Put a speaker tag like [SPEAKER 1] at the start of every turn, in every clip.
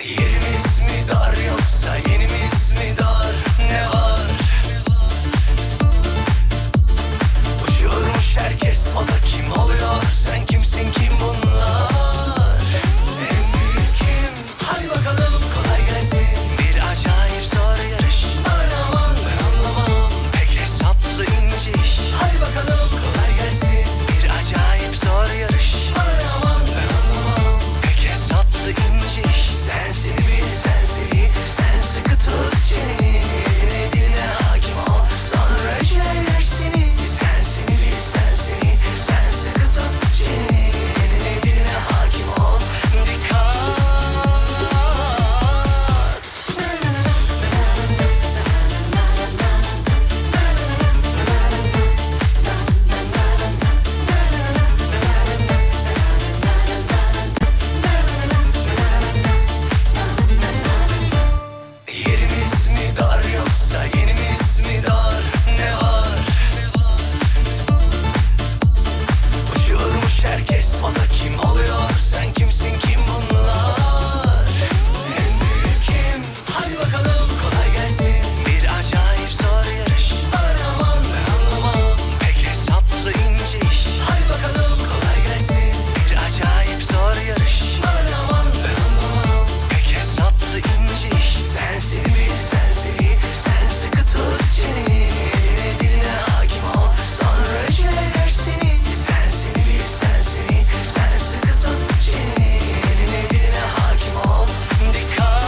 [SPEAKER 1] Yerimiz mi dar yoksa yenimiz mi dar ne var? Uçuyormuş herkes o da kim oluyor sen kimsin kim bunlar? En büyük kim? Hadi bakalım kolay gelsin bir acayip zor yarış. Aman aman ben anlamam pek hesaplı ince iş. Hadi bakalım kolay gelsin bir acayip zor yarış. Aman aman ben anlamam pek hesaplı ince iş. Sensin bil sensin sen sıkı tut çeneni eline diline hakim ol sonra öceler seni. Sensin bil sensin sen sıkı tut çeneni eline diline hakim ol dikkat. Yerimiz mi dar yoksa yenimiz mi dar ne var? Uçuyormuş herkes o da kim oluyor sen kimsin kim bunlar? En büyük kim? Hadi bakalım kolay gelsin bir acayip zor yarış. Aman aman ben anlamam pek hesaplı ince iş. Hadi bakalım kolay gelsin bir acayip zor yarış. Aman aman ben anlamam pek hesaplı ince iş. Sensin bil sensin sen sıkı tut çeneni eline diline hakim ol sonra öceler seni. Sensin bil sensin sen sıkı tut çeneni eline diline hakim ol dikkat.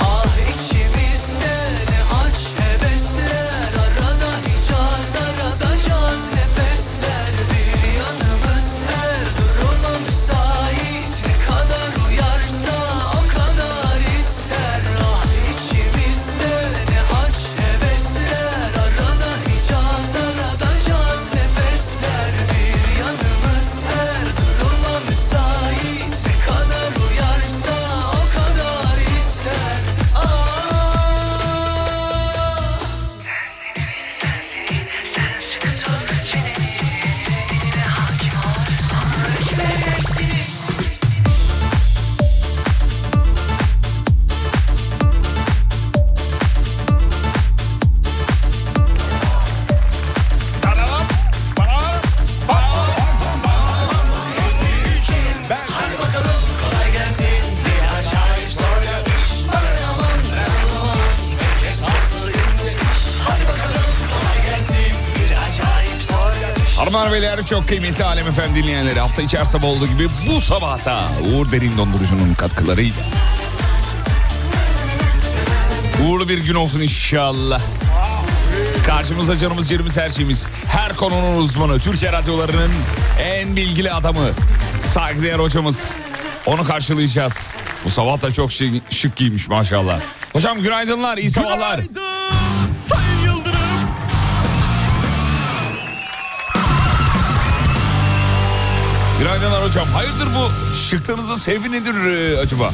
[SPEAKER 1] Ah içimizde ne aç hevesler Arada hicaz arada caz nefesler Bir yanımız her duruma müsait Ne kadar uyarsa o kadar ister Ah içimizde ne aç hevesler Arada hicaz arada caz nefesler Bir yanımız her duruma müsait Ne kadar uyarsa o kadar ister Ah
[SPEAKER 2] Harman beyler çok kıymetli Alem Efem dinleyenleri hafta içi her sabah olduğu gibi bu sabahta Uğur Derin Dondurucu'nun katkılarıyla. Uğurlu bir gün olsun inşallah. Karşımızda canımız yerimiz her şeyimiz. Her konunun uzmanı. Türkiye radyolarının en bilgili adamı. Saygıdeğer hocamız. Onu karşılayacağız. Bu sabah da çok şık, şık giymiş maşallah. Hocam günaydınlar, iyi sabahlar.
[SPEAKER 3] Sayın Yıldırım.
[SPEAKER 2] Günaydınlar hocam. Hayırdır bu şıklığınızın sebebi nedir e, acaba?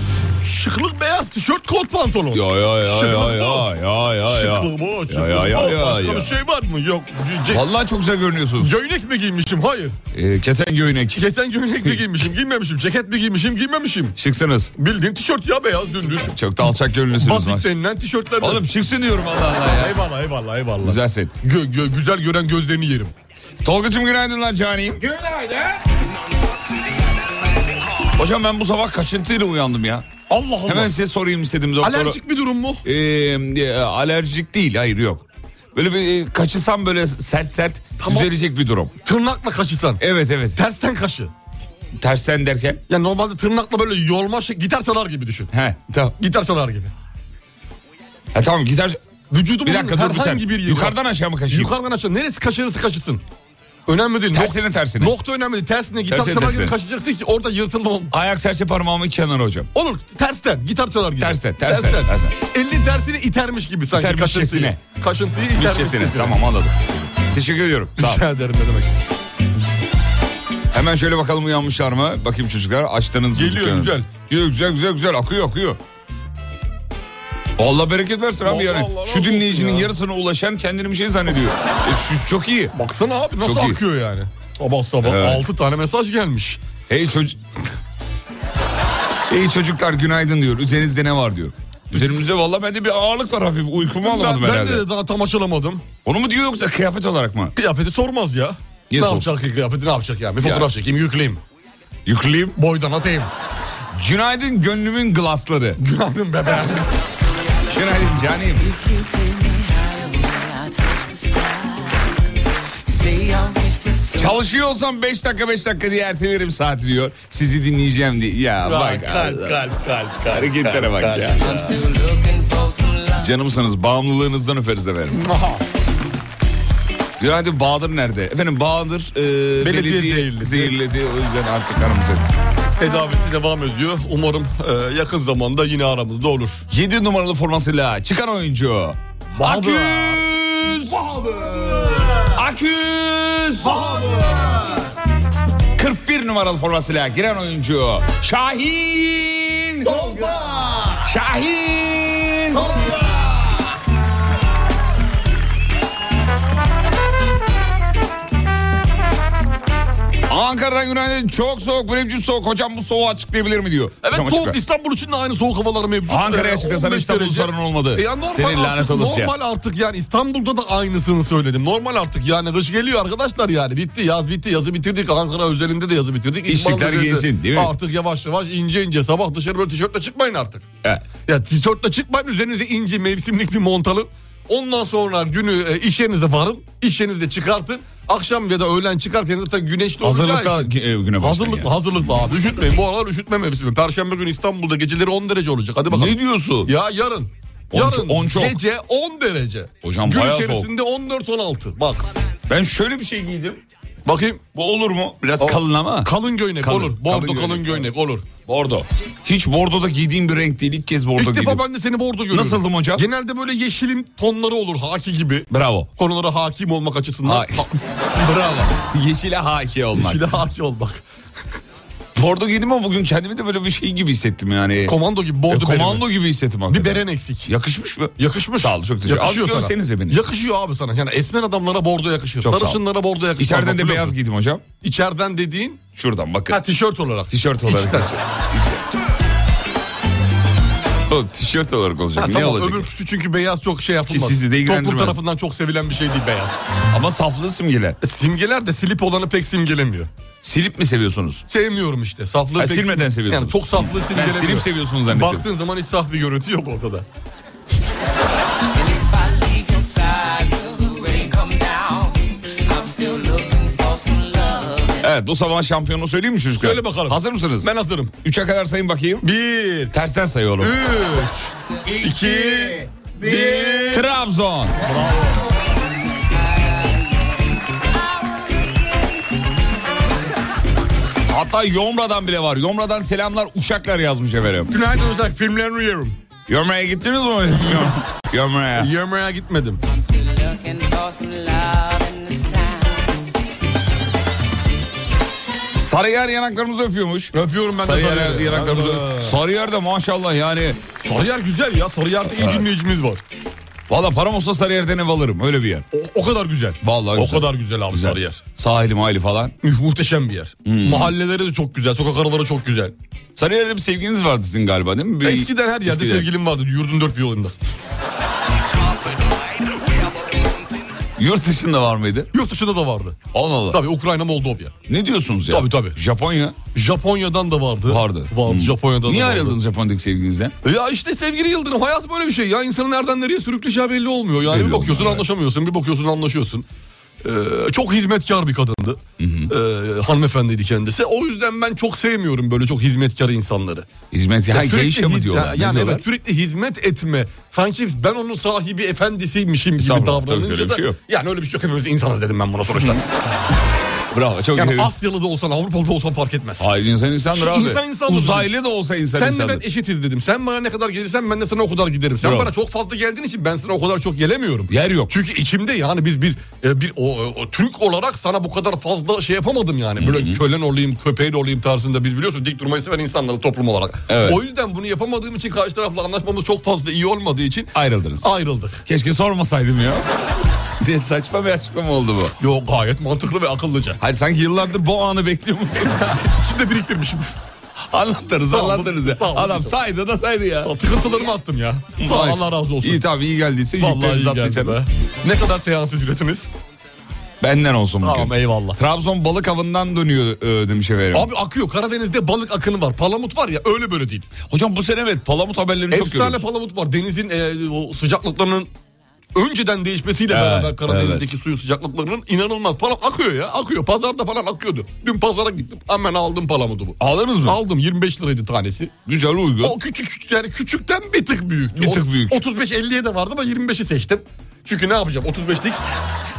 [SPEAKER 3] Şıklık beyaz tişört kot pantolon.
[SPEAKER 2] Ya ya ya ya
[SPEAKER 3] Şıklık
[SPEAKER 2] ya
[SPEAKER 3] mı?
[SPEAKER 2] ya ya ya.
[SPEAKER 3] Şıklık mı o?
[SPEAKER 2] Ya
[SPEAKER 3] Şıklık
[SPEAKER 2] ya ya
[SPEAKER 3] mı o?
[SPEAKER 2] ya.
[SPEAKER 3] Başka
[SPEAKER 2] ya.
[SPEAKER 3] bir şey var mı? Yok. Ce-
[SPEAKER 2] Vallahi çok güzel görünüyorsunuz.
[SPEAKER 3] Gömlek mi giymişim? Hayır.
[SPEAKER 2] Ee, keten göğnek.
[SPEAKER 3] Geçen gömlek mi giymişim? Giymemişim. Ceket mi giymişim? Giymemişim.
[SPEAKER 2] Şıksınız.
[SPEAKER 3] Bildiğin tişört ya beyaz dümdüz.
[SPEAKER 2] Çok da alçak görünüyorsunuz.
[SPEAKER 3] Basit
[SPEAKER 2] maşallah.
[SPEAKER 3] denilen tişörtlerden.
[SPEAKER 2] Oğlum şıksın diyorum Allah Allah ya.
[SPEAKER 3] Eyvallah eyvallah eyvallah.
[SPEAKER 2] Güzelsin.
[SPEAKER 3] Gö- gö- güzel gören gözlerini yerim.
[SPEAKER 2] Tolga'cığım günaydınlar caniyim. Günaydın. Hocam ben bu sabah kaçıntıyla uyandım ya.
[SPEAKER 3] Allah Allah.
[SPEAKER 2] Hemen size sorayım istedim doktora.
[SPEAKER 3] Alerjik bir durum mu?
[SPEAKER 2] Ee, e, alerjik değil hayır yok. Böyle bir e, kaçırsam böyle sert sert
[SPEAKER 3] Tamam.
[SPEAKER 2] düzelecek bir durum.
[SPEAKER 3] Tırnakla kaşısan.
[SPEAKER 2] Evet evet.
[SPEAKER 3] Tersten kaşı.
[SPEAKER 2] Tersten derken?
[SPEAKER 3] Yani normalde tırnakla böyle yolma şey, gitar çalar gibi düşün.
[SPEAKER 2] He tamam.
[SPEAKER 3] Gitar çalar gibi.
[SPEAKER 2] Ha, E tamam gitar...
[SPEAKER 3] Vücudumun
[SPEAKER 2] Bir dakika dur bir
[SPEAKER 3] herhangi
[SPEAKER 2] sen.
[SPEAKER 3] bir yeri-
[SPEAKER 2] Yukarıdan aşağı mı kaşıyım?
[SPEAKER 3] Yukarıdan aşağı. Neresi kaşırırsa kaşırsın. Önemli değil.
[SPEAKER 2] Tersine
[SPEAKER 3] Nokta-
[SPEAKER 2] tersine.
[SPEAKER 3] Nokta önemli değil. Tersine gitar
[SPEAKER 2] Tersine
[SPEAKER 3] çalar
[SPEAKER 2] tersine.
[SPEAKER 3] gibi kaşıyacaksın ki orada yırtılma ol-
[SPEAKER 2] Ayak serçe parmağımın kenarı hocam.
[SPEAKER 3] Olur tersten gitar çalar gibi.
[SPEAKER 2] Tersten, tersten, tersten.
[SPEAKER 3] Elini tersini itermiş gibi sanki
[SPEAKER 2] İtermişçesine.
[SPEAKER 3] kaşıntıyı. Kaşıntıyı itermişçesine.
[SPEAKER 2] Bütçesini. Tamam anladım. Teşekkür ediyorum. Sağ ol.
[SPEAKER 3] Rica ederim ne demek.
[SPEAKER 2] Hemen şöyle bakalım uyanmışlar mı? Bakayım çocuklar açtınız mı?
[SPEAKER 3] Geliyor,
[SPEAKER 2] dükkanı?
[SPEAKER 3] güzel.
[SPEAKER 2] Geliyor, güzel güzel güzel akıyor akıyor. Allah bereket versin abi
[SPEAKER 3] Vallahi
[SPEAKER 2] yani.
[SPEAKER 3] Allah razı
[SPEAKER 2] Şu
[SPEAKER 3] olsun
[SPEAKER 2] dinleyicinin
[SPEAKER 3] ya.
[SPEAKER 2] yarısına ulaşan kendini bir şey zannediyor. E, şu- çok iyi.
[SPEAKER 3] Baksana abi nasıl
[SPEAKER 2] Çok iyi.
[SPEAKER 3] akıyor yani. Sabah sabah
[SPEAKER 2] Evet.
[SPEAKER 3] 6 tane mesaj gelmiş.
[SPEAKER 2] Hey çocuk... hey çocuklar günaydın diyor. Üzerinizde ne var diyor. Üzerimizde valla bende bir ağırlık var hafif. Uykumu alamadım
[SPEAKER 3] ben, ben
[SPEAKER 2] herhalde.
[SPEAKER 3] de daha tam açılamadım.
[SPEAKER 2] Onu mu diyor yoksa kıyafet olarak mı?
[SPEAKER 3] Kıyafeti sormaz ya.
[SPEAKER 2] Niye
[SPEAKER 3] ne
[SPEAKER 2] sorsun?
[SPEAKER 3] yapacak ki kıyafeti ne yapacak yani? Bir fotoğraf çekeyim yükleyeyim.
[SPEAKER 2] Yükleyeyim.
[SPEAKER 3] Boydan atayım.
[SPEAKER 2] Günaydın gönlümün glasları.
[SPEAKER 3] Günaydın bebe.
[SPEAKER 2] Günaydın canım. Çalışıyorsam 5 dakika 5 dakika diye ertelerim saati diyor. Sizi dinleyeceğim diye. Ya bak.
[SPEAKER 3] kalp kalp kalp kalp.
[SPEAKER 2] Hareketlere bak ya. Canımsanız bağımlılığınızdan öperiz efendim. Günaydın Bahadır nerede? Efendim Bahadır e,
[SPEAKER 3] Belediye
[SPEAKER 2] belediye,
[SPEAKER 3] zehirledi.
[SPEAKER 2] zehirledi. O yüzden artık aramızda.
[SPEAKER 3] Tedavisi devam ediyor. Umarım e, yakın zamanda yine aramızda olur.
[SPEAKER 2] 7 numaralı formasıyla çıkan oyuncu.
[SPEAKER 3] Bahadır.
[SPEAKER 2] Aküz. Aküz. 41 numaralı formasıyla giren oyuncu Şahin. Şahin. Ankara'dan günaydın. Çok soğuk. Bu ne biçim soğuk? Hocam bu soğuğu açıklayabilir mi diyor.
[SPEAKER 3] Evet
[SPEAKER 2] Hocam
[SPEAKER 3] soğuk
[SPEAKER 2] açıkla.
[SPEAKER 3] İstanbul için de aynı soğuk havalar mevcut.
[SPEAKER 2] Ankara'ya
[SPEAKER 3] Ee,
[SPEAKER 2] çıktı sana
[SPEAKER 3] 15
[SPEAKER 2] İstanbul
[SPEAKER 3] derece.
[SPEAKER 2] sorunu olmadı.
[SPEAKER 3] E, ya normal
[SPEAKER 2] Senin
[SPEAKER 3] artık,
[SPEAKER 2] lanet olası ya.
[SPEAKER 3] Normal artık yani İstanbul'da da aynısını söyledim. Normal artık yani kış geliyor arkadaşlar yani. Bitti yaz bitti yazı bitirdik. Ankara özelinde de yazı bitirdik.
[SPEAKER 2] İşçiler
[SPEAKER 3] İstanbul'da da-
[SPEAKER 2] giyinsin, değil mi?
[SPEAKER 3] Artık yavaş yavaş ince ince sabah dışarı böyle tişörtle çıkmayın artık.
[SPEAKER 2] Evet.
[SPEAKER 3] Ya tişörtle çıkmayın üzerinize ince mevsimlik bir mont alın. Ondan sonra günü e, iş yerinize varın. İş yerinize çıkartın. Akşam ya da öğlen çıkarken zaten güneşli olacağı
[SPEAKER 2] Hazırlıkla
[SPEAKER 3] için-
[SPEAKER 2] e, güne başlayın.
[SPEAKER 3] Hazırlıklı,
[SPEAKER 2] yani.
[SPEAKER 3] hazırlıklı abi. Üşütmeyin. Bu aralar üşütme mevsimi. Perşembe günü İstanbul'da geceleri 10 derece olacak. Hadi bakalım.
[SPEAKER 2] Ne diyorsun?
[SPEAKER 3] Ya yarın.
[SPEAKER 2] On-
[SPEAKER 3] yarın
[SPEAKER 2] on çok.
[SPEAKER 3] gece 10 derece.
[SPEAKER 2] Hocam
[SPEAKER 3] Gün
[SPEAKER 2] bayağı
[SPEAKER 3] içerisinde 14-16. Bak.
[SPEAKER 2] Ben şöyle bir şey giydim.
[SPEAKER 3] Bakayım.
[SPEAKER 2] Bu olur mu? Biraz
[SPEAKER 3] O-
[SPEAKER 2] kalın ama.
[SPEAKER 3] Kalın göynek
[SPEAKER 2] Kalın,
[SPEAKER 3] olur. Bordo
[SPEAKER 2] kalın
[SPEAKER 3] kalın,
[SPEAKER 2] göynek.
[SPEAKER 3] göynek olur.
[SPEAKER 2] Bordo. Hiç bordoda giydiğim bir renk değil. İlk kez bordo
[SPEAKER 3] İlk
[SPEAKER 2] giydim.
[SPEAKER 3] defa ben de seni bordo görüyorum.
[SPEAKER 2] Nasıldım hocam?
[SPEAKER 3] Genelde böyle yeşilim tonları olur haki gibi.
[SPEAKER 2] Bravo.
[SPEAKER 3] Konulara hakim olmak açısından.
[SPEAKER 2] Ha-
[SPEAKER 3] Ha-
[SPEAKER 2] Bravo. Yeşile haki olmak.
[SPEAKER 3] yeşile haki olmak.
[SPEAKER 2] Bordo giydim ama bugün kendimi de böyle bir şey gibi hissettim yani.
[SPEAKER 3] Komando gibi
[SPEAKER 2] E,
[SPEAKER 3] bordo
[SPEAKER 2] komando
[SPEAKER 3] beremi.
[SPEAKER 2] gibi hissettim
[SPEAKER 3] Bir
[SPEAKER 2] hakikaten.
[SPEAKER 3] beren eksik.
[SPEAKER 2] Yakışmış mı?
[SPEAKER 3] Yakışmış.
[SPEAKER 2] Sağ ol, çok teşekkür-
[SPEAKER 3] Yakışıyor
[SPEAKER 2] Az
[SPEAKER 3] sana.
[SPEAKER 2] görsenize beni.
[SPEAKER 3] Yakışıyor abi sana. Yani esmer adamlara bordo yakışıyor.
[SPEAKER 2] Çok sağ ol.
[SPEAKER 3] Sarışınlara bordo yakışıyor.
[SPEAKER 2] İçeriden
[SPEAKER 3] Bak,
[SPEAKER 2] de
[SPEAKER 3] biliyor
[SPEAKER 2] beyaz
[SPEAKER 3] musun?
[SPEAKER 2] giydim hocam.
[SPEAKER 3] İçeriden dediğin
[SPEAKER 2] Şuradan bakın.
[SPEAKER 3] ha tişört olarak.
[SPEAKER 2] Tişört olarak.
[SPEAKER 3] İçten.
[SPEAKER 2] Oğlum, tişört olarak olacak.
[SPEAKER 3] Ha,
[SPEAKER 2] ne
[SPEAKER 3] tamam,
[SPEAKER 2] olacak?
[SPEAKER 3] Öbürküsü çünkü beyaz çok şey yapılmaz.
[SPEAKER 2] sizi de
[SPEAKER 3] Toplum
[SPEAKER 2] ilgilendirmez.
[SPEAKER 3] tarafından çok sevilen bir şey değil beyaz.
[SPEAKER 2] Ama saflı simgele.
[SPEAKER 3] E, Simgeler de silip olanı pek simgelemiyor.
[SPEAKER 2] Silip mi seviyorsunuz?
[SPEAKER 3] Sevmiyorum işte. Saflığı
[SPEAKER 2] Ha,
[SPEAKER 3] pek
[SPEAKER 2] silmeden
[SPEAKER 3] sim-
[SPEAKER 2] seviyorsunuz.
[SPEAKER 3] Yani çok saflığı simgelemiyor.
[SPEAKER 2] silip seviyorsunuz zannettim.
[SPEAKER 3] Baktığın zaman hiç saf bir görüntü yok ortada.
[SPEAKER 2] Evet bu sabah şampiyonunu söyleyeyim mi çocuklar?
[SPEAKER 3] Söyle bakalım.
[SPEAKER 2] Hazır mısınız?
[SPEAKER 3] Ben hazırım.
[SPEAKER 2] 3'e kadar sayın bakayım.
[SPEAKER 3] Bir,
[SPEAKER 2] Tersten sayıyorum.
[SPEAKER 3] üç, iki, bir.
[SPEAKER 2] Trabzon. Hatta Yomra'dan bile var. Yomra'dan selamlar Uşaklar yazmış efendim.
[SPEAKER 3] Günaydın Özak. Filmlerini uyuyorum.
[SPEAKER 2] Yomra'ya gittiniz mi? Yomra'ya.
[SPEAKER 3] Yemeğe gitmedim.
[SPEAKER 2] Sarıyer yanaklarımızı öpüyormuş.
[SPEAKER 3] Öpüyorum ben de
[SPEAKER 2] Sarıyer
[SPEAKER 3] Sarıyer'i.
[SPEAKER 2] yanaklarımızı
[SPEAKER 3] Allah.
[SPEAKER 2] öpüyor. Sarıyer de maşallah yani.
[SPEAKER 3] Sarıyer güzel ya. Sarıyer'de iyi dinleyicimiz var.
[SPEAKER 2] Valla param olsa Sarıyer'den ev alırım öyle bir yer.
[SPEAKER 3] O, o kadar güzel.
[SPEAKER 2] Vallahi
[SPEAKER 3] O
[SPEAKER 2] güzel. Hmm.
[SPEAKER 3] kadar güzel abi Sarıyer.
[SPEAKER 2] Sahili mahili falan.
[SPEAKER 3] Üf, muhteşem bir yer. Mahalleleri de çok güzel. Sokak araları çok güzel.
[SPEAKER 2] Sarıyer'de bir sevginiz vardı sizin galiba değil mi? Bir-
[SPEAKER 3] Eskiden her yerde
[SPEAKER 2] Eskiden.
[SPEAKER 3] sevgilim vardı. Yurdun dört bir yolunda.
[SPEAKER 2] Yurt dışında var mıydı?
[SPEAKER 3] Yurt dışında da vardı.
[SPEAKER 2] Allah Allah.
[SPEAKER 3] Tabii Ukrayna, Moldova.
[SPEAKER 2] Ne diyorsunuz ya?
[SPEAKER 3] Tabii, tabii.
[SPEAKER 2] Japonya
[SPEAKER 3] Japonya'dan da vardı.
[SPEAKER 2] vardı.
[SPEAKER 3] Vardı
[SPEAKER 2] Hmm.
[SPEAKER 3] Japonya'dan
[SPEAKER 2] Niye
[SPEAKER 3] da vardı.
[SPEAKER 2] ayrıldınız Japonya'daki sevginizden?
[SPEAKER 3] Ya işte sevgili Yıldırım hayat böyle bir şey. Ya insanı nereden nereye sürükleyeceği belli olmuyor. Yani
[SPEAKER 2] Belli
[SPEAKER 3] bir bakıyorsun
[SPEAKER 2] olmuyor, evet.
[SPEAKER 3] anlaşamıyorsun. Bir bakıyorsun anlaşıyorsun. Ee, çok hizmetkar bir kadındı. Ee, hanımefendiydi kendisi. O yüzden ben çok sevmiyorum böyle çok hizmetkar insanları.
[SPEAKER 2] Hizmet ya,
[SPEAKER 3] Ya sürekli
[SPEAKER 2] geisha mı
[SPEAKER 3] hiz-
[SPEAKER 2] diyorlar?
[SPEAKER 3] ya-
[SPEAKER 2] ne
[SPEAKER 3] yani
[SPEAKER 2] diyorlar?
[SPEAKER 3] evet sürekli hizmet etme. Sanki ben onun sahibi efendisiymişim gibi
[SPEAKER 2] Estağfurullah, tabii ki öyle
[SPEAKER 3] davranınca
[SPEAKER 2] bir
[SPEAKER 3] da.
[SPEAKER 2] şey yok.
[SPEAKER 3] yani öyle bir şey yok. Hepimiz insanız dedim ben buna sonuçta.
[SPEAKER 2] Bravo çok
[SPEAKER 3] yani
[SPEAKER 2] iyi.
[SPEAKER 3] Asyalı da olsan Avrupalı da olsan fark etmez.
[SPEAKER 2] Hayır insan insandır abi.
[SPEAKER 3] İnsan insandır.
[SPEAKER 2] Uzaylı da olsa insan
[SPEAKER 3] Sen de
[SPEAKER 2] insandır.
[SPEAKER 3] ben eşitiz dedim. Sen bana ne kadar gelirsen ben de sana o kadar giderim. Sen
[SPEAKER 2] Bravo.
[SPEAKER 3] bana çok fazla geldiğin için ben sana o kadar çok gelemiyorum.
[SPEAKER 2] Yer yok.
[SPEAKER 3] Çünkü içimde yani biz bir e, bir o, o Türk olarak sana bu kadar fazla şey yapamadım yani. Böyle kölen olayım, köpeğin olayım tarzında biz biliyorsun dik durmayı seven insanları toplum olarak.
[SPEAKER 2] Evet.
[SPEAKER 3] O yüzden bunu yapamadığım için karşı tarafla anlaşmamız çok fazla iyi olmadığı için
[SPEAKER 2] Ayrıldınız.
[SPEAKER 3] ayrıldık.
[SPEAKER 2] Keşke sormasaydım ya. Ne saçma bir açıklama oldu bu.
[SPEAKER 3] Yo gayet mantıklı ve akıllıca.
[SPEAKER 2] Hayır sanki yıllardır bu anı bekliyor musun?
[SPEAKER 3] İçimde biriktirmişim.
[SPEAKER 2] anlattınız
[SPEAKER 3] Sağ olun,
[SPEAKER 2] anlattınız ya.
[SPEAKER 3] sağ olun.
[SPEAKER 2] Adam saydı da saydı ya.
[SPEAKER 3] Tıkıntılarımı attım ya. Sağ ol,
[SPEAKER 2] Vay.
[SPEAKER 3] Allah razı olsun.
[SPEAKER 2] İyi tabii iyi geldiyse
[SPEAKER 3] Vallahi
[SPEAKER 2] yüklerinizi
[SPEAKER 3] iyi geldi
[SPEAKER 2] attıysanız.
[SPEAKER 3] be. Ne kadar seans ücretiniz?
[SPEAKER 2] Benden olsun bugün.
[SPEAKER 3] Tamam eyvallah.
[SPEAKER 2] Trabzon balık avından dönüyor e, demiş efendim.
[SPEAKER 3] Abi akıyor. Karadeniz'de balık akını var. Palamut var ya öyle böyle değil.
[SPEAKER 2] Hocam bu sene evet palamut haberlerini çok
[SPEAKER 3] Efsane
[SPEAKER 2] görüyoruz.
[SPEAKER 3] palamut var. Denizin e, o sıcaklıklarının önceden değişmesiyle
[SPEAKER 2] Evet,
[SPEAKER 3] beraber Karadeniz'deki suyun sıcaklıklarının inanılmaz. Palam akıyor ya akıyor. Pazarda falan akıyordu. Dün pazara gittim hemen aldım palamudu bu.
[SPEAKER 2] Aldınız mı?
[SPEAKER 3] Aldım 25 liraydı tanesi.
[SPEAKER 2] Güzel uygun.
[SPEAKER 3] O küçük küçük yani küçükten bir tık büyüktü.
[SPEAKER 2] Bir
[SPEAKER 3] O-
[SPEAKER 2] tık büyük.
[SPEAKER 3] 35-50'ye de vardı ama 25'i seçtim. Çünkü ne yapacağım 35'lik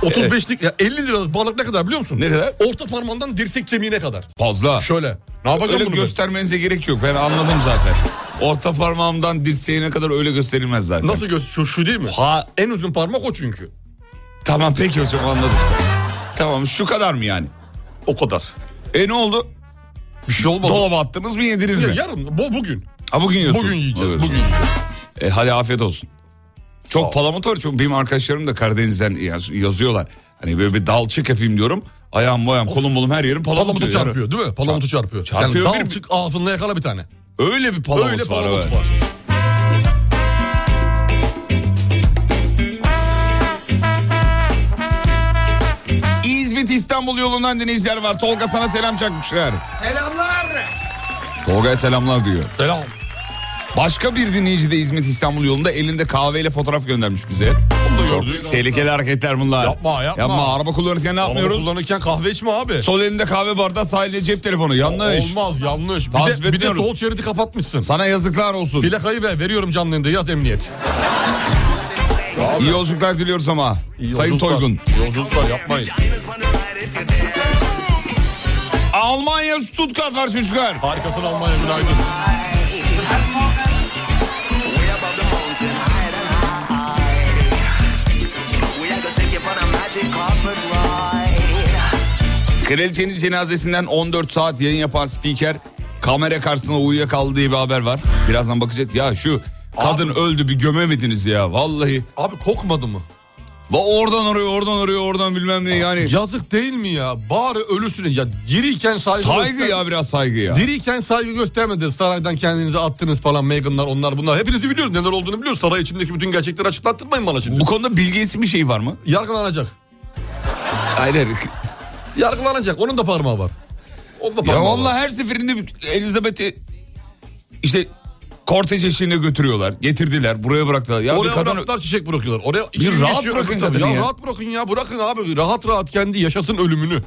[SPEAKER 3] 35'lik ya 50 liralık balık ne kadar biliyor musun?
[SPEAKER 2] Ne kadar?
[SPEAKER 3] Orta parmağından dirsek kemiğine kadar.
[SPEAKER 2] Fazla.
[SPEAKER 3] Şöyle. Ne yapacağım
[SPEAKER 2] Öyle
[SPEAKER 3] bunu ben?
[SPEAKER 2] göstermenize gerek yok. Ben anladım zaten. Orta parmağımdan dirseğine kadar öyle gösterilmez zaten.
[SPEAKER 3] Nasıl göz şu, şu değil mi?
[SPEAKER 2] Ha
[SPEAKER 3] En uzun parmak o çünkü.
[SPEAKER 2] tamam peki hocam anladım. Tamam şu kadar mı yani?
[SPEAKER 3] O kadar.
[SPEAKER 2] E ne oldu?
[SPEAKER 3] Bir şey olmadı.
[SPEAKER 2] Dolaba attınız mı yediniz
[SPEAKER 3] Ya
[SPEAKER 2] mi?
[SPEAKER 3] yarın bu bugün.
[SPEAKER 2] Ha bugün yiyorsun.
[SPEAKER 3] Bugün yiyeceğiz.
[SPEAKER 2] Evet.
[SPEAKER 3] Bugün. yiyeceğiz.
[SPEAKER 2] E, hadi afiyet olsun.
[SPEAKER 3] Sağ ol.
[SPEAKER 2] Çok palamut var. Çok benim arkadaşlarım da Karadeniz'den yaz- yazıyorlar. Hani böyle bir dalçık yapayım diyorum. Ayağım boyam kolum bolum her yerim palamut,
[SPEAKER 3] Palamutu
[SPEAKER 2] diyor.
[SPEAKER 3] çarpıyor değil mi? Palamutu çarpıyor.
[SPEAKER 2] Çarpıyor
[SPEAKER 3] Yani
[SPEAKER 2] bir-
[SPEAKER 3] dal çık ağzınla yakala bir tane.
[SPEAKER 2] Öyle bir palamut
[SPEAKER 3] Öyle
[SPEAKER 2] var.
[SPEAKER 3] palamut
[SPEAKER 2] evet.
[SPEAKER 3] var.
[SPEAKER 2] İzmit İstanbul yolundan dinleyiciler var. Tolga sana selam çakmışlar. Selamlar. Tolga'ya selamlar diyor.
[SPEAKER 3] Selam.
[SPEAKER 2] Başka bir dinleyici de İzmit İstanbul yolunda elinde kahveyle fotoğraf göndermiş bize.
[SPEAKER 3] Onu da gördük.
[SPEAKER 2] Çok tehlikeli hareketler bunlar.
[SPEAKER 3] Yapma, yapma.
[SPEAKER 2] araba kullanırken ne
[SPEAKER 3] Palamutu
[SPEAKER 2] yapmıyoruz?
[SPEAKER 3] kullanırken kahve içme abi.
[SPEAKER 2] Sol elinde kahve bardağı sağ elinde cep telefonu. Yanlış.
[SPEAKER 3] Olmaz yanlış. Bir
[SPEAKER 2] Tasvip
[SPEAKER 3] de, bir de
[SPEAKER 2] etmiyoruz.
[SPEAKER 3] sol şeridi kapatmışsın.
[SPEAKER 2] Sana yazıklar olsun.
[SPEAKER 3] Plakayı ver veriyorum canlı yayında yaz emniyet.
[SPEAKER 2] İyi yolculuklar diliyoruz ama.
[SPEAKER 3] İyi
[SPEAKER 2] Sayın
[SPEAKER 3] yolculuklar.
[SPEAKER 2] Toygun.
[SPEAKER 3] İyi Yolculuklar yapmayın.
[SPEAKER 2] Almanya Stuttgart var çocuklar.
[SPEAKER 3] Harikasın Almanya günaydın.
[SPEAKER 2] Kraliçenin cenazesinden 14 saat yayın yapan spiker kamera karşısında uyuyakaldı diye bir haber var. Birazdan bakacağız. Ya şu kadın öldü bir gömemediniz ya vallahi.
[SPEAKER 3] Abi kokmadı mı?
[SPEAKER 2] Va oradan arıyor oradan arıyor oradan bilmem ne yani.
[SPEAKER 3] Yazık değil mi ya? Bari ölüsüne ya diriyken saygı,
[SPEAKER 2] Saygı
[SPEAKER 3] göster-
[SPEAKER 2] ya biraz saygı ya.
[SPEAKER 3] Diriyken saygı göstermediniz. Saraydan kendinizi attınız falan. Meghan'lar onlar bunlar. Hepinizi biliyoruz. Neler olduğunu biliyoruz. Saray içindeki bütün gerçekleri açıklattırmayın bana şimdi.
[SPEAKER 2] Bu konuda bilgisi bir şey var mı?
[SPEAKER 3] Yargılanacak.
[SPEAKER 2] Hayır. hayır.
[SPEAKER 3] Yargılanacak. Onun da parmağı var. Onun da parmağı
[SPEAKER 2] Ya
[SPEAKER 3] var.
[SPEAKER 2] vallahi her seferinde bir- Elizabeth'i işte kortej eşliğinde götürüyorlar. Getirdiler buraya bıraktılar. Ya
[SPEAKER 3] Oraya
[SPEAKER 2] bir kadın
[SPEAKER 3] bıraktılar çiçek bırakıyorlar. Oraya İki gün
[SPEAKER 2] rahat
[SPEAKER 3] geçiyor,
[SPEAKER 2] bırakın
[SPEAKER 3] öbür tarafı.
[SPEAKER 2] kadını ya.
[SPEAKER 3] rahat bırakın ya. Bırakın abi. Rahat rahat kendi yaşasın ölümünü.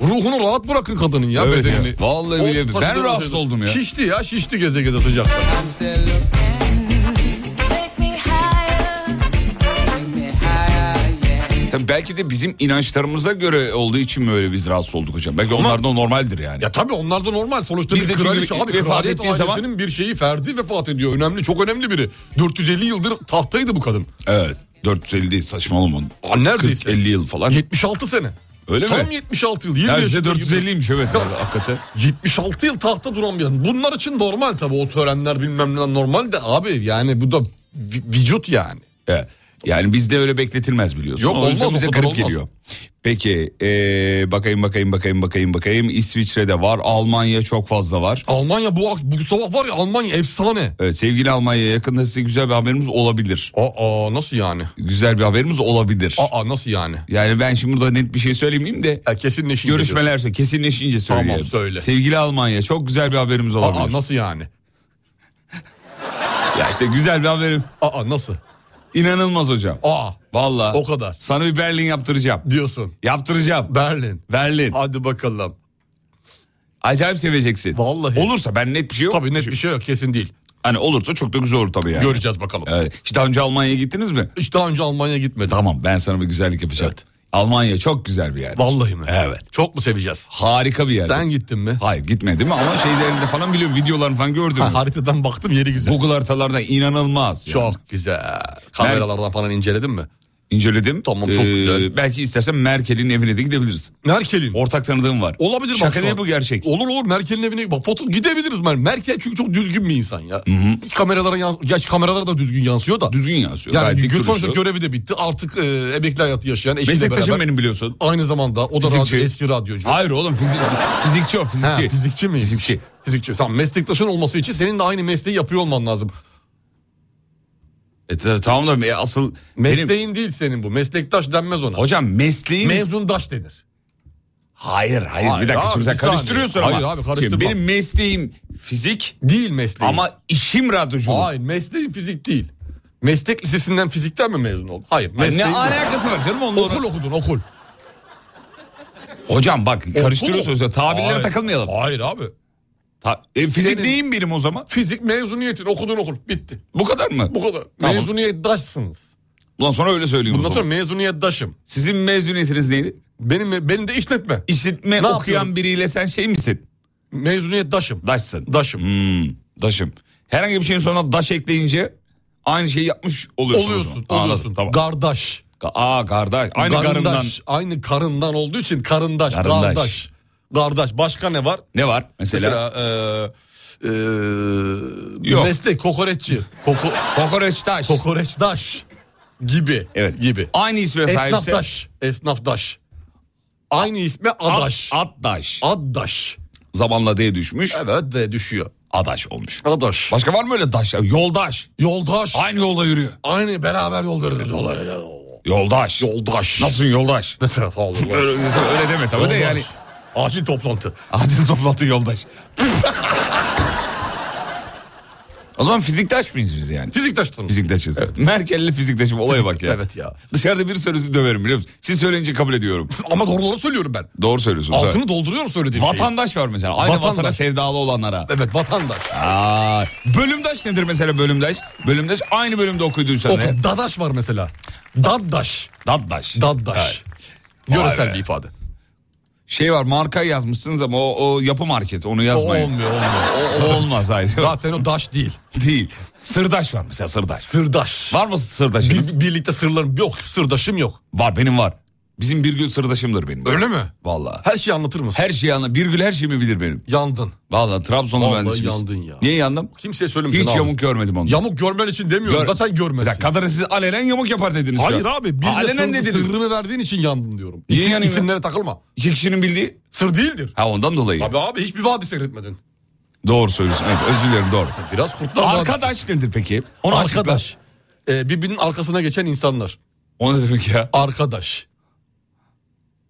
[SPEAKER 3] Ruhunu rahat bırakın kadının ya
[SPEAKER 2] Evet
[SPEAKER 3] bedenini.
[SPEAKER 2] ya, vallahi billahi.
[SPEAKER 3] taşıdığı
[SPEAKER 2] Ben rahatsız
[SPEAKER 3] şeyden.
[SPEAKER 2] oldum ya.
[SPEAKER 3] Şişti ya şişti geze geze sıcakta.
[SPEAKER 2] Tabii belki de bizim inançlarımıza göre olduğu için mi öyle biz rahatsız olduk hocam? Belki onlar da normaldir yani.
[SPEAKER 3] Ya tabii onlar da normal. Sonuçta
[SPEAKER 2] Biz
[SPEAKER 3] bir
[SPEAKER 2] de çünkü
[SPEAKER 3] kraliçe abi
[SPEAKER 2] vefat
[SPEAKER 3] kraliyet
[SPEAKER 2] ettiği
[SPEAKER 3] ailesinin
[SPEAKER 2] zaman-
[SPEAKER 3] bir şeyi ferdi vefat ediyor. Önemli çok önemli biri. 450 yıldır tahtaydı bu kadın.
[SPEAKER 2] Evet. 450 değil saçmalama.
[SPEAKER 3] Aa, neredeyse.
[SPEAKER 2] 40-50 yıl falan.
[SPEAKER 3] 76 sene.
[SPEAKER 2] Hani Öyle
[SPEAKER 3] Tam
[SPEAKER 2] mi?
[SPEAKER 3] 76 yıl. 20
[SPEAKER 2] Neredeyse
[SPEAKER 3] yaşında
[SPEAKER 2] 450'ymiş evet.
[SPEAKER 3] Ya.
[SPEAKER 2] hakikaten.
[SPEAKER 3] 76 yıl tahtta duran bir adam. Bunlar için normal tabii o törenler bilmem ne normal de abi yani bu da vi- vücut yani.
[SPEAKER 2] Evet. Yani bizde öyle bekletilmez biliyorsun.
[SPEAKER 3] Yok,
[SPEAKER 2] o yüzden
[SPEAKER 3] olmaz,
[SPEAKER 2] bize
[SPEAKER 3] o kadar
[SPEAKER 2] garip
[SPEAKER 3] olmaz.
[SPEAKER 2] geliyor. Peki ee, bakayım bakayım bakayım bakayım bakayım. İsviçre'de var. Almanya çok fazla var.
[SPEAKER 3] Almanya bu, ak- bu sabah var ya Almanya efsane.
[SPEAKER 2] Evet, sevgili Almanya'ya yakında size güzel bir haberimiz olabilir.
[SPEAKER 3] Aa nasıl yani?
[SPEAKER 2] Güzel bir haberimiz olabilir.
[SPEAKER 3] Aa nasıl yani?
[SPEAKER 2] Yani ben şimdi burada net bir şey söylemeyeyim de
[SPEAKER 3] Ya kesinleşince
[SPEAKER 2] görüşmeler sö- kesinleşince
[SPEAKER 3] Tamam,
[SPEAKER 2] söyleyeyim.
[SPEAKER 3] söyle.
[SPEAKER 2] Sevgili Almanya çok güzel bir haberimiz
[SPEAKER 3] diyorsun.
[SPEAKER 2] olabilir.
[SPEAKER 3] Aa nasıl yani?
[SPEAKER 2] Ya işte güzel bir haberim.
[SPEAKER 3] Aa nasıl?
[SPEAKER 2] İnanılmaz hocam.
[SPEAKER 3] Aa
[SPEAKER 2] Vallahi.
[SPEAKER 3] o kadar
[SPEAKER 2] Sana bir Berlin yaptıracağım.
[SPEAKER 3] diyorsun.
[SPEAKER 2] Yaptıracağım.
[SPEAKER 3] Berlin.
[SPEAKER 2] Berlin.
[SPEAKER 3] Hadi bakalım.
[SPEAKER 2] Acayip seveceksin.
[SPEAKER 3] Vallahi.
[SPEAKER 2] Olursa ben net bir şey yok.
[SPEAKER 3] Tabii net bir şey yok kesin değil.
[SPEAKER 2] Hani olursa çok da güzel olur tabii yani.
[SPEAKER 3] Göreceğiz bakalım.
[SPEAKER 2] Evet. Hiç daha önce Almanya'ya gittiniz mi?
[SPEAKER 3] Hiç daha önce Almanya'ya gitmedim.
[SPEAKER 2] Tamam ben sana bir güzellik yapacağım.
[SPEAKER 3] Evet.
[SPEAKER 2] Almanya çok güzel bir yer.
[SPEAKER 3] Vallahi mi?
[SPEAKER 2] Evet.
[SPEAKER 3] Çok mu seveceğiz?
[SPEAKER 2] Harika bir yer.
[SPEAKER 3] Sen gittin mi?
[SPEAKER 2] Hayır gitmedim mi? ama şeylerinde falan biliyorum videolarını falan gördüm.
[SPEAKER 3] Ha, haritadan baktım yeri güzel.
[SPEAKER 2] Google haritalarında inanılmaz. yani.
[SPEAKER 3] Çok güzel. Kameralardan falan inceledin mi?
[SPEAKER 2] İnceledim. Ee,
[SPEAKER 3] Tamam, çok güzel.
[SPEAKER 2] Belki istersen Merkel'in evine de gidebiliriz.
[SPEAKER 3] Merkel'in.
[SPEAKER 2] Ortak tanıdığım var.
[SPEAKER 3] Olabilir bak
[SPEAKER 2] Şaka
[SPEAKER 3] şu
[SPEAKER 2] değil
[SPEAKER 3] an.
[SPEAKER 2] bu gerçek.
[SPEAKER 3] Olur olur Merkel'in evine bak foto gidebiliriz Mer. Merkel çünkü çok düzgün bir insan ya. Hiç Kameralara yans gerçi kameralara da düzgün yansıyor da.
[SPEAKER 2] Düzgün yansıyor.
[SPEAKER 3] yani
[SPEAKER 2] gayet dik
[SPEAKER 3] Gülfan
[SPEAKER 2] duruşlu.
[SPEAKER 3] Hoca görevi de bitti. Artık e, emekli hayatı yaşayan eşiyle
[SPEAKER 2] Meslektaşım
[SPEAKER 3] beraber.
[SPEAKER 2] benim şey- biliyorsun.
[SPEAKER 3] Aynı zamanda o da
[SPEAKER 2] Fizikçi.
[SPEAKER 3] radyo, eski radyocu.
[SPEAKER 2] Hayır oğlum fizik, fizikçi o
[SPEAKER 3] Ha,
[SPEAKER 2] fizikçi.
[SPEAKER 3] fizikçi. miyim?
[SPEAKER 2] Fizikçi.
[SPEAKER 3] Fizikçi. Tamam meslektaşın olması için senin de aynı mesleği yapıyor olman lazım.
[SPEAKER 2] E, ta- tamam da e, asıl
[SPEAKER 3] Mesleğin
[SPEAKER 2] benim...
[SPEAKER 3] değil senin bu. Meslektaş denmez ona.
[SPEAKER 2] Hocam mesleğim...
[SPEAKER 3] Mezundaş denir.
[SPEAKER 2] hayır, hayır
[SPEAKER 3] Hayır
[SPEAKER 2] bir dakika
[SPEAKER 3] abi,
[SPEAKER 2] şimdi sen
[SPEAKER 3] bir saniye.
[SPEAKER 2] karıştırıyorsun ama.
[SPEAKER 3] Hayır abi,
[SPEAKER 2] Şimdi
[SPEAKER 3] karıştırmam.
[SPEAKER 2] benim mesleğim fizik
[SPEAKER 3] Değil mesleğin.
[SPEAKER 2] ama işim radyoculuk.
[SPEAKER 3] Hayır mesleğin fizik değil. Meslek lisesinden fizikten mi mezun oldun? Hayır.
[SPEAKER 2] Ay, Ne
[SPEAKER 3] mesleğin bu.
[SPEAKER 2] alakası var canım onunla?
[SPEAKER 3] Okul okudun okul.
[SPEAKER 2] Hocam bak karıştırıyorsunuz
[SPEAKER 3] Okul
[SPEAKER 2] ya
[SPEAKER 3] okudun.
[SPEAKER 2] tabirlere
[SPEAKER 3] Hayır,
[SPEAKER 2] takılmayalım.
[SPEAKER 3] Hayır abi.
[SPEAKER 2] Ta- e, fizik
[SPEAKER 3] Senin-
[SPEAKER 2] neyim benim o zaman?
[SPEAKER 3] Fizik mezuniyetin okudun okul bitti.
[SPEAKER 2] Bu kadar mı?
[SPEAKER 3] Bu kadar.
[SPEAKER 2] Tamam.
[SPEAKER 3] Mezuniyet daşsınız.
[SPEAKER 2] Bundan sonra öyle söyleyeyim o
[SPEAKER 3] Bundan
[SPEAKER 2] zaman.
[SPEAKER 3] sonra mezuniyet daşım.
[SPEAKER 2] Sizin mezuniyetiniz neydi?
[SPEAKER 3] Benim benim de işletme.
[SPEAKER 2] İşletme
[SPEAKER 3] Ne
[SPEAKER 2] okuyan
[SPEAKER 3] yapıyorum?
[SPEAKER 2] biriyle sen şey misin?
[SPEAKER 3] Mezuniyet daşım.
[SPEAKER 2] Daşsın.
[SPEAKER 3] Daşım.
[SPEAKER 2] Hmm, daşım. Herhangi bir şeyin sonuna daş ekleyince aynı şeyi yapmış oluyorsun. o
[SPEAKER 3] Oluyorsun.
[SPEAKER 2] zaman.
[SPEAKER 3] Oluyorsun.
[SPEAKER 2] Anladım, Tamam.
[SPEAKER 3] Gardaş.
[SPEAKER 2] Ga- Aa kardeş. Aynı garından.
[SPEAKER 3] Gardaş. Aynı karından olduğu için karındaş.
[SPEAKER 2] Karındaş.
[SPEAKER 3] Gardaş. Gardaş. Başka ne var?
[SPEAKER 2] Ne var mesela?
[SPEAKER 3] Mesela eee eee, bir
[SPEAKER 2] Yok.
[SPEAKER 3] meslek kokoreççi. Koko,
[SPEAKER 2] Kokoreç taş.
[SPEAKER 3] kokoreçdaş gibi.
[SPEAKER 2] Evet.
[SPEAKER 3] Gibi.
[SPEAKER 2] Aynı isme sahipse.
[SPEAKER 3] Esnafdaş. Esnafdaş. Aynı isme adaş.
[SPEAKER 2] At, daş.
[SPEAKER 3] Addaş.
[SPEAKER 2] Zamanla D düşmüş.
[SPEAKER 3] Evet de düşüyor.
[SPEAKER 2] Adaş olmuş.
[SPEAKER 3] Adaş.
[SPEAKER 2] Başka var mı öyle daş? ya? Yoldaş.
[SPEAKER 3] Yoldaş.
[SPEAKER 2] Aynı yolda yürüyor.
[SPEAKER 3] Aynı beraber yolda yürüdünüz.
[SPEAKER 2] Yoldaş.
[SPEAKER 3] Yoldaş.
[SPEAKER 2] Nasılsın yoldaş?
[SPEAKER 3] Mesela sağ olun.
[SPEAKER 2] Öyle, öyle deme tabii de
[SPEAKER 3] Yoldaş.
[SPEAKER 2] yani.
[SPEAKER 3] Acil toplantı.
[SPEAKER 2] Acil toplantı yoldaş. o zaman fiziktaş mıyız biz yani?
[SPEAKER 3] Fiziktaşsın.
[SPEAKER 2] Fiziktaşız. Merkel'li fiziktaşım olaya bak ya.
[SPEAKER 3] Evet ya.
[SPEAKER 2] Dışarıda bir sorusu döverim biliyor musun? Siz söyleyince kabul ediyorum.
[SPEAKER 3] Ama doğruları söylüyorum ben.
[SPEAKER 2] Doğru söylüyorsunuz. evet.
[SPEAKER 3] Altını dolduruyorum söylediğim şeyi.
[SPEAKER 2] Vatandaş var mesela. Aynı
[SPEAKER 3] şey. Vatandaş.
[SPEAKER 2] vatana sevdalı olanlara.
[SPEAKER 3] Evet vatandaş.
[SPEAKER 2] Aa, bölümdaş nedir mesela bölümdaş? Bölümdaş aynı bölümde okuyduysan eğer.
[SPEAKER 3] Oku, dadaş var mesela. Daddaş.
[SPEAKER 2] Daddaş.
[SPEAKER 3] Daddaş. Göresel
[SPEAKER 2] Vay be.
[SPEAKER 3] bir ifade.
[SPEAKER 2] Şey var marka yazmışsınız ama o, o yapı market onu yazmayın.
[SPEAKER 3] O olmuyor, olmuyor.
[SPEAKER 2] O, o olmaz hayır.
[SPEAKER 3] Zaten o daş değil.
[SPEAKER 2] Değil. Sırdaş var mesela sırdaş.
[SPEAKER 3] Sırdaş.
[SPEAKER 2] Var mı sırdaşınız?
[SPEAKER 3] Bir- birlikte sırlarım yok. Sırdaşım yok.
[SPEAKER 2] Var benim var. Bizim Birgül sırdaşımdır benim.
[SPEAKER 3] Öyle mi?
[SPEAKER 2] Valla.
[SPEAKER 3] Her şeyi anlatır mısın?
[SPEAKER 2] Her şeyi anla. Birgül her şeyimi bilir benim.
[SPEAKER 3] Yandın.
[SPEAKER 2] Valla Trabzonlu
[SPEAKER 3] Vallahi
[SPEAKER 2] mühendisimiz.
[SPEAKER 3] yandın ya.
[SPEAKER 2] Niye yandım?
[SPEAKER 3] Kimseye söyleme.
[SPEAKER 2] Hiç
[SPEAKER 3] sen
[SPEAKER 2] yamuk
[SPEAKER 3] ağzın.
[SPEAKER 2] görmedim onu.
[SPEAKER 3] Yamuk görmen için demiyorum.
[SPEAKER 2] Gör-
[SPEAKER 3] Zaten
[SPEAKER 2] Bir
[SPEAKER 3] görmezsin.
[SPEAKER 2] dakika kadar siz alenen yamuk yapar dediniz.
[SPEAKER 3] Hayır
[SPEAKER 2] ya.
[SPEAKER 3] abi. Bir
[SPEAKER 2] Ha,
[SPEAKER 3] de
[SPEAKER 2] alenen
[SPEAKER 3] sır,
[SPEAKER 2] dediniz.
[SPEAKER 3] sırrını verdiğin için yandım diyorum.
[SPEAKER 2] Niye
[SPEAKER 3] İsim,
[SPEAKER 2] yanayım ya?
[SPEAKER 3] isimlere takılma.
[SPEAKER 2] İki kişinin bildiği.
[SPEAKER 3] Sır değildir.
[SPEAKER 2] Ha ondan dolayı.
[SPEAKER 3] Abi abi hiçbir vadi seyretmedin.
[SPEAKER 2] Doğru söylüyorsun. Evet, özür dilerim doğru.
[SPEAKER 3] Biraz kurtlar vadisi.
[SPEAKER 2] Arkadaş nedir peki? Onu açıkla.
[SPEAKER 3] Arkadaş. Ee, birbirinin arkasına geçen insanlar.
[SPEAKER 2] O ne demek ya?
[SPEAKER 3] Arkadaş.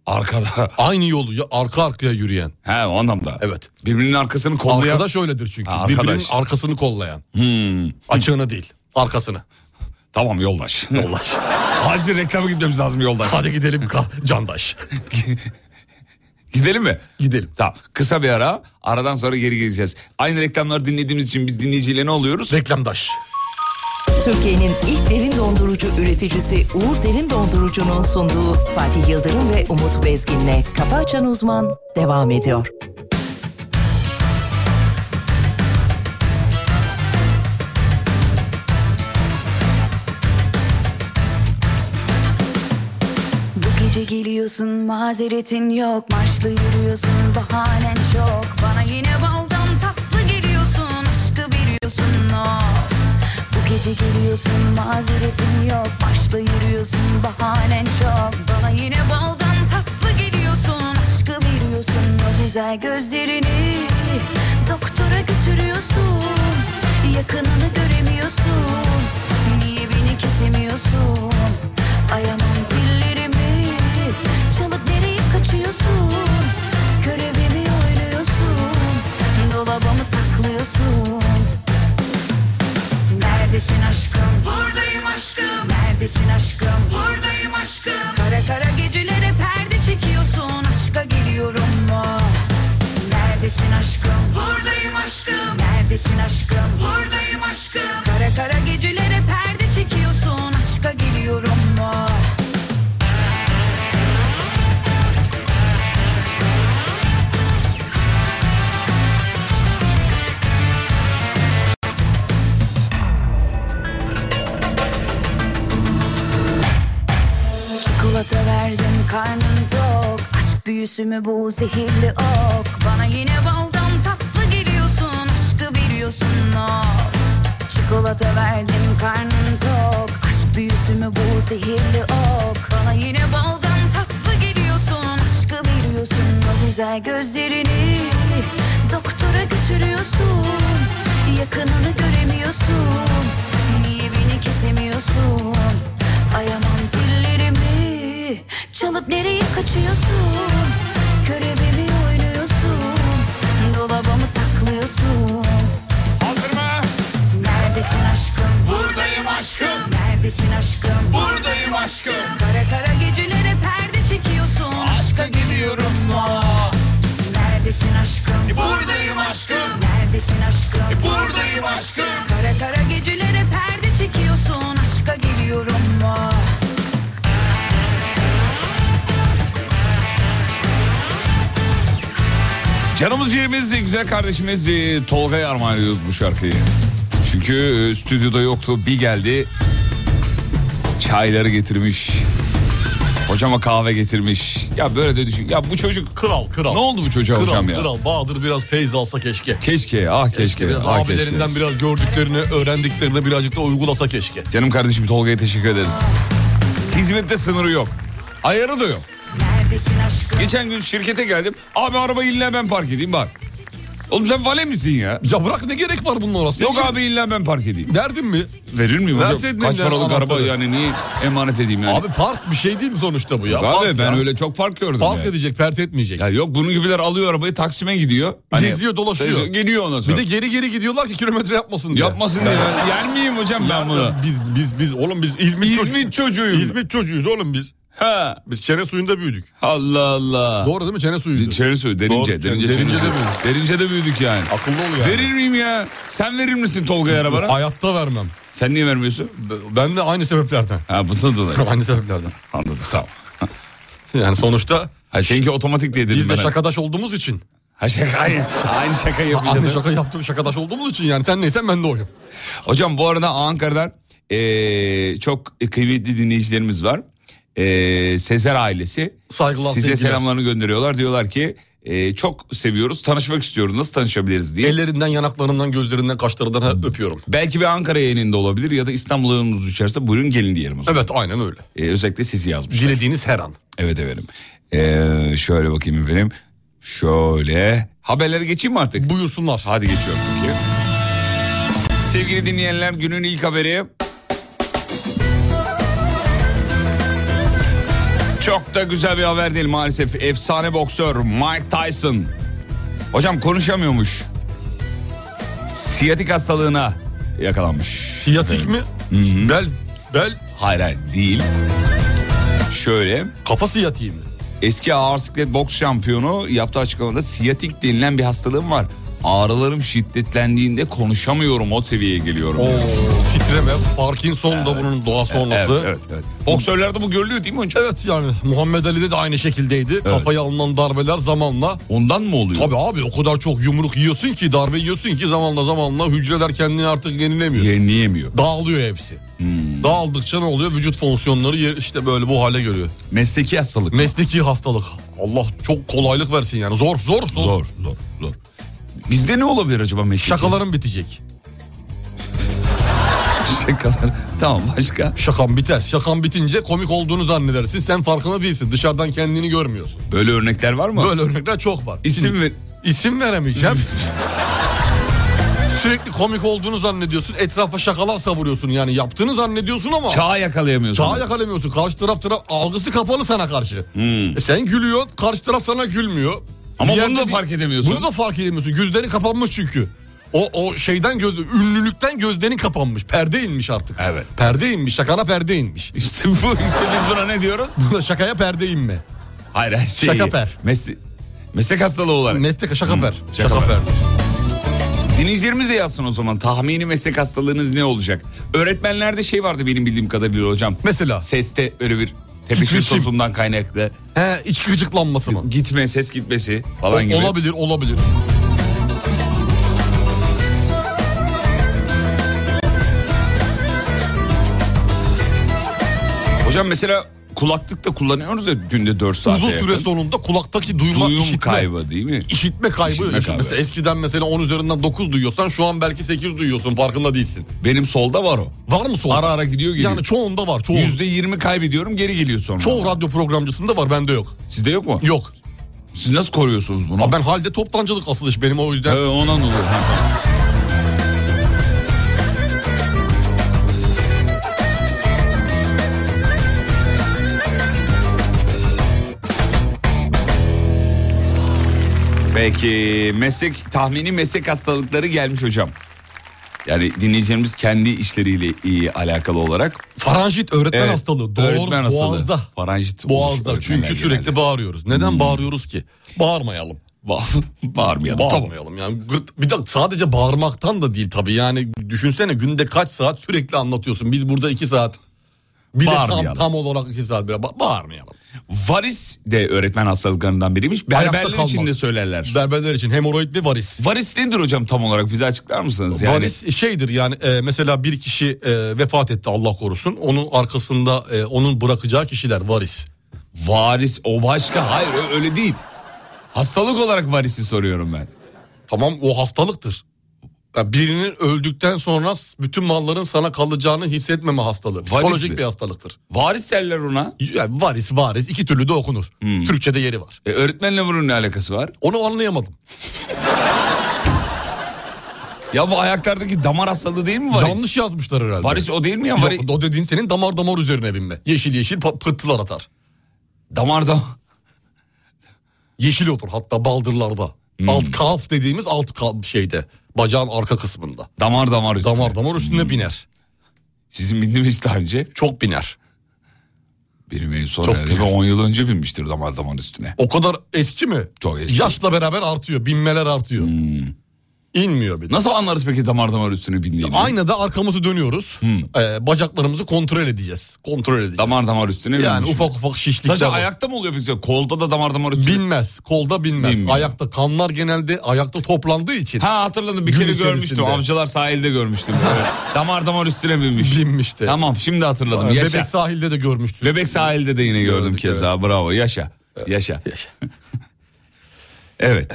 [SPEAKER 2] Arkada.
[SPEAKER 3] Aynı yolu ya, arka arkaya yürüyen.
[SPEAKER 2] He o anlamda.
[SPEAKER 3] Evet.
[SPEAKER 2] Birbirinin arkasını kollayan.
[SPEAKER 3] Arkadaş öyledir çünkü.
[SPEAKER 2] Ha, arkadaş.
[SPEAKER 3] Birbirinin arkasını kollayan.
[SPEAKER 2] Hmm,
[SPEAKER 3] Açığını değil. Arkasını.
[SPEAKER 2] Tamam yoldaş.
[SPEAKER 3] Yoldaş.
[SPEAKER 2] Acil reklama gitmemiz lazım yoldaş.
[SPEAKER 3] Hadi gidelim ka- candaş.
[SPEAKER 2] Gidelim mi?
[SPEAKER 3] Gidelim.
[SPEAKER 2] Tamam kısa bir ara aradan sonra geri geleceğiz. Aynı reklamları dinlediğimiz için biz dinleyiciyle ne oluyoruz?
[SPEAKER 3] Reklamdaş.
[SPEAKER 4] Türkiye'nin ilk derin dondurucu üreticisi Uğur Derin Dondurucu'nun sunduğu Fatih Yıldırım ve Umut Bezgin'le Kafa Açan Uzman devam ediyor.
[SPEAKER 5] Bu gece geliyorsun mazeretin yok Marşlı yürüyorsun bahanen çok Bana yine baldan tatlı geliyorsun Aşkı veriyorsun o Bu gece geliyorsun mazeretin yok Marşlı yürüyorsun bahanen çok Bana yine baldan tatlı geliyorsun Aşkı veriyorsun o güzel gözlerini Doktora götürüyorsun Yakınını göremiyorsun Niye beni kesemiyorsun Ayamam zillerimi Çalıp nereye kaçıyorsun Görevimi oynuyorsun Dolabımı saklıyorsun Neredesin aşkım? Buradayım aşkım. Neredesin aşkım? Buradayım aşkım. Neredesin aşkım? Buradayım aşkım. Kara kara gecelere perde çekiyorsun. Aşka geliyorum mu? Çikolata verdim karnım tok Aşk büyüsü mü bu zehirli ok Bana yine baldan tatlı geliyorsun Aşkı veriyorsun ok Çikolata verdim karnım tok Aşk büyüsü mü bu zehirli ok Bana yine baldan tatlı geliyorsun Aşkı veriyorsun o güzel gözlerini Doktora götürüyorsun Yakınını göremiyorsun Niye beni kesemiyorsun Ayamam zillerimi Çalıp nereye kaçıyorsun Körebimi oynuyorsun Dolabımı saklıyorsun
[SPEAKER 2] Hazır mı?
[SPEAKER 5] Neredesin aşkım
[SPEAKER 2] Buradayım aşkım.
[SPEAKER 5] Neredesin aşkım
[SPEAKER 2] Buradayım aşkım.
[SPEAKER 5] Kara kara gecelere perde çekiyorsun Aşka gidiyorum mu Neredesin aşkım
[SPEAKER 2] E, Buradayım aşkım. E,
[SPEAKER 5] Neredesin aşkım
[SPEAKER 2] Buradayım aşkım.
[SPEAKER 5] Kara kara gecelere perde çekiyorsun Aşka geliyorum mu
[SPEAKER 2] Canımız ciğerimiz güzel kardeşimiz e, Tolga'ya armağan ediyoruz bu şarkıyı. Çünkü e, stüdyoda yoktu bir geldi çayları getirmiş. Hocama kahve getirmiş. Ya böyle de düşün. Ya bu çocuk
[SPEAKER 3] Kral kral.
[SPEAKER 2] ne oldu bu çocuğa
[SPEAKER 3] Kral
[SPEAKER 2] hocam ya?
[SPEAKER 3] kral. Bahadır biraz feyz alsa keşke.
[SPEAKER 2] Keşke ah keşke.
[SPEAKER 3] biraz
[SPEAKER 2] ah keşke.
[SPEAKER 3] abilerinden biraz gördüklerini, öğrendiklerini birazcık da uygulasa keşke.
[SPEAKER 2] Canım kardeşim Tolga'ya teşekkür ederiz. Hizmette sınırı yok. Ayarı da yok.
[SPEAKER 5] Neredesin aşkım
[SPEAKER 2] Geçen gün şirkete geldim. Abi araba illa ben park edeyim bak. Oğlum sen vale misin ya?
[SPEAKER 3] Ya bırak ne gerek var bunun orası?
[SPEAKER 2] Yok abi illa ben park edeyim.
[SPEAKER 3] Derdin mi?
[SPEAKER 2] Verir miyim hocam?
[SPEAKER 3] Verseydin
[SPEAKER 2] Kaç
[SPEAKER 3] elinden
[SPEAKER 2] paralık
[SPEAKER 3] anahtarı.
[SPEAKER 2] araba yani niye emanet edeyim yani?
[SPEAKER 3] Abi park bir şey değil mi sonuçta bu ya?
[SPEAKER 2] Yok
[SPEAKER 3] Park
[SPEAKER 2] abi ben
[SPEAKER 3] ya.
[SPEAKER 2] öyle çok park gördüm
[SPEAKER 3] Park
[SPEAKER 2] yani.
[SPEAKER 3] edecek, pert etmeyecek.
[SPEAKER 2] Ya yok bunun gibiler alıyor arabayı Taksim'e gidiyor.
[SPEAKER 3] Geziyor, dolaşıyor.
[SPEAKER 2] Geliyor ondan
[SPEAKER 3] bir
[SPEAKER 2] sonra.
[SPEAKER 3] de geri geri gidiyorlar ki kilometre yapmasın diye.
[SPEAKER 2] Yapmasın diye. Ben- Yer miyim hocam ben bunu?
[SPEAKER 3] Biz biz biz oğlum biz İzmir, çocuk-
[SPEAKER 2] İzmit çocuğuyum.
[SPEAKER 3] İzmit çocuğuyuz oğlum biz.
[SPEAKER 2] Ha.
[SPEAKER 3] Biz çene suyunda büyüdük.
[SPEAKER 2] Allah Allah.
[SPEAKER 3] Doğru değil mi? Çene suyuydu.
[SPEAKER 2] Çevre söyle
[SPEAKER 3] Doğru,
[SPEAKER 2] derince.
[SPEAKER 3] Çene-
[SPEAKER 2] derince,
[SPEAKER 3] Derince'de
[SPEAKER 2] çevre-
[SPEAKER 3] büyüdük.
[SPEAKER 2] Derince'de büyüdük yani.
[SPEAKER 3] Akıllı ol yani.
[SPEAKER 2] Verir miyim ya? Sen verir misin Tolga'ya arabana?
[SPEAKER 3] Hayatta vermem.
[SPEAKER 2] Sen niye vermiyorsun?
[SPEAKER 3] Ben de aynı sebeplerden.
[SPEAKER 2] Ha bundan dolayı.
[SPEAKER 3] aynı sebeplerden.
[SPEAKER 2] Anladım tamam.
[SPEAKER 3] Yani sonuçta
[SPEAKER 2] Ha seninki otomatik diye dedim
[SPEAKER 3] biz de
[SPEAKER 2] ben.
[SPEAKER 3] şakadaş olduğumuz için.
[SPEAKER 2] Ha şaka aynı, aynı şaka yapacağız.
[SPEAKER 3] Aynı şaka yaptığım şakadaş olduğumuz için yani sen neysen ben de oyum.
[SPEAKER 2] Hocam bu arada Ankara'dan eee, çok kıymetli dinleyicilerimiz var. Eee Sezer ailesi
[SPEAKER 3] Saygılar,
[SPEAKER 2] size
[SPEAKER 3] sevgiler.
[SPEAKER 2] selamlarını gönderiyorlar. Diyorlar ki eee, çok seviyoruz tanışmak istiyoruz nasıl tanışabiliriz diye.
[SPEAKER 3] Ellerinden, yanaklarından, gözlerinden, kaşlarından her- öpüyorum.
[SPEAKER 2] Belki bir Ankara yayınında olabilir ya da İstanbul yayınımız düşerse buyurun gelin diyelim o zaman.
[SPEAKER 3] Evet aynen öyle.
[SPEAKER 2] Eee, özellikle sizi yazmış.
[SPEAKER 3] Dilediğiniz her an.
[SPEAKER 2] Evet efendim. Eee, şöyle bakayım efendim. Şöyle haberlere geçeyim mi artık?
[SPEAKER 3] Buyursunlar.
[SPEAKER 2] Hadi geçiyorum peki. Sevgili dinleyenler günün ilk haberi. Çok da güzel bir haber değil maalesef. Efsane boksör Mike Tyson. Hocam konuşamıyormuş. Siyatik hastalığına yakalanmış.
[SPEAKER 3] Siyatik mi? Bel, bel,
[SPEAKER 2] Hayır hayır değil. Şöyle
[SPEAKER 3] kafa siyatiği mi?
[SPEAKER 2] Eski ağır siklet boks şampiyonu yaptığı açıklamada siyatik denilen bir hastalığım var. Ağrılarım şiddetlendiğinde konuşamıyorum o seviyeye geliyorum.
[SPEAKER 3] Oo, titreme, Parkinson da bunun doğası olması.
[SPEAKER 2] Evet, evet, evet. Boksörlerde bu görülüyor değil mi hocam?
[SPEAKER 3] Evet yani Muhammed Ali'de de aynı şekildeydi. Kafaya alınan darbeler zamanla.
[SPEAKER 2] Ondan mı oluyor?
[SPEAKER 3] Tabii abi o kadar çok yumruk yiyorsun ki darbe yiyorsun ki zamanla zamanla hücreler kendini artık yenilemiyor.
[SPEAKER 2] Yenileyemiyor.
[SPEAKER 3] Dağılıyor hepsi.
[SPEAKER 2] Hmm.
[SPEAKER 3] Dağıldıkça ne oluyor? Vücut fonksiyonları ye- işte böyle bu hale geliyor.
[SPEAKER 2] Mesleki hastalık.
[SPEAKER 3] Mesleki hastalık. Allah çok kolaylık versin yani. Zor zor zor.
[SPEAKER 2] Zor, zor, zor. Bizde ne olabilir acaba mesleki?
[SPEAKER 3] Şakaların bitecek.
[SPEAKER 2] Şakalar. Tamam başka.
[SPEAKER 3] Şakan biter. Şakan bitince komik olduğunu zannedersin. Sen farkında değilsin. Dışarıdan kendini görmüyorsun.
[SPEAKER 2] Böyle örnekler var mı?
[SPEAKER 3] Böyle örnekler çok var.
[SPEAKER 2] İsim ver.
[SPEAKER 3] İsim veremeyeceğim. Sürekli komik olduğunu zannediyorsun. Etrafa şakalar savuruyorsun yani. Yaptığını zannediyorsun ama
[SPEAKER 2] Çağ yakalayamıyorsun.
[SPEAKER 3] çağa yakalamıyorsun. Karşı taraf taraf algısı kapalı sana karşı. E sen gülüyor, karşı taraf sana gülmüyor.
[SPEAKER 2] Hmm. Ama
[SPEAKER 3] Bir
[SPEAKER 2] bunu
[SPEAKER 3] yerde
[SPEAKER 2] da
[SPEAKER 3] bir-
[SPEAKER 2] fark edemiyorsun.
[SPEAKER 3] Bunu da fark edemiyorsun. Gözleri kapanmış çünkü. O, o şeyden göz, ünlülükten gözlerin kapanmış. Perde inmiş artık.
[SPEAKER 2] Evet.
[SPEAKER 3] Perde inmiş. Şakana perde inmiş.
[SPEAKER 2] İşte bu, işte biz buna ne diyoruz?
[SPEAKER 3] Şakaya perde inme.
[SPEAKER 2] Hayır her şey.
[SPEAKER 3] Şakaper.
[SPEAKER 2] Mesle- Meslek hastalığı olarak.
[SPEAKER 3] Meslek
[SPEAKER 2] Hmm.
[SPEAKER 3] şakaper.
[SPEAKER 2] şakaper.
[SPEAKER 3] Şakaper.
[SPEAKER 2] Dinleyicilerimiz de yazsın o zaman. Tahmini meslek hastalığınız ne olacak? Öğretmenlerde şey vardı benim bildiğim kadarıyla hocam.
[SPEAKER 3] Mesela.
[SPEAKER 2] Seste böyle bir tepeşir
[SPEAKER 3] Titreşim.
[SPEAKER 2] tosundan kaynaklı.
[SPEAKER 3] He iç gıcıklanması mı?
[SPEAKER 2] Gitme, ses gitmesi
[SPEAKER 3] O-
[SPEAKER 2] falan gibi.
[SPEAKER 3] olabilir olabilir.
[SPEAKER 2] Hocam mesela kulaklık da kullanıyoruz ya günde 4 saate
[SPEAKER 3] Uzun
[SPEAKER 2] yakın.
[SPEAKER 3] süre sonunda kulaktaki duyma
[SPEAKER 2] Duyum
[SPEAKER 3] işitme.
[SPEAKER 2] kaybı değil mi?
[SPEAKER 3] İşitme kaybı.
[SPEAKER 2] İşitme
[SPEAKER 3] yaşıyorsun.
[SPEAKER 2] kaybı.
[SPEAKER 3] Mesela eskiden mesela 10 üzerinden 9 duyuyorsan şu an belki 8 duyuyorsun farkında değilsin.
[SPEAKER 2] Benim solda var o.
[SPEAKER 3] Var mı sorun?
[SPEAKER 2] Ara ara gidiyor geliyor.
[SPEAKER 3] yani çoğunda var. Çoğu,
[SPEAKER 2] %20 kaybediyorum geri geliyor sonra.
[SPEAKER 3] çoğu radyo programcısında var bende yok.
[SPEAKER 2] Sizde yok mu?
[SPEAKER 3] Yok.
[SPEAKER 2] Siz nasıl koruyorsunuz bunu?
[SPEAKER 3] Ama ben halde toptancılık asıl iş benim o yüzden.
[SPEAKER 2] Evet, ondan dolayı. Ha, tamam. Peki meslek tahmini meslek hastalıkları gelmiş hocam. Yani dinleyicilerimiz kendi işleriyle iyi alakalı olarak.
[SPEAKER 3] Faranjit öğretmen
[SPEAKER 2] Evet,
[SPEAKER 3] hastalığı. Doğru.
[SPEAKER 2] öğretmen hastalığı.
[SPEAKER 3] Boğazda.
[SPEAKER 2] Faranjit olmuş
[SPEAKER 3] Boğazda. Çünkü
[SPEAKER 2] öğretmenler
[SPEAKER 3] sürekli
[SPEAKER 2] genelde. Hmm.
[SPEAKER 3] bağırıyoruz. Neden bağırıyoruz ki? Bağırmayalım.
[SPEAKER 2] Ba- Bağırmayalım. Tamam.
[SPEAKER 3] Bağırmayalım yani. Gırt- bir dakika sadece bağırmaktan da değil tabii yani düşünsene günde kaç saat sürekli anlatıyorsun. Biz burada iki saat. Bir de tam,
[SPEAKER 2] Bağırmayalım.
[SPEAKER 3] tam olarak iki saat bile ba- bağırmayalım.
[SPEAKER 2] Varis de öğretmen hastalıklarından biriymiş.
[SPEAKER 3] Ayakta
[SPEAKER 2] Berberler için
[SPEAKER 3] kalmak.
[SPEAKER 2] de söylerler.
[SPEAKER 3] Berberler için hemoroid ve varis.
[SPEAKER 2] Varis nedir hocam tam olarak bize açıklar mısınız? Yani
[SPEAKER 3] Varis şeydir yani e, mesela bir kişi e, vefat etti Allah korusun. Onun arkasında e, onun bırakacağı kişiler varis.
[SPEAKER 2] varis o başka hayır ö- öyle değil. Hastalık olarak varisi soruyorum ben.
[SPEAKER 3] Tamam o hastalıktır. Yani birinin öldükten sonra bütün malların sana kalacağını hissetmeme hastalığı. Psikolojik
[SPEAKER 2] mi?
[SPEAKER 3] bir hastalıktır.
[SPEAKER 2] Varis derler ona.
[SPEAKER 3] Yani varis varis iki türlü de okunur.
[SPEAKER 2] Hmm.
[SPEAKER 3] Türkçe'de yeri var.
[SPEAKER 2] E, öğretmenle bunun ne alakası var?
[SPEAKER 3] Onu anlayamadım.
[SPEAKER 2] Ya bu ayaklardaki damar hastalığı değil mi varis?
[SPEAKER 3] Yanlış yazmışlar herhalde.
[SPEAKER 2] Varis o değil mi ya?
[SPEAKER 3] Yok,
[SPEAKER 2] Varis,
[SPEAKER 3] o dediğin senin damar damar üzerine binme. Yeşil yeşil pa- pıhtılar atar.
[SPEAKER 2] damar damar.
[SPEAKER 3] Yeşil otur hatta baldırlarda.
[SPEAKER 2] Hmm.
[SPEAKER 3] Alt kalf dediğimiz alt kalf şeyde. Bacağın arka kısmında.
[SPEAKER 2] Damar damar üstüne.
[SPEAKER 3] Damar damar üstüne
[SPEAKER 2] Hmm.
[SPEAKER 3] biner.
[SPEAKER 2] Sizin bindiniz mi hiç daha önce?
[SPEAKER 3] Çok biner.
[SPEAKER 2] Benim en son
[SPEAKER 3] Çok
[SPEAKER 2] herhalde
[SPEAKER 3] güzel.
[SPEAKER 2] ve 10 yıl önce binmiştir damar damar üstüne.
[SPEAKER 3] O kadar eski mi?
[SPEAKER 2] Çok eski. Hmm.
[SPEAKER 3] Yaşla beraber artıyor. Binmeler artıyor. İnmiyor bir de.
[SPEAKER 2] Nasıl anlarız peki damar damar üstüne bindiğini?
[SPEAKER 3] Aynada arkamızı dönüyoruz. Ee, bacaklarımızı kontrol edeceğiz. Kontrol edeceğiz.
[SPEAKER 2] Hmm. Damar damar üstüne
[SPEAKER 3] yani
[SPEAKER 2] binmiş.
[SPEAKER 3] ufak ufak şişlikler.
[SPEAKER 2] Sadece
[SPEAKER 3] var.
[SPEAKER 2] ayakta mı oluyor peki? Kolda da damar damar üstüne.
[SPEAKER 3] Binmez. Kolda binmez.
[SPEAKER 2] Binmiyor.
[SPEAKER 3] Ayakta kanlar genelde ayakta toplandığı için
[SPEAKER 2] Ha hatırladım bir
[SPEAKER 3] Gün
[SPEAKER 2] kere
[SPEAKER 3] içerisinde.
[SPEAKER 2] görmüştüm. Avcılar sahilde görmüştüm. Evet. damar damar üstüne binmiş.
[SPEAKER 3] binmişti.
[SPEAKER 2] Tamam şimdi hatırladım. yaşa.
[SPEAKER 3] Bebek
[SPEAKER 2] Bebek,
[SPEAKER 3] sahilde de görmüştün.
[SPEAKER 2] sahilde de yine gördüm
[SPEAKER 3] Gördük,
[SPEAKER 2] keza. Bravo yaşa. Yaşa. Evet.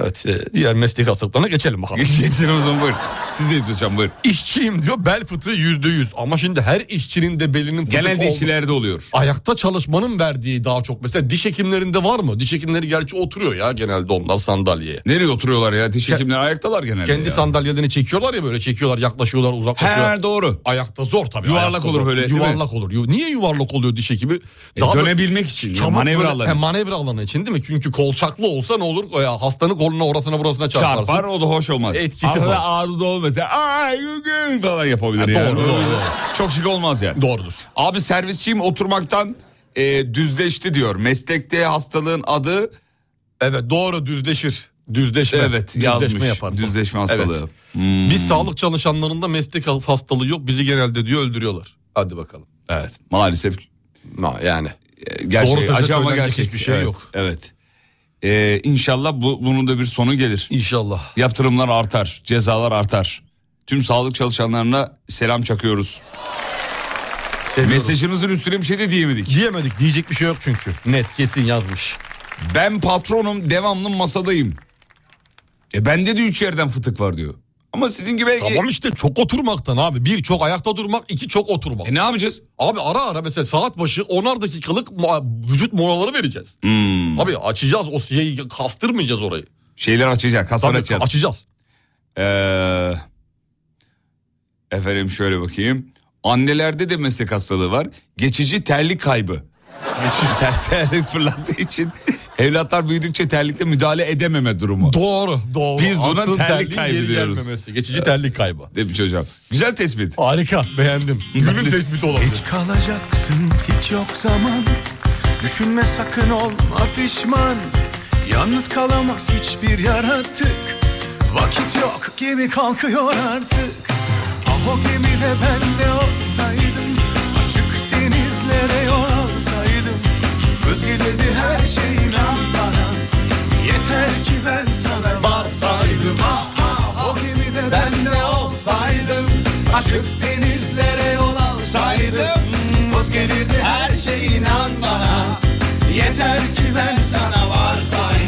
[SPEAKER 3] Evet. e, diğer meslek hastalıklarına geçelim bakalım.
[SPEAKER 2] Geçin o zaman buyur. Siz de hocam buyur.
[SPEAKER 3] İşçiyim diyor bel fıtığı yüzde yüz. Ama şimdi her işçinin de belinin fıtık
[SPEAKER 2] Genelde
[SPEAKER 3] olduğu-
[SPEAKER 2] işçilerde oluyor.
[SPEAKER 3] Ayakta çalışmanın verdiği daha çok. Mesela diş hekimlerinde var mı? Diş hekimleri gerçi oturuyor ya genelde onlar sandalyeye.
[SPEAKER 2] Nereye oturuyorlar ya? Diş hekimleri ayaktalar genelde.
[SPEAKER 3] Kendi
[SPEAKER 2] ya.
[SPEAKER 3] sandalyelerini çekiyorlar ya böyle çekiyorlar yaklaşıyorlar uzaklaşıyorlar.
[SPEAKER 2] He doğru.
[SPEAKER 3] Ayakta zor tabii.
[SPEAKER 2] Yuvarlak
[SPEAKER 3] ayakta
[SPEAKER 2] olur
[SPEAKER 3] zor.
[SPEAKER 2] böyle, değil mi?
[SPEAKER 3] Yuvarlak olur. Yu- Niye yuvarlak oluyor diş hekimi?
[SPEAKER 2] E,
[SPEAKER 3] böyle
[SPEAKER 2] dönebilmek için. ya,
[SPEAKER 3] çabuk
[SPEAKER 2] manevra
[SPEAKER 3] böyle-
[SPEAKER 2] alanı.
[SPEAKER 3] He, manevra alanı için değil mi? Çünkü kolçaklı olsa ne olur? O Ya, hastanın koluna orasına burasına çarparsın.
[SPEAKER 2] Çarpar o da hoş olmaz.
[SPEAKER 3] Etkisi var.
[SPEAKER 2] Arada ağzı da olmaz. Ay gü- gü falan yapabilir
[SPEAKER 3] Ha,
[SPEAKER 2] yani.
[SPEAKER 3] doğru, doğru, doğru.
[SPEAKER 2] Çok şık olmaz yani.
[SPEAKER 3] Doğrudur.
[SPEAKER 2] Abi servisçiyim oturmaktan e, düzleşti diyor. Meslekte hastalığın adı
[SPEAKER 3] Evet doğru düzleşir. Düzleşme.
[SPEAKER 2] evet
[SPEAKER 3] Düzleşme
[SPEAKER 2] yazmış.
[SPEAKER 3] yapar.
[SPEAKER 2] Düzleşme
[SPEAKER 3] Evet.
[SPEAKER 2] hastalığı.
[SPEAKER 3] Biz sağlık çalışanlarında meslek hastalığı yok. Bizi genelde diyor öldürüyorlar. Hadi bakalım.
[SPEAKER 2] Evet maalesef
[SPEAKER 3] Ma yani.
[SPEAKER 2] e, gerçek.
[SPEAKER 3] Doğru sözle
[SPEAKER 2] acı ama
[SPEAKER 3] söylenecek
[SPEAKER 2] gerçek
[SPEAKER 3] hiçbir şey
[SPEAKER 2] Evet,
[SPEAKER 3] yok.
[SPEAKER 2] Evet. E, inşallah bu, bunun da bir sonu gelir.
[SPEAKER 3] İnşallah.
[SPEAKER 2] Yaptırımlar artar, cezalar artar. Tüm sağlık çalışanlarına selam çakıyoruz.
[SPEAKER 3] Seviyoruz.
[SPEAKER 2] Mesajınızın üstüne bir şey de diyemedik.
[SPEAKER 3] Diyemedik. Diyecek bir şey yok çünkü. Net kesin yazmış.
[SPEAKER 2] Ben patronum devamlı masadayım. E bende de üç yerden fıtık var diyor. Ama sizin gibi
[SPEAKER 3] Tamam işte çok oturmaktan abi. Bir çok ayakta durmak, iki çok oturmak.
[SPEAKER 2] E ne yapacağız?
[SPEAKER 3] Abi ara ara mesela saat başı 10'ar dakikalık mu- vücut molaları vereceğiz.
[SPEAKER 2] Hmm.
[SPEAKER 3] Abi açacağız o şeyi kastırmayacağız orayı.
[SPEAKER 2] Şeyler açacak, hasar
[SPEAKER 3] Tabii
[SPEAKER 2] açacağız.
[SPEAKER 3] açacağız.
[SPEAKER 2] Ee, efendim şöyle bakayım. Annelerde de meslek hastalığı var. Geçici terlik kaybı. Ter, terlik fırlattığı için evlatlar büyüdükçe terlikle müdahale edememe durumu.
[SPEAKER 3] Doğru, doğru.
[SPEAKER 2] Biz buna
[SPEAKER 3] Attığın
[SPEAKER 2] terlik
[SPEAKER 3] terliğin
[SPEAKER 2] kaybı
[SPEAKER 3] geri
[SPEAKER 2] diyoruz.
[SPEAKER 3] gelmemesi. Geçici terlik kaybı.
[SPEAKER 2] Demiş hocam. Güzel tespit.
[SPEAKER 3] Harika, beğendim. Günün tespiti olabilir.
[SPEAKER 1] Hiç kalacaksın hiç yok zaman Düşünme sakın olma pişman Yalnız kalamaz hiçbir yaratık Vakit yok gibi kalkıyor artık Ah o gemide ben de olsaydım Açık denizlere yol alsaydım Kız gelirdi her şey inan bana Yeter ki ben sana varsaydım Ah ah o gemide ben de olsaydım Açık denizlere yol alsaydım Kız gelirdi her şey inan bana Yeter ki ben sana varsaydım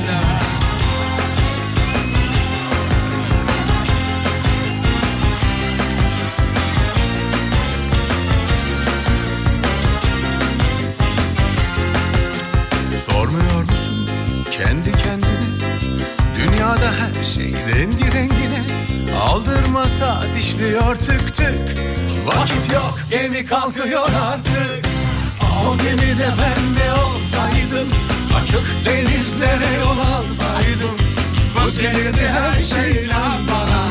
[SPEAKER 1] Sormuyor musun kendi kendine Dünyada her şey rengi rengine Aldırma saat işliyor tık tık Vakit yok gemi kalkıyor artık Ah, O gemide ben de olsaydım Açık denizlere yol alsaydım Buz gelirdi her şey lan bana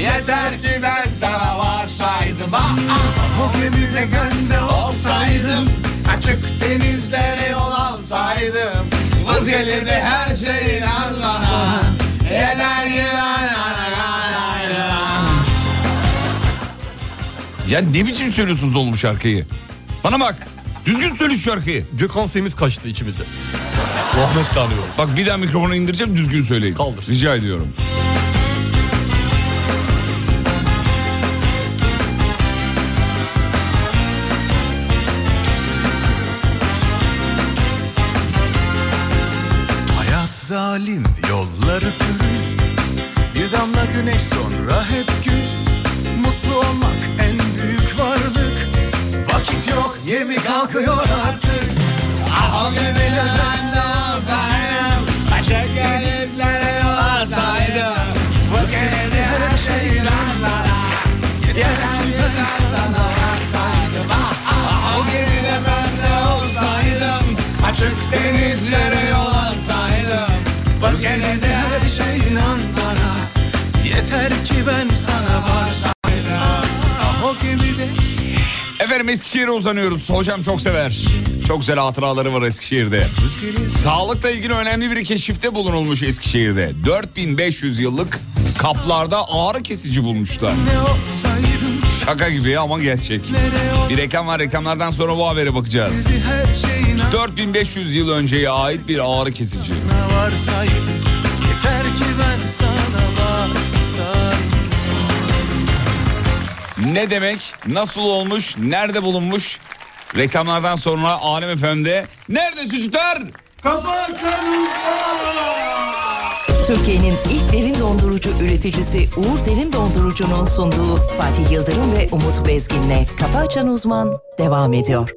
[SPEAKER 1] Yeter ki ben sana varsaydım ah, ah. O gemide gönde olsaydım Açık denizlere yol alsaydım Buz gelirdi her şey inan bana Yeter ki ben
[SPEAKER 2] Ya ne biçim söylüyorsunuz oğlum şarkıyı? Bana bak. Düzgün söyle şu şarkıyı.
[SPEAKER 3] Gökhan Semiz kaçtı içimize. Rahmet tanıyor.
[SPEAKER 2] Bak bir daha mikrofonu indireceğim düzgün söyleyin.
[SPEAKER 3] Kaldır.
[SPEAKER 2] Rica ediyorum.
[SPEAKER 1] Hayat zalim yolları pürüz Bir damla güneş sonra hep güz Mutlu olmak en büyük varlık Vakit yok yemi kalkıyor artık Ah o gemide ben de olsaydım Açık denizlere yol alsaydım Bu gemide her şey inanlara Yeter ki ben sana varsaydım Ah ah o gemide ben de olsaydım Açık denizlere yol alsaydım Bu gemide her şey inan bana Yeter ki ben sana varsaydım Ah o gemide
[SPEAKER 2] Efendim Eskişehir'e uzanıyoruz. Hocam çok sever. Çok güzel hatıraları var Eskişehir'de. Sağlıkla ilgili önemli bir keşifte bulunulmuş Eskişehir'de. 4500 yıllık kaplarda ağrı kesici bulmuşlar. Şaka gibi ama gerçek. Bir reklam var reklamlardan sonra bu habere bakacağız.
[SPEAKER 1] şey,
[SPEAKER 2] 4500 yıl önceye ait bir ağrı kesici.
[SPEAKER 1] Yeter ki ben sana varsaydım
[SPEAKER 2] Ne demek? Nasıl olmuş? Nerede bulunmuş? Reklamlardan sonra Alem FM'de nerede çocuklar?
[SPEAKER 4] Türkiye'nin ilk derin dondurucu üreticisi Uğur Derin Dondurucu'nun sunduğu Fatih Yıldırım ve Umut Bezgin'le Kafa Açan Uzman devam ediyor.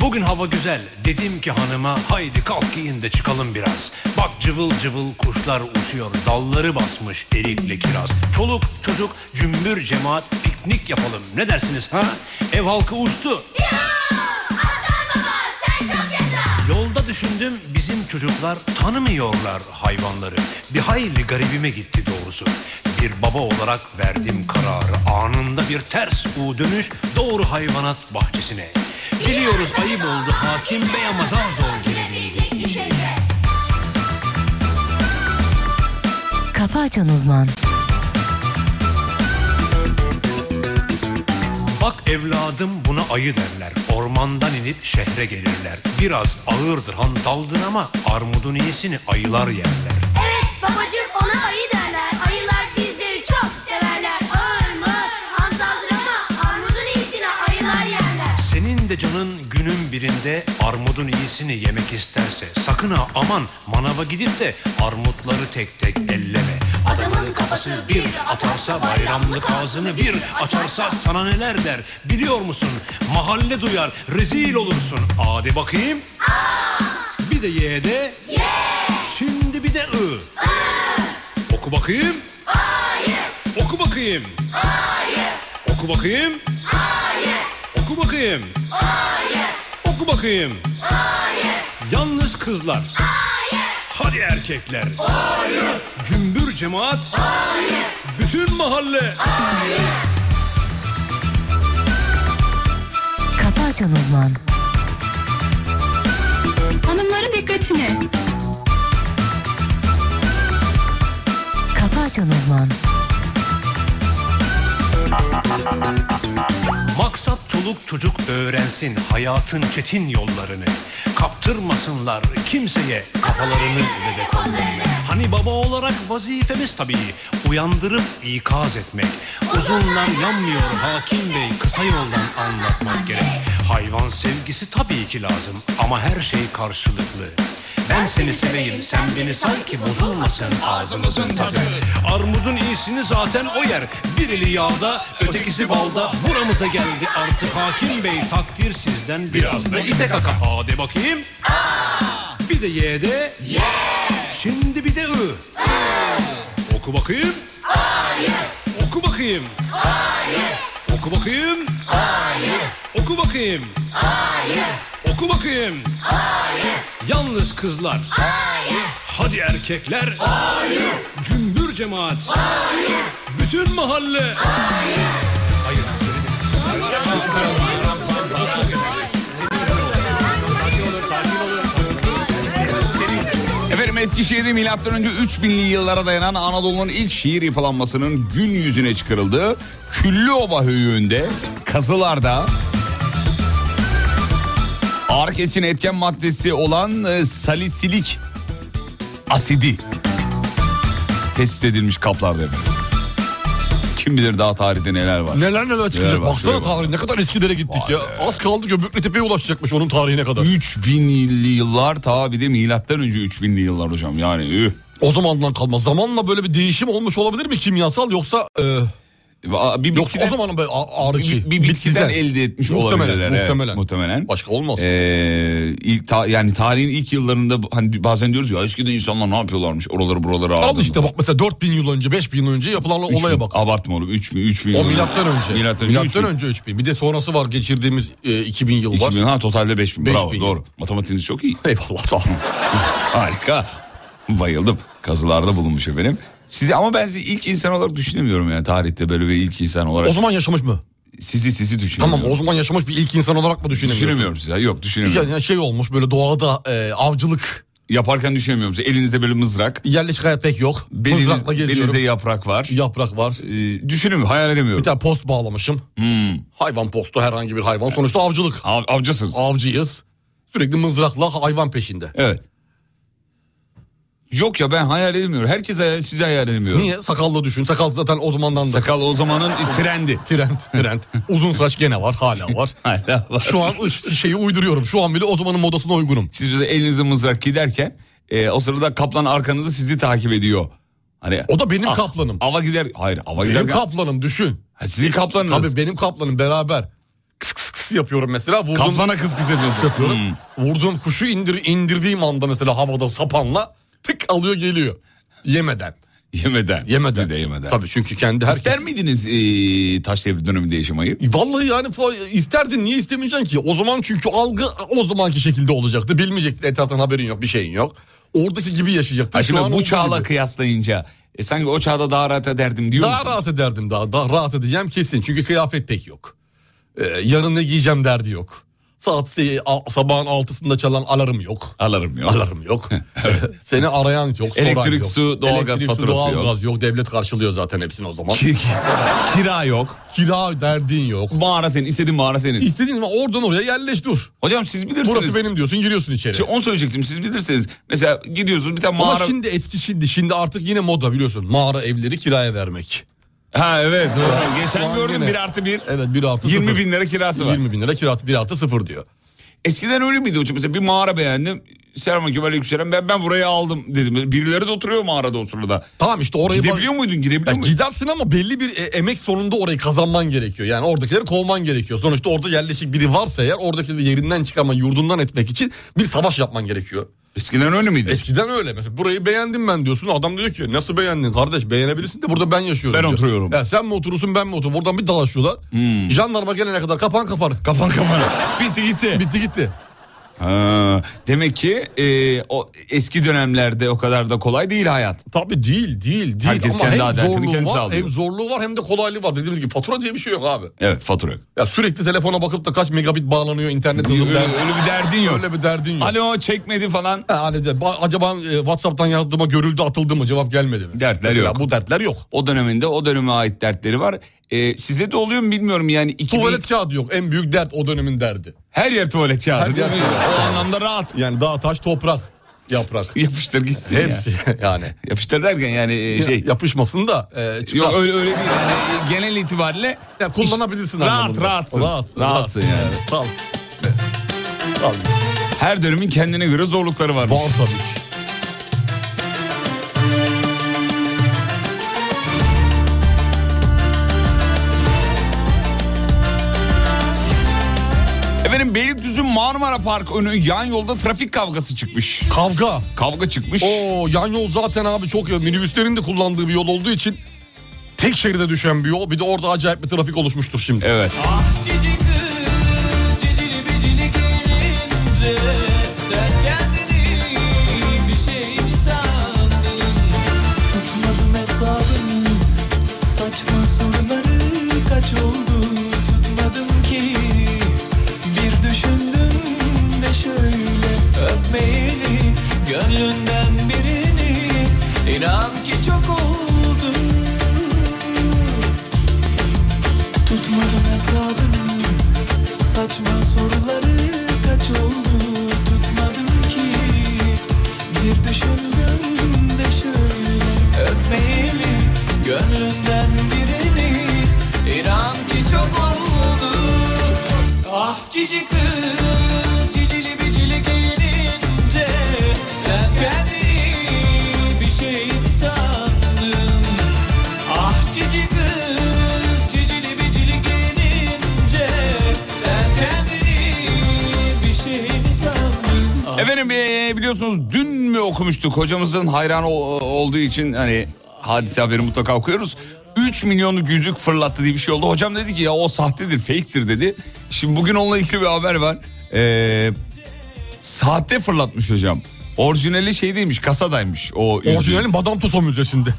[SPEAKER 6] Bugün hava güzel dedim ki hanıma haydi kalk giyin de çıkalım biraz. Bak cıvıl cıvıl kuşlar uçuyor dalları basmış erikle kiraz. Çoluk çocuk cümbür cemaat piknik yapalım ne dersiniz ha? Ev halkı uçtu. Yolda düşündüm bizim çocuklar tanımıyorlar hayvanları. Bir hayli garibime gitti doğrusu. Bir baba olarak verdim kararı. Anında bir ters U dönüş doğru hayvanat bahçesine. Biliyoruz ayıp oldu hakim bey ama zar zor gelebildi.
[SPEAKER 4] Kafa Açan Uzman
[SPEAKER 6] Bak evladım buna ayı derler. Ormandan inip şehre gelirler. Biraz ağırdır hantaldır ama armudun iyisini ayılar yerler.
[SPEAKER 7] Evet babacığım ona ayı derler. Ayılar bizleri çok severler. Ağır mı?
[SPEAKER 6] Yarın günün birinde armudun iyisini yemek isterse sakın ha aman manava gidip de armutları tek tek elleme. Adamın kafası bir atarsa bayramlık ağzını bir açarsa sana neler der biliyor musun? Mahalle duyar rezil olursun. Hadi bakayım. Bir de Ah! ye de. Şimdi bir de ı. Oku bakayım. Hayır. Oku bakayım. Hayır. Oku bakayım. Hayır. Oku bakayım. Hayır. Oku bakayım. Hayır. Yalnız kızlar. Hayır. Hadi erkekler. Hayır. Cümbür cemaat. Hayır. Bütün mahalle.
[SPEAKER 4] Kafa Açan Uzman
[SPEAKER 7] Hanımların dikkatine.
[SPEAKER 4] Kafa Açan Uzman
[SPEAKER 6] Maksat çoluk çocuk öğrensin hayatın çetin yollarını. Kaptırmasınlar kimseye kafalarını ve de kollarını. Hani baba olarak vazifemiz tabii uyandırıp ikaz etmek. Uzundan yanmıyor hakim bey kısa yoldan anlatmak gerek. Hayvan sevgisi tabii ki lazım ama her şey karşılıklı. Ben seni seveyim sen beni sanki bozulmasın ağzımızın tadı Armudun iyisini zaten o yer Bir eli yağda ötekisi balda Buramıza geldi artık hakim bey Takdir sizden biraz da ite kaka Hadi bakayım Bir de ye de Şimdi bir de ı Oku bakayım Oku bakayım Oku bakayım Oku bakayım Oku bakayım Yalnız kızlar. Hadi erkekler. Cümbür cemaat. Bütün mahalle. Hayır, öyle değil.
[SPEAKER 2] Efendim Eskişehir'de milattan önce 3000'li yıllara dayanan Anadolu'nun ilk şiir yapılanmasının gün yüzüne çıkarıldığı Küllüova Höyüğü'nde kazılarda ağır kesin etken maddesi olan e, salisilik asidi tespit edilmiş kaplarda efendim. Kim bilir daha tarihte neler var.
[SPEAKER 3] Neler neler çıkacak.
[SPEAKER 2] Neler var,
[SPEAKER 3] Baksana
[SPEAKER 2] şuraya bak.
[SPEAKER 3] tarih ne kadar eskilere gittik ya. Az kaldı Göbekli Tepe'ye ulaşacakmış onun tarihine kadar.
[SPEAKER 2] 3000'li yıllar ta bir de milattan önce 3000'li yıllar hocam yani. üh.
[SPEAKER 3] O zamandan kalma. Zamanla böyle bir değişim olmuş olabilir mi kimyasal yoksa e,
[SPEAKER 2] Bir
[SPEAKER 3] yoksa
[SPEAKER 2] bitkiden-
[SPEAKER 3] o zamanın böyle a-
[SPEAKER 2] bir,
[SPEAKER 3] ağrıcı.
[SPEAKER 2] bir bitkiden elde etmiş
[SPEAKER 3] Muhtemelen,
[SPEAKER 2] olabilirler. evet,
[SPEAKER 3] muhtemelen.
[SPEAKER 2] muhtemelen.
[SPEAKER 3] Başka olmaz.
[SPEAKER 2] Ee, ilk ta- yani tarihin ilk yıllarında bu- hani bazen diyoruz ya eskiden insanlar ne yapıyorlarmış oraları buraları
[SPEAKER 3] Al
[SPEAKER 2] ağırdı.
[SPEAKER 3] işte bak mesela 4000 yıl önce 5000 yıl önce yapılan
[SPEAKER 2] Üç
[SPEAKER 3] olaya
[SPEAKER 2] bin-
[SPEAKER 3] bak.
[SPEAKER 2] Abartma oğlum 3000 3000.
[SPEAKER 3] O milattan önce.
[SPEAKER 2] Milattan önce. üç bin.
[SPEAKER 3] önce 3000. Bir de sonrası var geçirdiğimiz e, 2000 yıl var.
[SPEAKER 2] 2000 ha totalde 5000.
[SPEAKER 3] Beş
[SPEAKER 2] Bravo
[SPEAKER 3] bin.
[SPEAKER 2] doğru. Matematiğiniz çok iyi.
[SPEAKER 3] Eyvallah sağ olun.
[SPEAKER 2] Harika. Bayıldım. Kazılarda bulunmuş efendim. Sizi ama ben sizi ilk insan olarak düşünemiyorum yani tarihte böyle bir ilk insan olarak.
[SPEAKER 3] O zaman yaşamış mı?
[SPEAKER 2] Sizi sizi düşünemiyorum.
[SPEAKER 3] Tamam o zaman yaşamış bir ilk insan olarak mı düşünemiyorsun?
[SPEAKER 2] Düşünemiyorum sizi. Yok düşünemiyorum.
[SPEAKER 3] Yani şey olmuş böyle doğada e, avcılık
[SPEAKER 2] Yaparken düşünemiyorum sizi. Elinizde böyle mızrak.
[SPEAKER 3] yerleşik hayat pek yok.
[SPEAKER 2] Beliniz,
[SPEAKER 3] Mızrakla geziyorum.
[SPEAKER 2] belinizde yaprak var.
[SPEAKER 3] Yaprak var.
[SPEAKER 2] Ee, düşünemiyorum, hayal edemiyorum.
[SPEAKER 3] Bir tane post bağlamışım.
[SPEAKER 2] Hmm.
[SPEAKER 3] Hayvan postu herhangi bir hayvan. Sonuçta avcılık.
[SPEAKER 2] Av, avcısınız.
[SPEAKER 3] Avcıyız. Sürekli mızrakla hayvan peşinde.
[SPEAKER 2] Evet. Yok ya ben hayal edemiyorum. Herkes hayal, sizi hayal edemiyorum.
[SPEAKER 3] Niye? Sakallı düşün. Sakal zaten o zamandan da.
[SPEAKER 2] Sakal o zamanın trendi.
[SPEAKER 3] Trend, trend. Uzun saç gene var, hala var.
[SPEAKER 2] Hala var.
[SPEAKER 3] Şu an ış- şeyi uyduruyorum. Şu an bile o zamanın modasına uygunum.
[SPEAKER 2] Siz bize elinizi mızrak giderken e, o sırada kaplan arkanızı sizi takip ediyor. Hani
[SPEAKER 3] O da benim kaplanım.
[SPEAKER 2] Ava gider. Hayır, ava
[SPEAKER 3] Benim
[SPEAKER 2] gider.
[SPEAKER 3] kaplanım düşün.
[SPEAKER 2] sizin kaplanınız.
[SPEAKER 3] Tabii benim kaplanım beraber. Kıs kıs kıs yapıyorum mesela. Vurdum,
[SPEAKER 2] Kaplana kız kız yapıyorsun. Hmm.
[SPEAKER 3] vurduğum kuşu indir, indirdiğim anda mesela havada sapanla tık alıyor geliyor. Yemeden.
[SPEAKER 2] Yemeden.
[SPEAKER 3] Yemeden.
[SPEAKER 2] Bir de yemeden.
[SPEAKER 3] Tabii çünkü kendi herkes...
[SPEAKER 2] İster miydiniz e, taş devri döneminde yaşamayı?
[SPEAKER 3] Vallahi yani fa- isterdin niye istemeyeceksin ki? O zaman çünkü algı o zamanki şekilde olacaktı. Bilmeyecektin etraftan haberin yok bir şeyin yok. Oradaki gibi yaşayacaktın.
[SPEAKER 2] Ha,
[SPEAKER 3] Şu an
[SPEAKER 2] şimdi
[SPEAKER 3] olduğu
[SPEAKER 2] bu çağla
[SPEAKER 3] gibi.
[SPEAKER 2] kıyaslayınca e, sanki o çağda daha rahat ederdim diyor
[SPEAKER 3] Daha
[SPEAKER 2] musun?
[SPEAKER 3] rahat ederdim daha. Daha rahat edeceğim kesin. Çünkü kıyafet pek yok. Ee, yarın ne giyeceğim derdi yok. Saat se- a- sabahın altısında çalan alarm yok.
[SPEAKER 2] Alarım yok.
[SPEAKER 3] Alarm yok. Seni arayan yok. soran
[SPEAKER 2] Elektrik,
[SPEAKER 3] yok.
[SPEAKER 2] su, doğalgaz
[SPEAKER 3] Elektrik, su,
[SPEAKER 2] faturası yok.
[SPEAKER 3] doğalgaz yok. Devlet karşılıyor zaten hepsini o zaman.
[SPEAKER 2] Ki- ki- Kira yok.
[SPEAKER 3] Kira derdin yok.
[SPEAKER 2] Mağara senin. istediğin mağara senin.
[SPEAKER 3] İstediğin zaman oradan oraya yerleş dur.
[SPEAKER 2] Hocam siz bilirsiniz.
[SPEAKER 3] Burası benim diyorsun giriyorsun içeri.
[SPEAKER 2] Şimdi onu söyleyecektim. Siz bilirsiniz. Mesela gidiyorsunuz bir tane
[SPEAKER 3] Ama
[SPEAKER 2] mağara.
[SPEAKER 3] şimdi eski şimdi şimdi artık yine moda biliyorsun. Mağara evleri kiraya vermek.
[SPEAKER 2] Ha evet. doğru. Geçen
[SPEAKER 3] Puan
[SPEAKER 2] gördüm
[SPEAKER 3] gene.
[SPEAKER 2] 1 artı 1.
[SPEAKER 3] Evet 1 artı
[SPEAKER 2] 20
[SPEAKER 3] sıfır.
[SPEAKER 2] bin lira kirası var.
[SPEAKER 3] 20 bin lira kira 1 artı 0 diyor.
[SPEAKER 2] Eskiden öyle miydi hocam? Mesela bir mağara beğendim. Selamünaleyküm aleykümselam. Ben ben burayı aldım dedim. Birileri de oturuyor mağarada o sırada.
[SPEAKER 3] Tamam işte orayı...
[SPEAKER 2] Gidebiliyor muydun? Girebiliyor
[SPEAKER 3] Ya
[SPEAKER 2] muydun?
[SPEAKER 3] gidersin ama belli bir e, emek sonunda orayı kazanman gerekiyor. Yani oradakileri kovman gerekiyor. Sonuçta orada yerleşik biri varsa eğer oradakileri yerinden çıkarma, yurdundan etmek için bir savaş yapman gerekiyor.
[SPEAKER 2] Eskiden öyle miydi?
[SPEAKER 3] Eskiden öyle mesela burayı beğendim ben diyorsun. Adam diyor ki nasıl beğendin kardeş beğenebilirsin de burada ben yaşıyorum.
[SPEAKER 2] Ben
[SPEAKER 3] diyor.
[SPEAKER 2] oturuyorum. Hmm.
[SPEAKER 3] Ya sen mi oturursun ben mi oturuyorum. Oradan bir dalaşıyorlar. Jandarma gelene kadar kapan kapan.
[SPEAKER 2] Kapan kapan. Bitti gitti.
[SPEAKER 3] Bitti gitti.
[SPEAKER 2] Ha, demek ki e, o eski dönemlerde o kadar da kolay değil hayat.
[SPEAKER 3] Tabii değil değil değil.
[SPEAKER 2] Herkes
[SPEAKER 3] Ama
[SPEAKER 2] kendi
[SPEAKER 3] hem
[SPEAKER 2] adaletini
[SPEAKER 3] zorluğu
[SPEAKER 2] kendisi
[SPEAKER 3] var,
[SPEAKER 2] alıyor.
[SPEAKER 3] Hem zorluğu var hem de kolaylığı var. Dediğimiz gibi fatura diye bir şey yok abi.
[SPEAKER 2] Evet fatura. yok.
[SPEAKER 3] Ya sürekli telefona bakıp da kaç megabit bağlanıyor internet hızı.
[SPEAKER 2] Öyle,
[SPEAKER 3] der-
[SPEAKER 2] öyle bir derdin yok.
[SPEAKER 3] Öyle bir derdin yok.
[SPEAKER 2] Alo çekmedi falan.
[SPEAKER 3] Yani de, ba- acaba e, Whatsapp'tan yazdığıma görüldü atıldı mı cevap gelmedi mi?
[SPEAKER 2] Dertler
[SPEAKER 3] Mesela
[SPEAKER 2] yok.
[SPEAKER 3] bu dertler yok.
[SPEAKER 2] O döneminde o döneme ait dertleri var. E, size de oluyor mu bilmiyorum yani. 2000
[SPEAKER 3] Tuvalet kağıdı yok. En büyük dert o dönemin derdi.
[SPEAKER 2] Her yer tuvalet kağıdı
[SPEAKER 3] Her
[SPEAKER 2] değil
[SPEAKER 3] yer
[SPEAKER 2] mi?
[SPEAKER 3] tuvalet
[SPEAKER 2] O anlamda rahat.
[SPEAKER 3] Yani dağ taş toprak yaprak.
[SPEAKER 2] Yapıştır gitsin ya.
[SPEAKER 3] Hepsi yani.
[SPEAKER 2] Yapıştır derken yani e, şey.
[SPEAKER 3] Yapışmasın da e, çıkar.
[SPEAKER 2] Yok öyle öyle değil. Yani e, genel itibariyle
[SPEAKER 3] Ya kullanabilirsin
[SPEAKER 2] Rahat,
[SPEAKER 3] anlamında.
[SPEAKER 2] rahatsın.
[SPEAKER 3] Rahatsın.
[SPEAKER 2] Rahatsın yani.
[SPEAKER 3] Evet, Sağ ol. Sağ ol.
[SPEAKER 2] her dönemin kendine göre zorlukları var.
[SPEAKER 3] Var tabii ki.
[SPEAKER 2] Efendim Beylikdüzü Marmara Park önü yan yolda trafik kavgası çıkmış.
[SPEAKER 3] Kavga.
[SPEAKER 2] Kavga çıkmış.
[SPEAKER 3] Oo yan yol zaten abi çok minibüslerin de kullandığı bir yol olduğu için tek şeride düşen bir yol. Bir de orada acayip bir trafik oluşmuştur şimdi.
[SPEAKER 2] Evet.
[SPEAKER 1] şey Tutmadım hesabını Saçma soruları kaç oldu Tutmadım ki Bir düşündüm de şöyle Öpmeyeli gönlünden birini İnan ki çok oldu Tutmadım hesabını Saçma soruları kaç oldu Tutmadım ki Bir düşündüm de şöyle Öpmeyeli gönlünden birini İnan ki çok oldu Ah cici kız Cicili bicili gelince Sen kendini bir şey sandın Ah cici kız cicili bicili gelince sen kendini bir şey mi sandın? Ah,
[SPEAKER 2] Efendim e, biliyorsunuz dün mü okumuştuk hocamızın hayranı o- olduğu için hani hadise haberi mutlaka okuyoruz. 3 milyonluk yüzük fırlattı diye bir şey oldu. Hocam dedi ki ya o sahtedir, fake'tir dedi. Şimdi bugün onunla ilgili bir haber var. Ee, sahte fırlatmış hocam. Orijinali şey değilmiş, kasadaymış o yüzüğün.
[SPEAKER 3] Orijinali Madame Tussauds Müzesi'nde.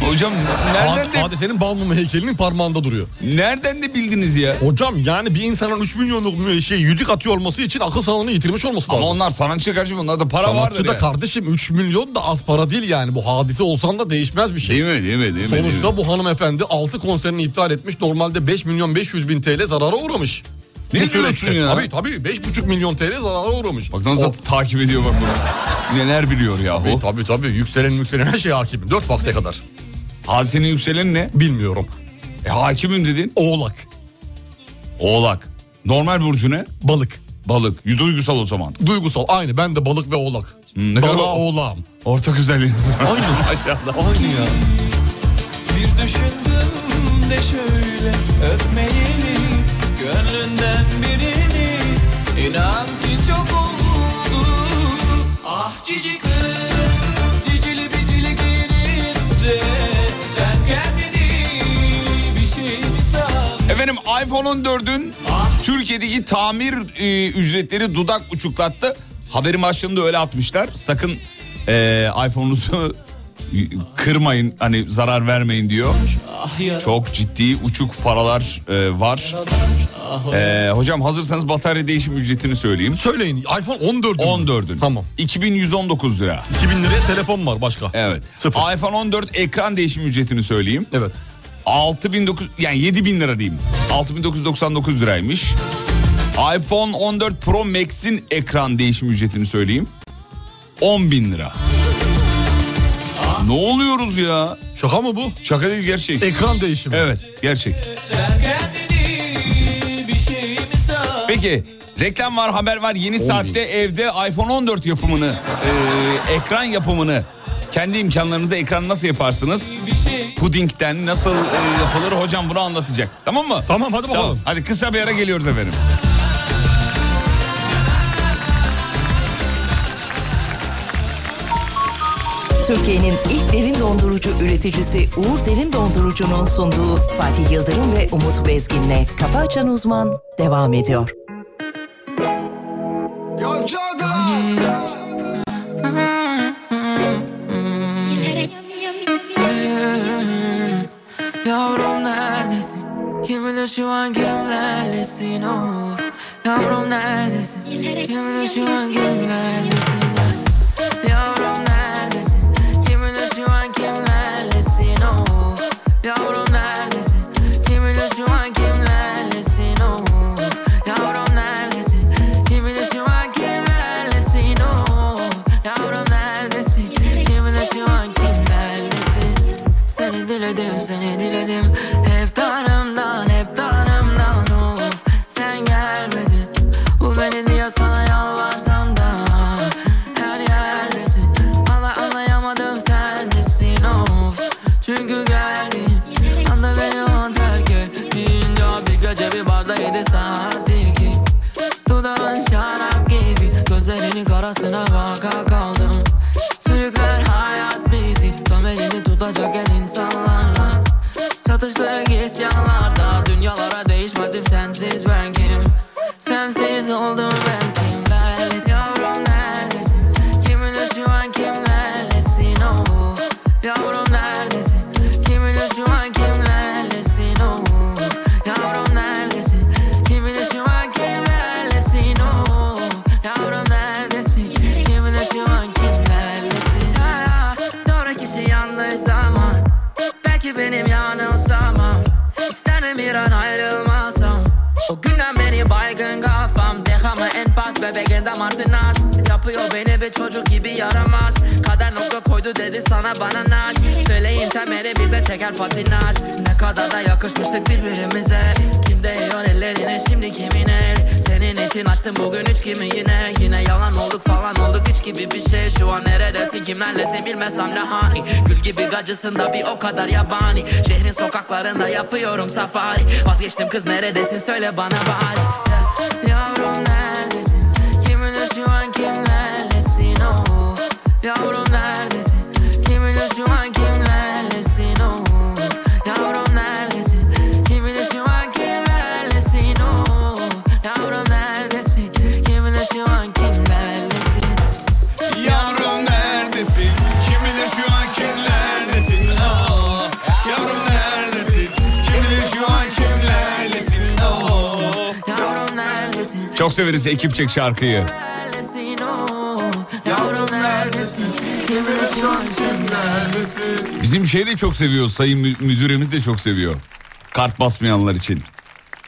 [SPEAKER 2] Hocam nereden
[SPEAKER 3] Had-
[SPEAKER 2] de,
[SPEAKER 3] Hadisenin Balmumu heykelinin parmağında duruyor.
[SPEAKER 2] nereden de bildiniz ya?
[SPEAKER 3] Hocam yani bir insanın 3 milyonluk mü- şey yüzük atıyor olması için akıl sağlığını yitirmiş olması lazım.
[SPEAKER 2] Ama onlar sanatçı karşı bunlarda para vardır
[SPEAKER 3] Sanatçı da
[SPEAKER 2] ya.
[SPEAKER 3] kardeşim 3 milyon da az para değil yani. Bu hadise olsan da değişmez bir şey.
[SPEAKER 2] Değil mi, değil mi, değil mi? değil mi?
[SPEAKER 3] Sonuçta bu hanımefendi 6 konserini iptal etmiş. Normalde 5 milyon 500 bin TL zarara uğramış.
[SPEAKER 2] Ne
[SPEAKER 3] Bu süreçte.
[SPEAKER 2] diyorsun ya?
[SPEAKER 3] Tabii tabii 5,5 milyon TL zarara uğramış.
[SPEAKER 2] Bak nasıl Oh.
[SPEAKER 3] O-
[SPEAKER 2] takip ediyor bak bunu. Neler biliyor yahu.
[SPEAKER 3] Tabii, tabii tabii yükselen yükselen her şey hakimim. 4 vakte kadar.
[SPEAKER 2] Hadisenin yükselen ne?
[SPEAKER 3] Bilmiyorum.
[SPEAKER 2] E, hakimim dedin.
[SPEAKER 3] Oğlak,
[SPEAKER 2] Oğlak. Normal burcu ne?
[SPEAKER 3] balık,
[SPEAKER 2] Balık. Duygusal o zaman.
[SPEAKER 3] duygusal aynı. Ben de balık ve oğlak.
[SPEAKER 2] Hmm, ne
[SPEAKER 3] Balığa
[SPEAKER 2] kadar-
[SPEAKER 3] oğlağım.
[SPEAKER 2] Ortak özelliğiniz var.
[SPEAKER 3] Aynen.
[SPEAKER 2] Maşallah.
[SPEAKER 3] Aynı ya.
[SPEAKER 1] Bir düşündüm de şöyle öpmeyeli gönlünden birini inan ki çok oldu. Ah cici kız cicili bicili gelince sen kendini bir şey mi sandın?
[SPEAKER 2] Efendim iPhone 14'ün Türkiye'deki tamir e, ücretleri dudak uçuklattı. Haberin başlığını da öyle atmışlar. Sakın e, iPhone'unuzu kırmayın hani zarar vermeyin diyor.
[SPEAKER 1] Ah,
[SPEAKER 2] Çok ciddi uçuk paralar e, var. E, hocam hazırsanız batarya değişim ücretini söyleyeyim.
[SPEAKER 3] Söyleyin iPhone 14 mü?
[SPEAKER 2] 14'ün.
[SPEAKER 3] Tamam.
[SPEAKER 2] 2119 lira.
[SPEAKER 3] 2000 liraya telefon var başka.
[SPEAKER 2] Evet.
[SPEAKER 3] Sıfır.
[SPEAKER 2] iPhone 14 ekran değişim ücretini söyleyeyim.
[SPEAKER 3] Evet.
[SPEAKER 2] 6900 yani 7000 lira diyeyim. 6999 liraymış. iPhone 14 Pro Max'in ekran değişim ücretini söyleyeyim. 10.000 lira. Ne oluyoruz ya?
[SPEAKER 3] Şaka mı bu?
[SPEAKER 2] Şaka değil gerçek.
[SPEAKER 3] Ekran değişimi.
[SPEAKER 2] Evet gerçek.
[SPEAKER 8] Sen kendini bir şey mi san?
[SPEAKER 2] Peki reklam var haber var yeni saatte evde iPhone 14 yapımını e, ekran yapımını kendi imkanlarınıza ekran nasıl yaparsınız?
[SPEAKER 8] Bir şey
[SPEAKER 2] Pudingden nasıl e, yapılır hocam bunu anlatacak tamam mı?
[SPEAKER 3] Tamam hadi bakalım.
[SPEAKER 2] Tamam hadi kısa bir ara geliyoruz efendim.
[SPEAKER 4] Türkiye'nin ilk derin dondurucu üreticisi Uğur Derin Dondurucu'nun sunduğu Fatih Yıldırım ve Umut Bezgin'le Kafa Açan Uzman devam ediyor.
[SPEAKER 9] Yavrum neredesin? Kiminle şu an kimlerlesin of Yavrum neredesin? Kiminle şu an kimlerlesin ya? Yavrum neredesin? Kiminle şu an kimlerlesin of Yavrum neredesin? Kiminle şu an kimlerlesin of Yavrum neredesin? Kiminle şu an kimlerlesin of Yavrum neredesin? Kiminle şu an kimlerlesin? Seni diledim, seni diledim Hep darımdan, hep darımdan of Sen gelmedin Bu beni diye sana yalvarsam da Her yerdesin Hala anlayamadım sen nesin of Çünkü geldin Anda beni o terk ettin Ya bir gece bir barda yedi saatti ki Dudağın şarap gibi Gözlerinin karasına baka kaldım Sürükler hayat bizi Tam elini tutacak el insanlarla Çatıştık isyanlarda Dünyalara değişmedim sensiz ben kimim Sensiz oldum ben kimlerlesin Yavrum neredesin Kiminle şu an kimlerlesin oh Yavrum neredesin Kiminle şu an kimlerlesin oh Yavrum neredesin Kiminle şu an kimlerlesin oh Yavrum neredesin Kiminle şu an kimlerlesin Ha, Doğru kişi yanlış zaman Belki benim yanılsam İsterim bir an ayrılmasam O günden beri baygın kafam Dehamı en pas bebeğin damartı nas Yapıyor beni bir çocuk gibi yaramaz Kader nokta koydu dedi sana bana naş Feleğin temeli bize çeker patinaj Ne kadar da yakışmıştık birbirimize Kim değiyor ellerine şimdi kimin el Senin için açtım bugün üç kimi yine Yine yalan olduk falan olduk hiç gibi bir şey Şu an neredesin kimlerlesin bilmesem lahani Gül gibi gacısın da bir o kadar yabani Şehrin sokaklarında yapıyorum safari Vazgeçtim kız neredesin söyle bana bari Ya- Yavrum neredesin kiminle şu an kimlerlesin oh Yavrum neredesin kiminle şu an kimlerlesin oh Yavrum neredesin kiminle şu an kimlerlesin oh Yavrum neredesin kiminle şu an kimlerlesin
[SPEAKER 2] Yavrum neredesin? Kim bilir şu an kimlerlesin? Aa, yavrum neredesin? Kim bilir şu an kimlerlesin? Aa.
[SPEAKER 9] Yavrum neredesin?
[SPEAKER 2] Çok severiz ekipçek şarkıyı.
[SPEAKER 9] Neredesin o? Oh, Yavrum neredesin? Kim bilir şu an kimlerdesin?
[SPEAKER 2] Bizim şey de çok seviyor. Sayın mü- müdüremiz de çok seviyor. Kart basmayanlar için.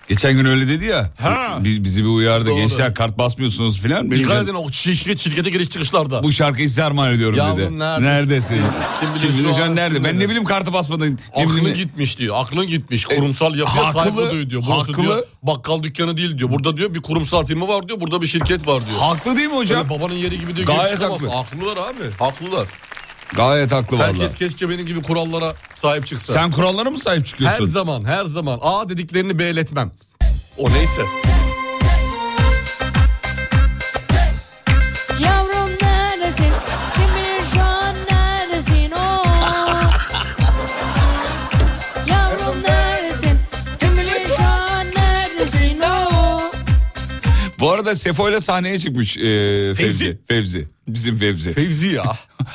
[SPEAKER 2] Geçen gün öyle dedi ya.
[SPEAKER 3] Ha.
[SPEAKER 2] Bi- Bizi bir uyardı.
[SPEAKER 3] Doğru.
[SPEAKER 2] Gençler kart basmıyorsunuz filan. Benim
[SPEAKER 3] Dikkat
[SPEAKER 2] can-
[SPEAKER 3] edin o şirket, şirkete giriş çıkışlarda.
[SPEAKER 2] Bu şarkıyı size armağan ediyorum
[SPEAKER 3] Yavrum
[SPEAKER 2] dedi.
[SPEAKER 3] neredesin?
[SPEAKER 2] Neredesin? Kim
[SPEAKER 3] Kim
[SPEAKER 2] bilir,
[SPEAKER 3] bilir şu
[SPEAKER 2] şu an
[SPEAKER 3] an
[SPEAKER 2] nerede?
[SPEAKER 3] kim
[SPEAKER 2] Ben ne
[SPEAKER 3] bilir?
[SPEAKER 2] bileyim kartı basmadın. Ne
[SPEAKER 3] Aklın
[SPEAKER 2] bileyim-
[SPEAKER 3] gitmiş diyor. Aklın gitmiş. Kurumsal yapıya
[SPEAKER 2] E, haklı,
[SPEAKER 3] saygı duy diyor. Burası
[SPEAKER 2] haklı.
[SPEAKER 3] diyor bakkal dükkanı değil diyor. Burada diyor bir kurumsal firma var diyor. Burada bir şirket var diyor.
[SPEAKER 2] Haklı değil mi hocam?
[SPEAKER 3] Böyle babanın yeri gibi diyor.
[SPEAKER 2] Gayet
[SPEAKER 3] girip çıkamazsın.
[SPEAKER 2] haklı.
[SPEAKER 3] Haklılar abi. Haklılar.
[SPEAKER 2] Gayet haklı valla.
[SPEAKER 3] Herkes keşke benim gibi kurallara sahip çıksa.
[SPEAKER 2] Sen kurallara mı sahip
[SPEAKER 3] her
[SPEAKER 2] çıkıyorsun?
[SPEAKER 3] zaman her zaman A dediklerini B'letmem. O neyse.
[SPEAKER 10] Yavrum neredesin? Kim bilir şu an neredesin? Oh. Yavrum neredesin? Kim bilir şu an neredesin? Oh.
[SPEAKER 2] Bu arada Sefo ile sahneye çıkmış e, Fevzi.
[SPEAKER 3] Fevzi.
[SPEAKER 2] Fevzi. Bizim Fevzi.
[SPEAKER 3] Fevzi ya.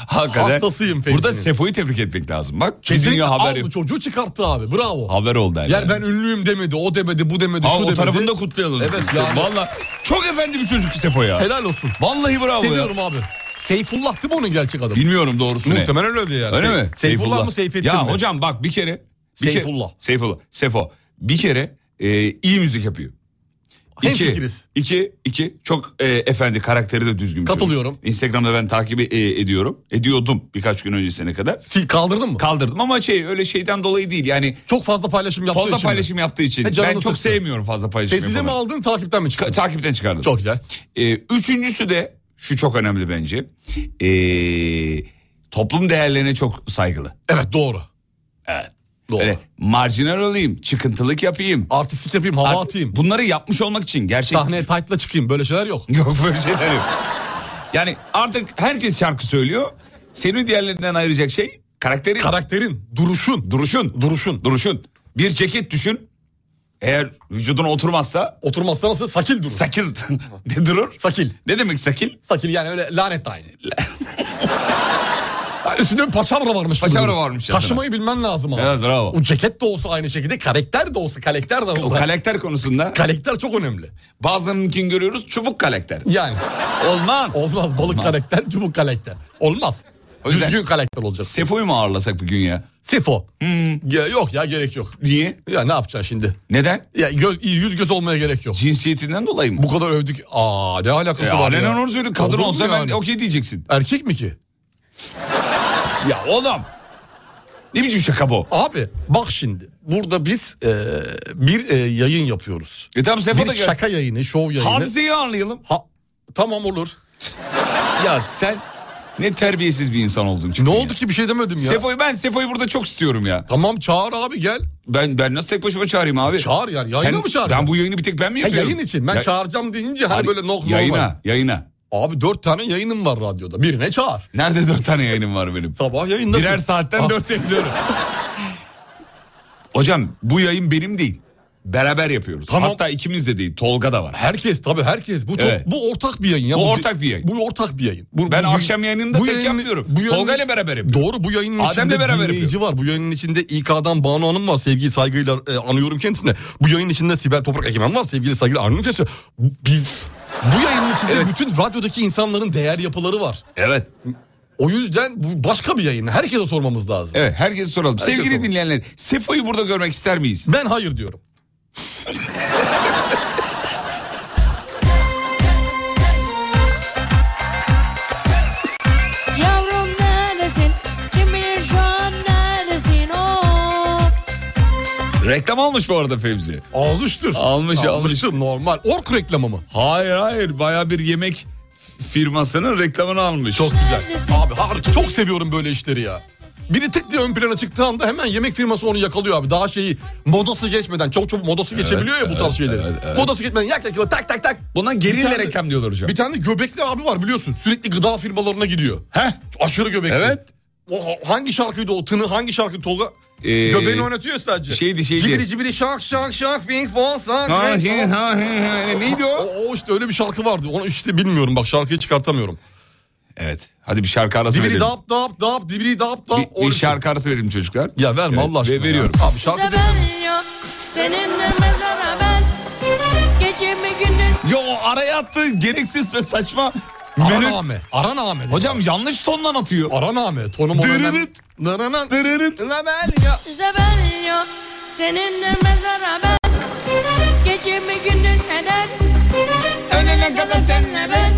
[SPEAKER 2] Hakikaten.
[SPEAKER 3] Hastasıyım Fevzi'nin.
[SPEAKER 2] Burada Sefo'yu tebrik etmek lazım. Bak bir
[SPEAKER 3] Kesinlikle
[SPEAKER 2] dünya haber,
[SPEAKER 3] aldı çocuğu çıkarttı abi. Bravo.
[SPEAKER 2] haber oldu. Yani.
[SPEAKER 3] Yani ben ünlüyüm demedi. O demedi, bu demedi,
[SPEAKER 2] Aa,
[SPEAKER 3] şu
[SPEAKER 2] o
[SPEAKER 3] demedi.
[SPEAKER 2] tarafını da kutlayalım.
[SPEAKER 3] Evet, yani.
[SPEAKER 2] Valla çok efendi bir çocuk Sefo ya.
[SPEAKER 3] Helal olsun.
[SPEAKER 2] Vallahi bravo ya.
[SPEAKER 3] Seviyorum abi. Seyfullah değil mi onun gerçek adı?
[SPEAKER 2] Bilmiyorum doğrusunu.
[SPEAKER 3] Muhtemelen öyle yani.
[SPEAKER 2] Öyle
[SPEAKER 3] Sey-
[SPEAKER 2] mi?
[SPEAKER 3] Seyfullah, mı Seyfettin
[SPEAKER 2] Ya
[SPEAKER 3] mi?
[SPEAKER 2] hocam bak bir kere. Bir
[SPEAKER 3] Seyfullah.
[SPEAKER 2] Kere, Seyfullah. Sefo. Bir kere e, iyi müzik yapıyor. İki, iki, iki. Çok e, efendi karakteri de düzgün. bir çocuk.
[SPEAKER 3] Katılıyorum.
[SPEAKER 2] Instagram'da ben takip e, ediyorum. Ediyordum birkaç gün öncesine kadar.
[SPEAKER 3] Kaldırdın mı?
[SPEAKER 2] Kaldırdım ama şey öyle şeyden dolayı değil yani.
[SPEAKER 3] Çok fazla paylaşım yaptığı
[SPEAKER 2] Fazla
[SPEAKER 3] için mi?
[SPEAKER 2] paylaşım yaptığı için.
[SPEAKER 3] He, canını
[SPEAKER 2] ben çok
[SPEAKER 3] sıktı.
[SPEAKER 2] sevmiyorum fazla paylaşım
[SPEAKER 3] Sessize mi
[SPEAKER 2] yapanları.
[SPEAKER 3] aldın takipten mi çıktın?
[SPEAKER 2] Ka- takipten çıkardım.
[SPEAKER 3] Çok güzel.
[SPEAKER 2] Ee, üçüncüsü de şu çok önemli bence. Ee, toplum değerlerine çok saygılı.
[SPEAKER 3] Evet doğru.
[SPEAKER 2] Evet. Doğru. marjinal olayım, çıkıntılık yapayım.
[SPEAKER 3] Artistlik yapayım, hava
[SPEAKER 2] Art- şey-
[SPEAKER 3] atayım.
[SPEAKER 2] Bunları yapmış olmak için gerçek.
[SPEAKER 3] Sahneye tight'la çıkayım böyle şeyler yok.
[SPEAKER 2] Yok böyle şeyler yok. Yani artık herkes şarkı söylüyor. Seni diğerlerinden ayıracak şey karakterin.
[SPEAKER 3] Karakterin, duruşun.
[SPEAKER 2] Duruşun.
[SPEAKER 3] Duruşun.
[SPEAKER 2] Duruşun. Bir ceket düşün. Eğer vücuduna oturmazsa.
[SPEAKER 3] Oturmazsa nasıl? Sakil durur.
[SPEAKER 2] Sakil ne durur?
[SPEAKER 3] Sakil.
[SPEAKER 2] Ne demek sakil?
[SPEAKER 3] Sakil yani öyle lanet aynı. yani üstünde bir paçavra varmış. gibi
[SPEAKER 2] Paçavra
[SPEAKER 3] duruyor.
[SPEAKER 2] varmış ya
[SPEAKER 3] Taşımayı bilmen lazım abi.
[SPEAKER 2] Evet, bravo.
[SPEAKER 3] O ceket de olsa aynı şekilde, karakter de olsa, karakter de olsa.
[SPEAKER 2] O karakter konusunda.
[SPEAKER 3] Karakter çok önemli.
[SPEAKER 2] Bazılarınkini görüyoruz çubuk karakter.
[SPEAKER 3] Yani.
[SPEAKER 2] Olmaz.
[SPEAKER 3] Olmaz balık
[SPEAKER 2] Olmaz.
[SPEAKER 3] karakter, çubuk karakter. Olmaz.
[SPEAKER 2] O yüzden-
[SPEAKER 3] Düzgün karakter olacak.
[SPEAKER 2] Sefo'yu mu ağırlasak bugün ya?
[SPEAKER 3] Sefo.
[SPEAKER 2] Hmm.
[SPEAKER 3] Ya yok ya gerek yok.
[SPEAKER 2] Niye?
[SPEAKER 3] Ya ne yapacaksın şimdi?
[SPEAKER 2] Neden?
[SPEAKER 3] Ya göz, iyi, yüz göz olmaya gerek yok.
[SPEAKER 2] Cinsiyetinden dolayı mı?
[SPEAKER 3] Bu kadar övdük. Aa ne alakası
[SPEAKER 2] E,
[SPEAKER 3] var
[SPEAKER 2] alenen
[SPEAKER 3] ya?
[SPEAKER 2] onu söylüyor. Kadın
[SPEAKER 3] Olur mu
[SPEAKER 2] olsa ben
[SPEAKER 3] yani?
[SPEAKER 2] okey diyeceksin.
[SPEAKER 3] Erkek mi ki?
[SPEAKER 2] Ya oğlum. Ne biçim şaka bu?
[SPEAKER 3] Abi bak şimdi burada biz e, bir e, yayın yapıyoruz.
[SPEAKER 2] E tamam Sefo da
[SPEAKER 3] Bir
[SPEAKER 2] gelsin.
[SPEAKER 3] şaka yayını, şov yayını.
[SPEAKER 2] Hadiseyi ağırlayalım.
[SPEAKER 3] Ha- tamam olur.
[SPEAKER 2] Ya sen ne terbiyesiz bir insan oldun.
[SPEAKER 3] Ne
[SPEAKER 2] çünkü ya.
[SPEAKER 3] oldu ki bir şey demedim ya.
[SPEAKER 2] Sefo'yu ben Sefo'yu burada çok istiyorum ya.
[SPEAKER 3] Tamam çağır abi gel.
[SPEAKER 2] Ben ben nasıl tek başıma çağırayım abi?
[SPEAKER 3] Çağır yani, yayına mı çağıracağım?
[SPEAKER 2] Ben bu yayını bir tek ben mi
[SPEAKER 3] Ha,
[SPEAKER 2] yapıyorum?
[SPEAKER 3] yayın için ben
[SPEAKER 2] Ya-
[SPEAKER 3] çağıracağım deyince hani
[SPEAKER 2] Hayır,
[SPEAKER 3] böyle nok nok var.
[SPEAKER 2] Yayına, yayına.
[SPEAKER 3] Abi dört tane yayınım var radyoda. Birine çağır.
[SPEAKER 2] Nerede dört tane yayınım var benim?
[SPEAKER 3] Sabah yayında. Ah,
[SPEAKER 2] Birer saatten dört yapıyorum. Hocam bu yayın benim değil. Beraber yapıyoruz.
[SPEAKER 3] Tamam.
[SPEAKER 2] Hatta ikimiz de değil. Tolga da var.
[SPEAKER 3] Herkes tabii herkes. Bu, to-
[SPEAKER 2] Evet.
[SPEAKER 3] bu ortak bir yayın. Ya.
[SPEAKER 2] Bu ortak bir yayın.
[SPEAKER 3] Bu ortak bir yayın. Bu-
[SPEAKER 2] Ben
[SPEAKER 3] bu-
[SPEAKER 2] akşam yayınında tek
[SPEAKER 3] yayının-
[SPEAKER 2] yapmıyorum.
[SPEAKER 3] bu yayının-
[SPEAKER 2] Tolga ile beraber yapıyorum.
[SPEAKER 3] Doğru bu yayının
[SPEAKER 2] Adem'le
[SPEAKER 3] içinde
[SPEAKER 2] beraber
[SPEAKER 3] dinleyici var. Bu yayının içinde İK'dan Banu Hanım var. Sevgiyi saygıyla e, anıyorum kendisine. Bu yayının içinde Sibel Toprak Egemen var. Sevgili saygıyla anıyorum kendisine. Bu- Biz bu yayının içinde
[SPEAKER 2] Evet.
[SPEAKER 3] bütün radyodaki insanların değer yapıları var.
[SPEAKER 2] Evet.
[SPEAKER 3] O yüzden bu başka bir yayın. Herkese sormamız lazım.
[SPEAKER 2] Evet herkese soralım.
[SPEAKER 3] Herkese
[SPEAKER 2] Sevgili
[SPEAKER 3] soralım.
[SPEAKER 2] dinleyenler Sefo'yu burada görmek ister miyiz?
[SPEAKER 3] Ben hayır diyorum.
[SPEAKER 10] Yavrum neredesin? Kim bilir şu an neredesin? Oo.
[SPEAKER 2] Reklam almış bu arada Fevzi.
[SPEAKER 3] Almıştır.
[SPEAKER 2] Almış, almış.
[SPEAKER 3] Almıştır, normal. Ork reklamı mı?
[SPEAKER 2] Hayır hayır baya bir yemek firmasının reklamını almış.
[SPEAKER 3] Çok güzel.
[SPEAKER 10] Neredesin?
[SPEAKER 3] Abi har- çok seviyorum böyle işleri ya. Biri tık diye ön plana çıktığı anda hemen yemek firması onu yakalıyor abi. Daha şeyi modası geçmeden çok çabuk modası geçebiliyor ya bu tarz şeyleri.
[SPEAKER 2] evet, evet.
[SPEAKER 3] Modası geçmeden yak yakıyor tak tak tak.
[SPEAKER 2] Buna gerilla
[SPEAKER 3] Bir tane-
[SPEAKER 2] reklam diyorlar hocam.
[SPEAKER 3] Bir tane göbekli abi var biliyorsun. Sürekli gıda firmalarına gidiyor.
[SPEAKER 2] Heh.
[SPEAKER 3] Aşırı göbekli.
[SPEAKER 2] Evet.
[SPEAKER 3] O, hangi şarkıydı o tını hangi şarkı Tolga?
[SPEAKER 2] Ee,
[SPEAKER 3] Göbeğini oynatıyor sadece.
[SPEAKER 2] şeydi, şeydi.
[SPEAKER 3] Cibiri cibiri şak şak şak fink fon sak.
[SPEAKER 2] Ha,
[SPEAKER 3] renk,
[SPEAKER 2] şey,
[SPEAKER 3] falan.
[SPEAKER 2] ha, he, he. Neydi
[SPEAKER 3] O,
[SPEAKER 2] o?
[SPEAKER 3] o işte öyle bir şarkı vardı. Onu işte bilmiyorum bak şarkıyı çıkartamıyorum.
[SPEAKER 2] Evet. Hadi bir şarkı arası
[SPEAKER 3] Dibiri
[SPEAKER 2] verelim.
[SPEAKER 3] dap dap dap dibiri dap dap.
[SPEAKER 2] Bir, bir
[SPEAKER 3] orası.
[SPEAKER 2] şarkı arası verelim çocuklar.
[SPEAKER 3] Ya verme
[SPEAKER 2] Evet,
[SPEAKER 3] Allah aşkına.
[SPEAKER 2] ve veriyorum.
[SPEAKER 3] ya. Abi şarkı
[SPEAKER 10] Size
[SPEAKER 3] da-
[SPEAKER 10] ben yok. Seninle mezara ben. Gece mi gündüz
[SPEAKER 2] Yo o araya attı gereksiz ve saçma. Melod-
[SPEAKER 3] Araname. Araname.
[SPEAKER 2] Hocam yanlış tondan atıyor.
[SPEAKER 3] Ah. Araname. Tonumu
[SPEAKER 2] Dırırıt.
[SPEAKER 3] Nananan.
[SPEAKER 2] Dırırıt.
[SPEAKER 3] Ben ya.
[SPEAKER 10] size ben yok. Seninle mezara ben. Gece mi gündüz neden? Ölene kadar senle ben.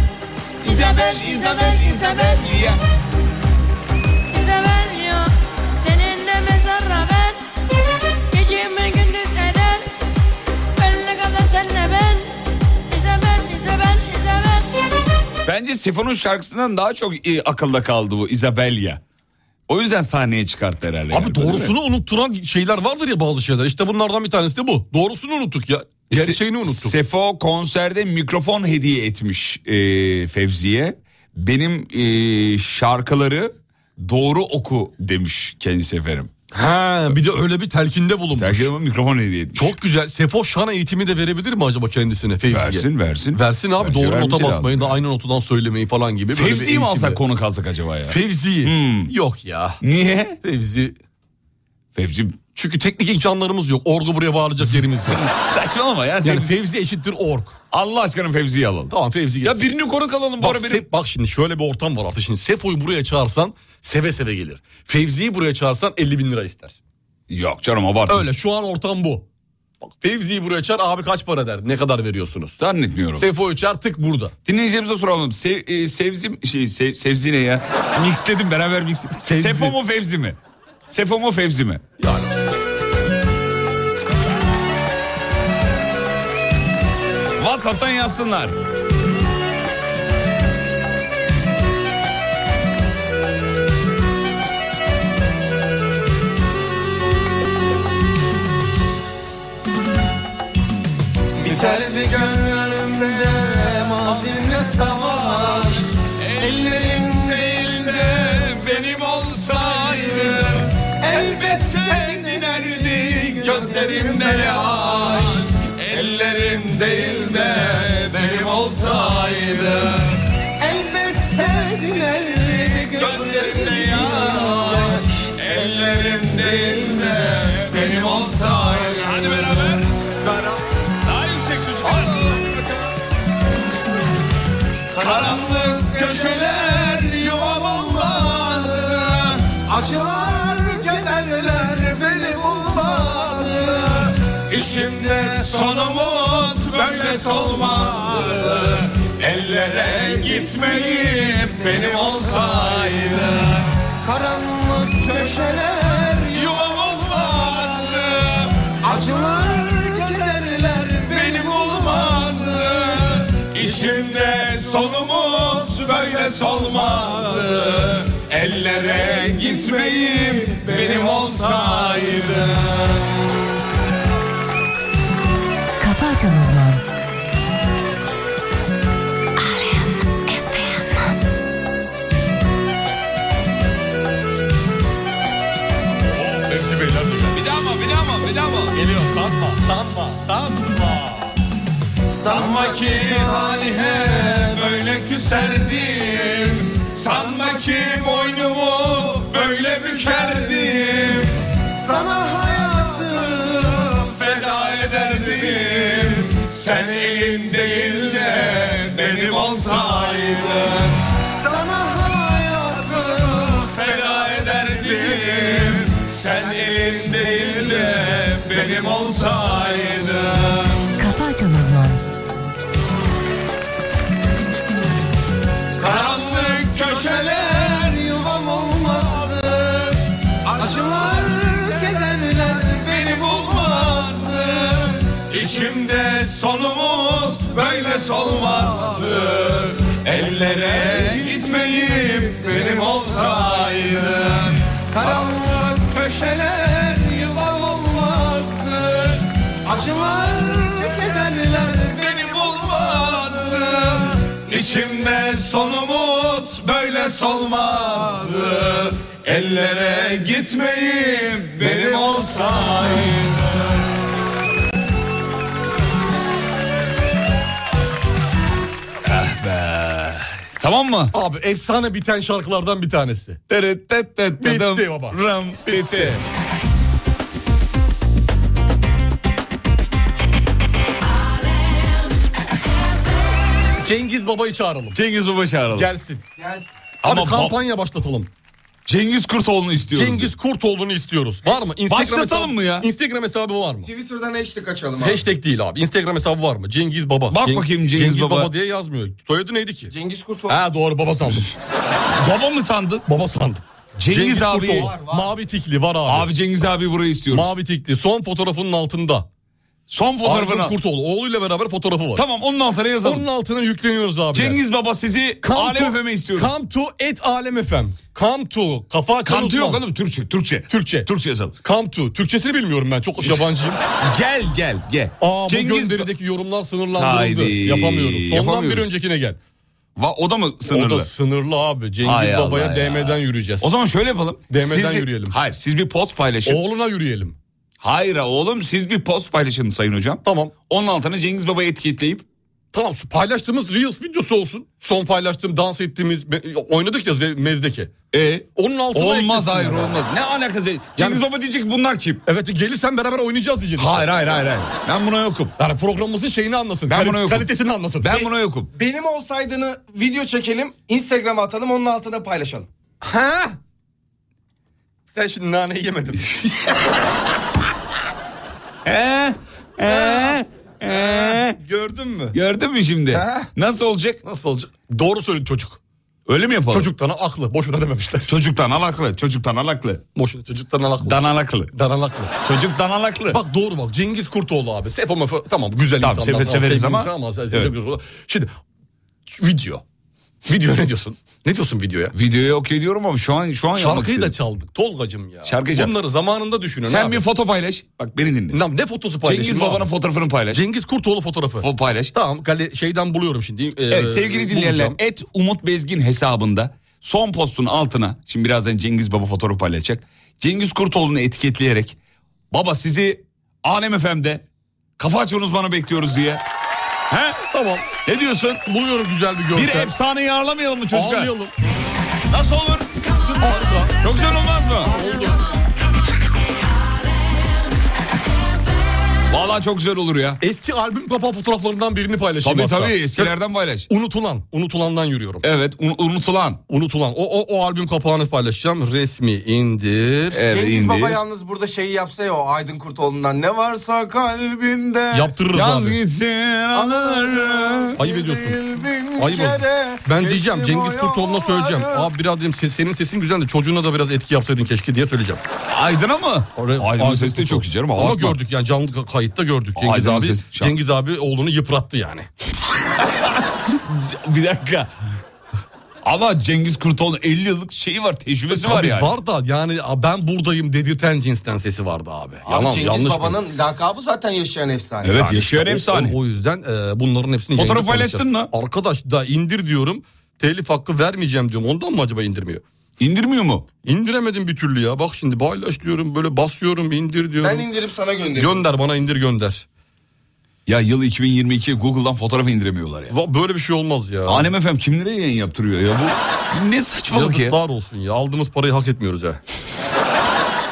[SPEAKER 10] İzabel, İzabel, İzabel. İzabel yok. Seninle mezara ben. Gece mi gündüz neden? Ölene kadar senle ben. İzabel, İzabel, İzabel.
[SPEAKER 2] Bence Sefo'nun şarkısından daha çok e, akılda kaldı bu Isabella. O yüzden sahneye çıkarttı herhalde. yani,
[SPEAKER 3] Abi
[SPEAKER 2] değil mi?
[SPEAKER 3] doğrusunu unutturan şeyler vardır ya bazı şeyler. İşte bunlardan bir tanesi de bu. Doğrusunu unuttuk ya. Gerçeğini
[SPEAKER 2] Se-
[SPEAKER 3] unuttuk.
[SPEAKER 2] Sefo konserde mikrofon hediye etmiş e, Fevzi'ye. Benim e, şarkıları doğru oku demiş kendisi efendim.
[SPEAKER 3] Ha, bir de öyle bir telkinde bulunmuş.
[SPEAKER 2] Dergime mikrofon hediye etmiş.
[SPEAKER 3] Çok güzel. Sefo şan eğitimi de verebilir mi acaba kendisine Fevzi'ye?
[SPEAKER 2] Versin versin.
[SPEAKER 3] Versin abi
[SPEAKER 2] Bence
[SPEAKER 3] doğru nota
[SPEAKER 2] vermesi
[SPEAKER 3] basmayı da aynı notadan söylemeyi falan gibi. Böyle bir
[SPEAKER 2] Fevzi'yi mi
[SPEAKER 3] eğitimi.
[SPEAKER 2] alsak konu kalsak acaba ya?
[SPEAKER 3] Fevzi'yi. Yok ya.
[SPEAKER 2] Niye?
[SPEAKER 3] Fevzi.
[SPEAKER 2] Fevzi
[SPEAKER 3] Çünkü teknik imkanlarımız yok. Orgu buraya bağıracak yerimiz yok.
[SPEAKER 2] saçmalama ya.
[SPEAKER 3] Yani
[SPEAKER 2] Fevzi.
[SPEAKER 3] Fevzi eşittir org.
[SPEAKER 2] Allah aşkına Fevzi'yi alalım.
[SPEAKER 3] Tamam Fevzi gel.
[SPEAKER 2] Ya birini konu kalalım bu
[SPEAKER 3] bak,
[SPEAKER 2] ara benim.
[SPEAKER 3] Sef- bak şimdi şöyle bir ortam var artık. Şimdi Sefo'yu buraya çağırsan seve seve gelir. Fevzi'yi buraya çağırsan 50 bin lira ister.
[SPEAKER 2] Yok canım abartma.
[SPEAKER 3] Öyle şu an ortam bu. Bak Fevzi'yi buraya çağır abi kaç para der. Ne kadar veriyorsunuz?
[SPEAKER 2] Zannetmiyorum.
[SPEAKER 3] Sefo'yu çağır tık burada.
[SPEAKER 2] Dinleyicilerimize soralım. Sev, e, sevzim şey sev, sevzi ne ya? Mixledim beraber mix. Sefo mu Fevzi mi? Sefo mu Fevzi mi? WhatsApp'tan yazsınlar.
[SPEAKER 11] Biterdi gönlümde mazimle savaş Ellerimde elinde benim olsaydı Elbette dinerdi gözlerimde yaş Ellerim değil de benim olsaydı Elbette dinerdi gözlerimde yaş Ellerim değil de benim olsaydı Hadi beraber daha yüksek çocuklar. Karanlık köşeler yuvam olmadı. Acılar kederler beni bulmadı. İçimde son umut böyle solmazdı. Ellere gitmeyip benim olsaydı. Karanlık köşeler yuvam olmadı. Acılar giderler benim olmazdı İçimde sonumuz böyle solmazdı Ellere gitmeyip benim olsaydı
[SPEAKER 1] Kafa Açan Uzman.
[SPEAKER 3] Fevzi Beyler de geldi.
[SPEAKER 2] Bir daha mı? Bir daha mı? Bir daha mı?
[SPEAKER 11] Geliyor sanma sanma sanma Sanma ki halihe böyle küserdim Sanma ki boynumu böyle bükerdim Sana hayatım feda ederdim Sen elin değil de benim olsaydın Sana hayatım feda ederdim Sen elin değil de benim olsaydın
[SPEAKER 1] Kafa Açan Uzman.
[SPEAKER 11] Karanlık köşeler yuvam olmazdı Acılar kederler beni bulmazdı İçimde son umut böyle solmazdı Ellere gitmeyip benim olsaydı Karanlık köşeler yuvam olmazdı Acılar kederler beni bulmazdı İçimde son umut böyle solmazdı Ellere gitmeyip benim olsaydı
[SPEAKER 2] Eh Be. Tamam mı?
[SPEAKER 3] Abi efsane biten şarkılardan bir tanesi.
[SPEAKER 2] Bitti
[SPEAKER 3] baba.
[SPEAKER 2] Ram bitti.
[SPEAKER 3] Cengiz Baba'yı çağıralım.
[SPEAKER 2] Cengiz Baba çağıralım.
[SPEAKER 3] Gelsin.
[SPEAKER 2] Ama ba-
[SPEAKER 3] Abi kampanya başlatalım.
[SPEAKER 2] Cengiz Kurtoğlu'nu istiyoruz.
[SPEAKER 3] Cengiz Kurtoğlu'nu istiyoruz. Var mı? Instagram
[SPEAKER 2] Başlatalım
[SPEAKER 3] hesabı-
[SPEAKER 2] mı ya?
[SPEAKER 3] Instagram hesabı var mı?
[SPEAKER 12] Twitter'dan hashtag açalım abi.
[SPEAKER 3] Hashtag değil abi. Instagram hesabı var mı? Cengiz Baba.
[SPEAKER 2] Bak
[SPEAKER 3] Ceng-
[SPEAKER 2] bakayım Cengiz Baba.
[SPEAKER 3] diye yazmıyor. Soyadı neydi ki?
[SPEAKER 12] Cengiz Kurtoğlu.
[SPEAKER 3] Ha doğru baba sandım.
[SPEAKER 2] Baba mı sandın?
[SPEAKER 3] baba sandım.
[SPEAKER 2] Cengiz abi.
[SPEAKER 3] Kurtoğlu.
[SPEAKER 2] Var,
[SPEAKER 3] Mavi tikli var abi.
[SPEAKER 2] Abi Cengiz abi burayı istiyoruz.
[SPEAKER 3] Mavi tikli son fotoğrafının altında.
[SPEAKER 2] Son fotoğrafını.
[SPEAKER 3] Argun
[SPEAKER 2] al.
[SPEAKER 3] Kurtoğlu oğluyla beraber fotoğrafı var.
[SPEAKER 2] Tamam onun altına yazalım.
[SPEAKER 3] Onun altına yükleniyoruz abi.
[SPEAKER 2] Cengiz Baba sizi
[SPEAKER 3] Come
[SPEAKER 2] Alem
[SPEAKER 3] to-
[SPEAKER 2] FM'e istiyoruz.
[SPEAKER 3] Come to et Alem FM. Come to kafa açan
[SPEAKER 2] Kantı yok
[SPEAKER 3] uzman.
[SPEAKER 2] oğlum Türkçe. Türkçe.
[SPEAKER 3] Türkçe.
[SPEAKER 2] Türkçe yazalım.
[SPEAKER 3] Come to. Türkçesini bilmiyorum ben çok yabancıyım.
[SPEAKER 2] Gel gel gel.
[SPEAKER 3] Aa, bu
[SPEAKER 2] Cengiz
[SPEAKER 3] gönderideki yorumlar sınırlandırıldı.
[SPEAKER 2] Haydi.
[SPEAKER 3] Yapamıyoruz. Sondan
[SPEAKER 2] Yapamıyoruz.
[SPEAKER 3] bir öncekine gel.
[SPEAKER 2] Va- o da mı sınırlı?
[SPEAKER 3] O da sınırlı abi. Cengiz
[SPEAKER 2] Hay Allah
[SPEAKER 3] Baba'ya
[SPEAKER 2] ya.
[SPEAKER 3] DM'den yürüyeceğiz.
[SPEAKER 2] O zaman şöyle yapalım.
[SPEAKER 3] DM'den
[SPEAKER 2] Siz-
[SPEAKER 3] yürüyelim.
[SPEAKER 2] Hayır siz bir post paylaşın.
[SPEAKER 3] Oğluna yürüyelim.
[SPEAKER 2] Hayır oğlum siz bir post paylaşın sayın hocam.
[SPEAKER 3] Tamam.
[SPEAKER 2] Onun altına Cengiz Baba'yı etiketleyip
[SPEAKER 3] Tamam şu paylaştığımız Reels videosu olsun. Son paylaştığım dans ettiğimiz me- oynadık ya ze- mezdeki.
[SPEAKER 2] e
[SPEAKER 3] Onun altına
[SPEAKER 2] olmaz
[SPEAKER 3] eklesin
[SPEAKER 2] hayır
[SPEAKER 3] yani.
[SPEAKER 2] olmaz. Ne alakası? Cengiz Baba diyecek ki bunlar kim?
[SPEAKER 3] Evet gelirsen beraber oynayacağız diyeceğiz.
[SPEAKER 2] Hayır hayır hayır hayır. Ben buna yokum.
[SPEAKER 3] Yani programımızın şeyini anlasın.
[SPEAKER 2] Ben
[SPEAKER 3] kali-
[SPEAKER 2] buna yokum.
[SPEAKER 3] Kalitesini anlasın.
[SPEAKER 2] Ben buna yokum.
[SPEAKER 12] Benim olsaydığını video çekelim, Instagram'a atalım, onun altına paylaşalım.
[SPEAKER 3] Ha? Sen şimdi naneyi yemedin.
[SPEAKER 2] Ee, Ee, ee.
[SPEAKER 3] Gördün mü?
[SPEAKER 2] Gördün mü şimdi? Nasıl olacak?
[SPEAKER 3] Nasıl olacak? Doğru söyledi çocuk.
[SPEAKER 2] Öyle mi yapalım?
[SPEAKER 3] Çocuktan aklı. Boşuna dememişler.
[SPEAKER 2] Çocuktan alaklı. Çocuktan alaklı.
[SPEAKER 3] Boşuna çocuktan alaklı.
[SPEAKER 2] Danalaklı.
[SPEAKER 3] Danalaklı.
[SPEAKER 2] Çocuk danalaklı.
[SPEAKER 3] Bak doğru bak Cengiz Kurtoğlu abi. Sefo mefo tamam güzel
[SPEAKER 2] Tamam,
[SPEAKER 3] insanlar.
[SPEAKER 2] sefe- severiz
[SPEAKER 3] sevgili
[SPEAKER 2] ama-
[SPEAKER 3] insan se-
[SPEAKER 2] Evet.
[SPEAKER 3] sevgili Kurtoğlu. Şimdi video. Video ne diyorsun? Ne diyorsun videoya?
[SPEAKER 2] Videoyu okey diyorum ama şu an şu an yapmak
[SPEAKER 3] Şarkıyı da
[SPEAKER 2] istedim.
[SPEAKER 3] çaldık Tolgacım ya.
[SPEAKER 2] Şarkıyı çal-
[SPEAKER 3] Bunları zamanında düşünün
[SPEAKER 2] Sen
[SPEAKER 3] abi.
[SPEAKER 2] bir foto paylaş. Bak beni dinle.
[SPEAKER 3] Lan ne fotosu paylaşayım
[SPEAKER 2] Cengiz
[SPEAKER 3] abi?
[SPEAKER 2] Baba'nın fotoğrafını paylaş.
[SPEAKER 3] Cengiz Kurtoğlu fotoğrafı.
[SPEAKER 2] O paylaş.
[SPEAKER 3] Tamam gale- şeyden buluyorum şimdi. Ee,
[SPEAKER 2] Evet sevgili dinleyenler
[SPEAKER 3] bulacağım.
[SPEAKER 2] et Umut Bezgin hesabında son postun altına şimdi birazdan Cengiz Baba fotoğrafı paylaşacak. Cengiz Kurtoğlu'nu etiketleyerek baba sizi Alem FM'de kafa açan uzmanı bekliyoruz diye. He?
[SPEAKER 3] Tamam
[SPEAKER 2] Ne diyorsun?
[SPEAKER 3] buluyorum güzel bir
[SPEAKER 2] Bir
[SPEAKER 3] görsel.
[SPEAKER 2] efsaneyi ağırlamayalım mı çocuklar?
[SPEAKER 3] Ağlayalım.
[SPEAKER 2] Nasıl olur?
[SPEAKER 3] Harika.
[SPEAKER 2] Çok güzel olmaz mı? Vallahi çok güzel olur ya.
[SPEAKER 3] Eski albüm kapağı fotoğraflarından birini paylaşayım.
[SPEAKER 2] Tabii
[SPEAKER 3] hatta.
[SPEAKER 2] tabii eskilerden paylaş.
[SPEAKER 3] Unutulan. Unutulandan yürüyorum.
[SPEAKER 2] Evet un- unutulan.
[SPEAKER 3] Unutulan. O, o, o albüm kapağını paylaşacağım. Resmi indir.
[SPEAKER 2] Evet,
[SPEAKER 13] Cengiz
[SPEAKER 2] indi.
[SPEAKER 13] Baba yalnız burada şeyi yapsa ya o Aydın Kurtoğlu'ndan ne varsa kalbinde.
[SPEAKER 3] Yaptırırız
[SPEAKER 2] Yaz
[SPEAKER 3] abi.
[SPEAKER 2] gitsin anılarım.
[SPEAKER 3] Ayıp ediyorsun. Ayıp olsun. Ben diyeceğim Cengiz Kurtoğlu'na söyleyeceğim. Abi biraz dedim ses- senin sesin güzeldi. Çocuğuna da biraz etki yapsaydın keşke diye söyleyeceğim.
[SPEAKER 2] Aydın'a mı?
[SPEAKER 3] Oraya-
[SPEAKER 2] Aydın'ın
[SPEAKER 3] Aydın
[SPEAKER 2] sesi de
[SPEAKER 3] Kurtoğlu.
[SPEAKER 2] çok iyi canım.
[SPEAKER 3] Ama
[SPEAKER 2] abartma.
[SPEAKER 3] gördük yani canlı ka- kayıtta gördük. Cengiz
[SPEAKER 2] Aydın'ın
[SPEAKER 3] abi,
[SPEAKER 2] sesi şu an.
[SPEAKER 3] Cengiz abi oğlunu yıprattı yani.
[SPEAKER 2] Bir dakika. Ama Cengiz Kurtoğlu'nun 50 yıllık şeyi var, tecrübesi var
[SPEAKER 3] E, Tabii
[SPEAKER 2] yani.
[SPEAKER 3] Var da yani ben buradayım dedirten cinsten sesi vardı abi.
[SPEAKER 13] Abi
[SPEAKER 3] Yalan,
[SPEAKER 13] Cengiz
[SPEAKER 3] yanlış mı?
[SPEAKER 13] Baba'nın lakabı zaten yaşayan efsane.
[SPEAKER 2] Evet
[SPEAKER 3] Yani
[SPEAKER 2] yaşayan
[SPEAKER 3] işte o-
[SPEAKER 2] efsane.
[SPEAKER 3] O, o yüzden e, bunların hepsini...
[SPEAKER 2] Fotoğraf
[SPEAKER 3] yayında
[SPEAKER 2] paylaştın
[SPEAKER 3] paylaşacağım. Arkadaş da indir diyorum. Telif hakkı vermeyeceğim diyorum. Ondan mı acaba indirmiyor?
[SPEAKER 2] İndirmiyor mu?
[SPEAKER 3] İndiremedim bir türlü ya. Bak şimdi paylaş diyorum böyle basıyorum indir diyorum.
[SPEAKER 13] Ben indirip sana gönderiyorum.
[SPEAKER 3] gönder bana indir gönder.
[SPEAKER 2] Ya yıl 2022 Google'dan fotoğraf indiremiyorlar ya.
[SPEAKER 3] Va- Böyle bir şey olmaz ya.
[SPEAKER 2] Alem FM kimlere yayın yaptırıyor ya bu? Ne saçmalık ya.
[SPEAKER 3] Yazıklar olsun ya. Aldığımız parayı hak etmiyoruz ya.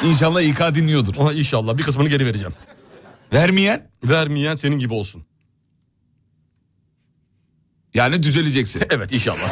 [SPEAKER 2] İnşallah İK dinliyordur.
[SPEAKER 3] Ona inşallah bir kısmını geri vereceğim.
[SPEAKER 2] Vermeyen
[SPEAKER 3] Vermeyen senin gibi olsun.
[SPEAKER 2] yani düzeleceksin.
[SPEAKER 3] Evet inşallah.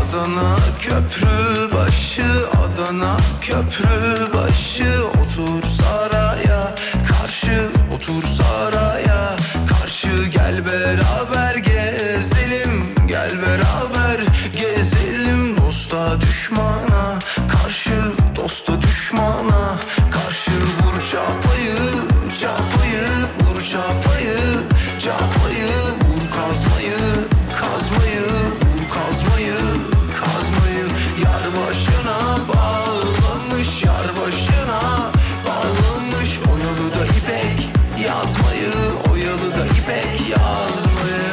[SPEAKER 1] Adana köprü başı Adana köprü başı Otur saraya karşı Otur saraya karşı Gel beraber gezelim Gel beraber gezelim Dosta düşmana karşı Dosta düşmana karşı Vur çapayı çapayı Vur çapayı çapayı Vur kazmayı kazmayı Vur kazmayı kazmayı Yar başına bağlanmış Yar başına bağlanmış Oyalı da ipek yazmayı Oyalı da ipek yazmayı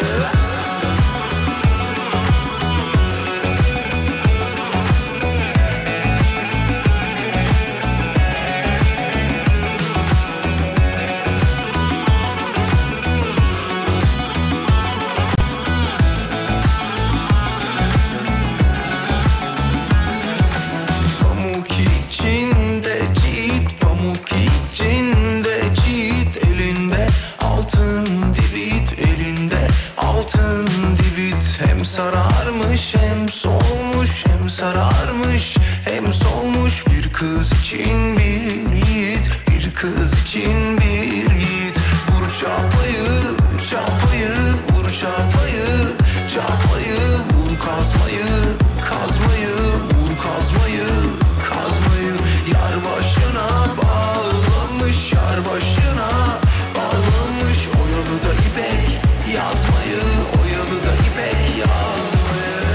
[SPEAKER 1] Pamuk içinde çiğit Pamuk içinde çiğit Elinde altın divit Elinde altın divit Hem sararmış hem solmuş Hem sararmış hem solmuş Bir kız için bir yiğit Bir kız için bir yiğit Vur çapayı çapayı Vur çapayı çapayı Vur kazmayı kazmayı Vur kazmayı kazmayı Yar başına bağlanmış Yar başına bağlanmış Oyalı da ipek yazmayı Oyalı da ipek yazmayı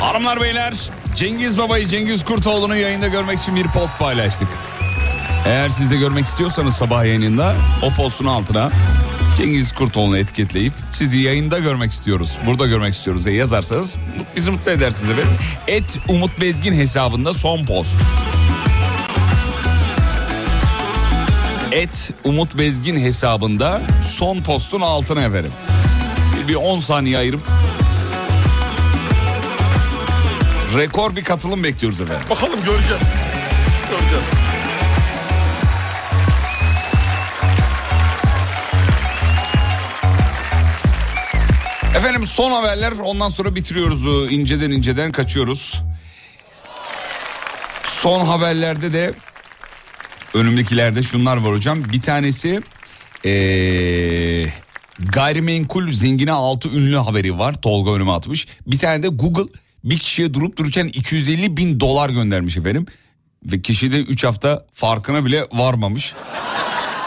[SPEAKER 2] Hanımlar beyler Cengiz Baba'yı Cengiz Kurtoğlu'nu yayında görmek için bir post paylaştık. Eğer siz de görmek istiyorsanız sabah yayınında o postun altına Cengiz Kurtoğlu'nu etiketleyip sizi yayında görmek istiyoruz. Burada görmek istiyoruz diye yazarsanız bizi mutlu edersiniz efendim. Et Umut Bezgin hesabında son post. Et Umut Bezgin hesabında son postun altına efendim. Bir- Bir 10 saniye ayırıp rekor bir katılım bekliyoruz efendim.
[SPEAKER 3] Bakalım göreceğiz. Göreceğiz.
[SPEAKER 2] Efendim son haberler ondan sonra bitiriyoruz Ee, inceden inceden kaçıyoruz. Son haberlerde de önümdekilerde şunlar var hocam. Bir tanesi ee, gayrimenkul zengine altı ünlü haberi var. Tolga önüme atmış. Bir tane de Google bir kişiye durup dururken 250 bin dolar göndermiş efendim. Ve kişi de 3 hafta farkına bile varmamış.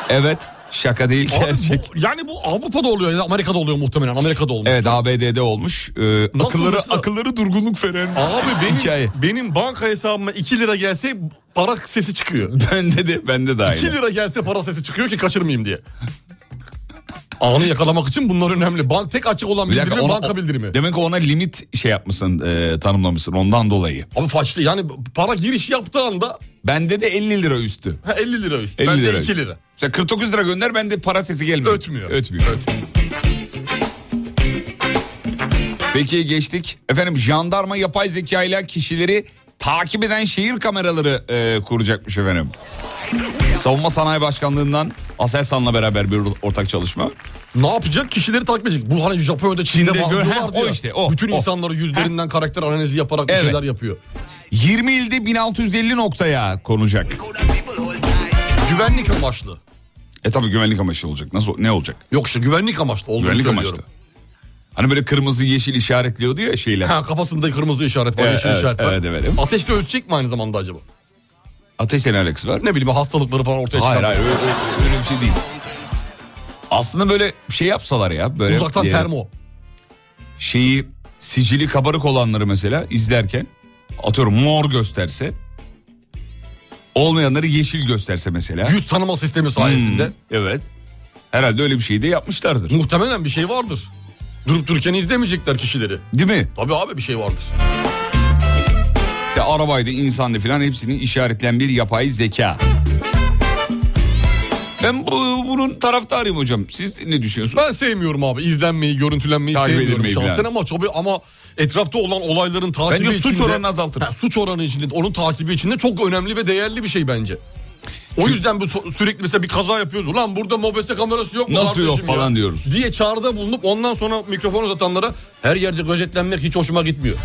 [SPEAKER 2] Evet şaka değil
[SPEAKER 3] Abi bu-
[SPEAKER 2] gerçek.
[SPEAKER 3] yani bu Avrupa'da oluyor ya da Amerika'da oluyor muhtemelen. Amerika'da olmuş.
[SPEAKER 2] Evet ABD'de olmuş. Ee, akılları akılları durgunluk feren.
[SPEAKER 3] Abi benim,
[SPEAKER 2] Hikaye.
[SPEAKER 3] benim banka hesabıma 2 lira gelse para sesi çıkıyor.
[SPEAKER 2] Bende de bende de
[SPEAKER 3] 2
[SPEAKER 2] aynı.
[SPEAKER 3] lira gelse para sesi çıkıyor ki kaçırmayayım diye. Anı yakalamak için bunlar önemli. Bank tek açık olan
[SPEAKER 2] Bir dakika,
[SPEAKER 3] bildirimi
[SPEAKER 2] ona-
[SPEAKER 3] banka bildirimi.
[SPEAKER 2] Demek ki ona limit şey yapmışsın, e, tanımlamışsın ondan dolayı.
[SPEAKER 3] Abi façlı yani para giriş yaptığı anda
[SPEAKER 2] Bende de 50 lira üstü.
[SPEAKER 3] ha, 50 lira üst.
[SPEAKER 2] 50
[SPEAKER 3] Bende
[SPEAKER 2] lira.
[SPEAKER 3] 2 lira.
[SPEAKER 2] Sen 49 lira gönder bende para sesi gelmiyor.
[SPEAKER 3] Ötmüyor.
[SPEAKER 2] Ötmüyor. Peki geçtik. Efendim jandarma yapay zeka ile kişileri takip eden şehir kameraları e, kuracakmış efendim. Savunma Sanayi Başkanlığından Aselsan'la beraber bir ortak çalışma.
[SPEAKER 3] Ne yapacak? Kişileri takip edecek. Bu hani Japonya'da Çin'de
[SPEAKER 2] Çin'de gör-
[SPEAKER 3] bağlıyorlardı
[SPEAKER 2] Heh, o
[SPEAKER 3] ya.
[SPEAKER 2] işte, o,
[SPEAKER 3] Bütün
[SPEAKER 2] o.
[SPEAKER 3] insanları yüzlerinden karakter analizi yaparak bir
[SPEAKER 2] Evet.
[SPEAKER 3] şeyler yapıyor.
[SPEAKER 2] 20 ilde 1650 noktaya konacak.
[SPEAKER 3] Güvenlik amaçlı.
[SPEAKER 2] E tabi güvenlik amaçlı olacak. Nasıl ne olacak?
[SPEAKER 3] Yok işte güvenlik amaçlı olduğunu
[SPEAKER 2] Güvenlik
[SPEAKER 3] söylüyorum.
[SPEAKER 2] amaçlı. Hani böyle kırmızı yeşil işaretliyordu ya şeyler.
[SPEAKER 3] Ha, kafasında kırmızı işaret var,
[SPEAKER 2] Evet,
[SPEAKER 3] yeşil
[SPEAKER 2] evet,
[SPEAKER 3] işaret var.
[SPEAKER 2] evet, evet.
[SPEAKER 3] Ateşle ölçecek mi aynı zamanda acaba?
[SPEAKER 2] Ateşle ne alakası var?
[SPEAKER 3] Ne bileyim hastalıkları falan ortaya
[SPEAKER 2] Hayır
[SPEAKER 3] çıkarmak.
[SPEAKER 2] hayır öyle, öyle- öyle bir şey değil. Aslında böyle şey yapsalar ya. Böyle
[SPEAKER 3] Uzaktan
[SPEAKER 2] diyelim,
[SPEAKER 3] termo.
[SPEAKER 2] Şeyi sicili kabarık olanları mesela izlerken atıyorum mor gösterse olmayanları yeşil gösterse mesela.
[SPEAKER 3] Yüz tanıma sistemi sayesinde.
[SPEAKER 2] Hmm, evet. Herhalde öyle bir şey de yapmışlardır.
[SPEAKER 3] Muhtemelen bir şey vardır. Durup dururken izlemeyecekler kişileri.
[SPEAKER 2] Değil mi?
[SPEAKER 3] Tabii abi bir şey vardır.
[SPEAKER 2] İşte arabaydı, insandı filan hepsini işaretleyen bir yapay zeka. Ben bu, bunun taraftarıyım hocam. Siz ne düşünüyorsunuz?
[SPEAKER 3] Ben sevmiyorum abi izlenmeyi, görüntülenmeyi
[SPEAKER 2] Takip
[SPEAKER 3] sevmiyorum
[SPEAKER 2] edilmeyi
[SPEAKER 3] şahsen
[SPEAKER 2] falan.
[SPEAKER 3] ama tabii ama etrafta olan olayların takibi
[SPEAKER 2] Bence suç
[SPEAKER 3] içinde-
[SPEAKER 2] oranını azaltır.
[SPEAKER 3] Ha, suç oranı içinde, onun takibi içinde çok önemli ve değerli bir şey bence. O yüzden bu so- sürekli mesela bir kaza yapıyoruz. Ulan burada mobese kamerası yok mu
[SPEAKER 2] Nasıl
[SPEAKER 3] kardeşim
[SPEAKER 2] yok
[SPEAKER 3] ya?"
[SPEAKER 2] falan diyoruz.
[SPEAKER 3] Diye çağrıda bulunup ondan sonra mikrofon uzatanlara her yerde gözetlenmek hiç hoşuma gitmiyor.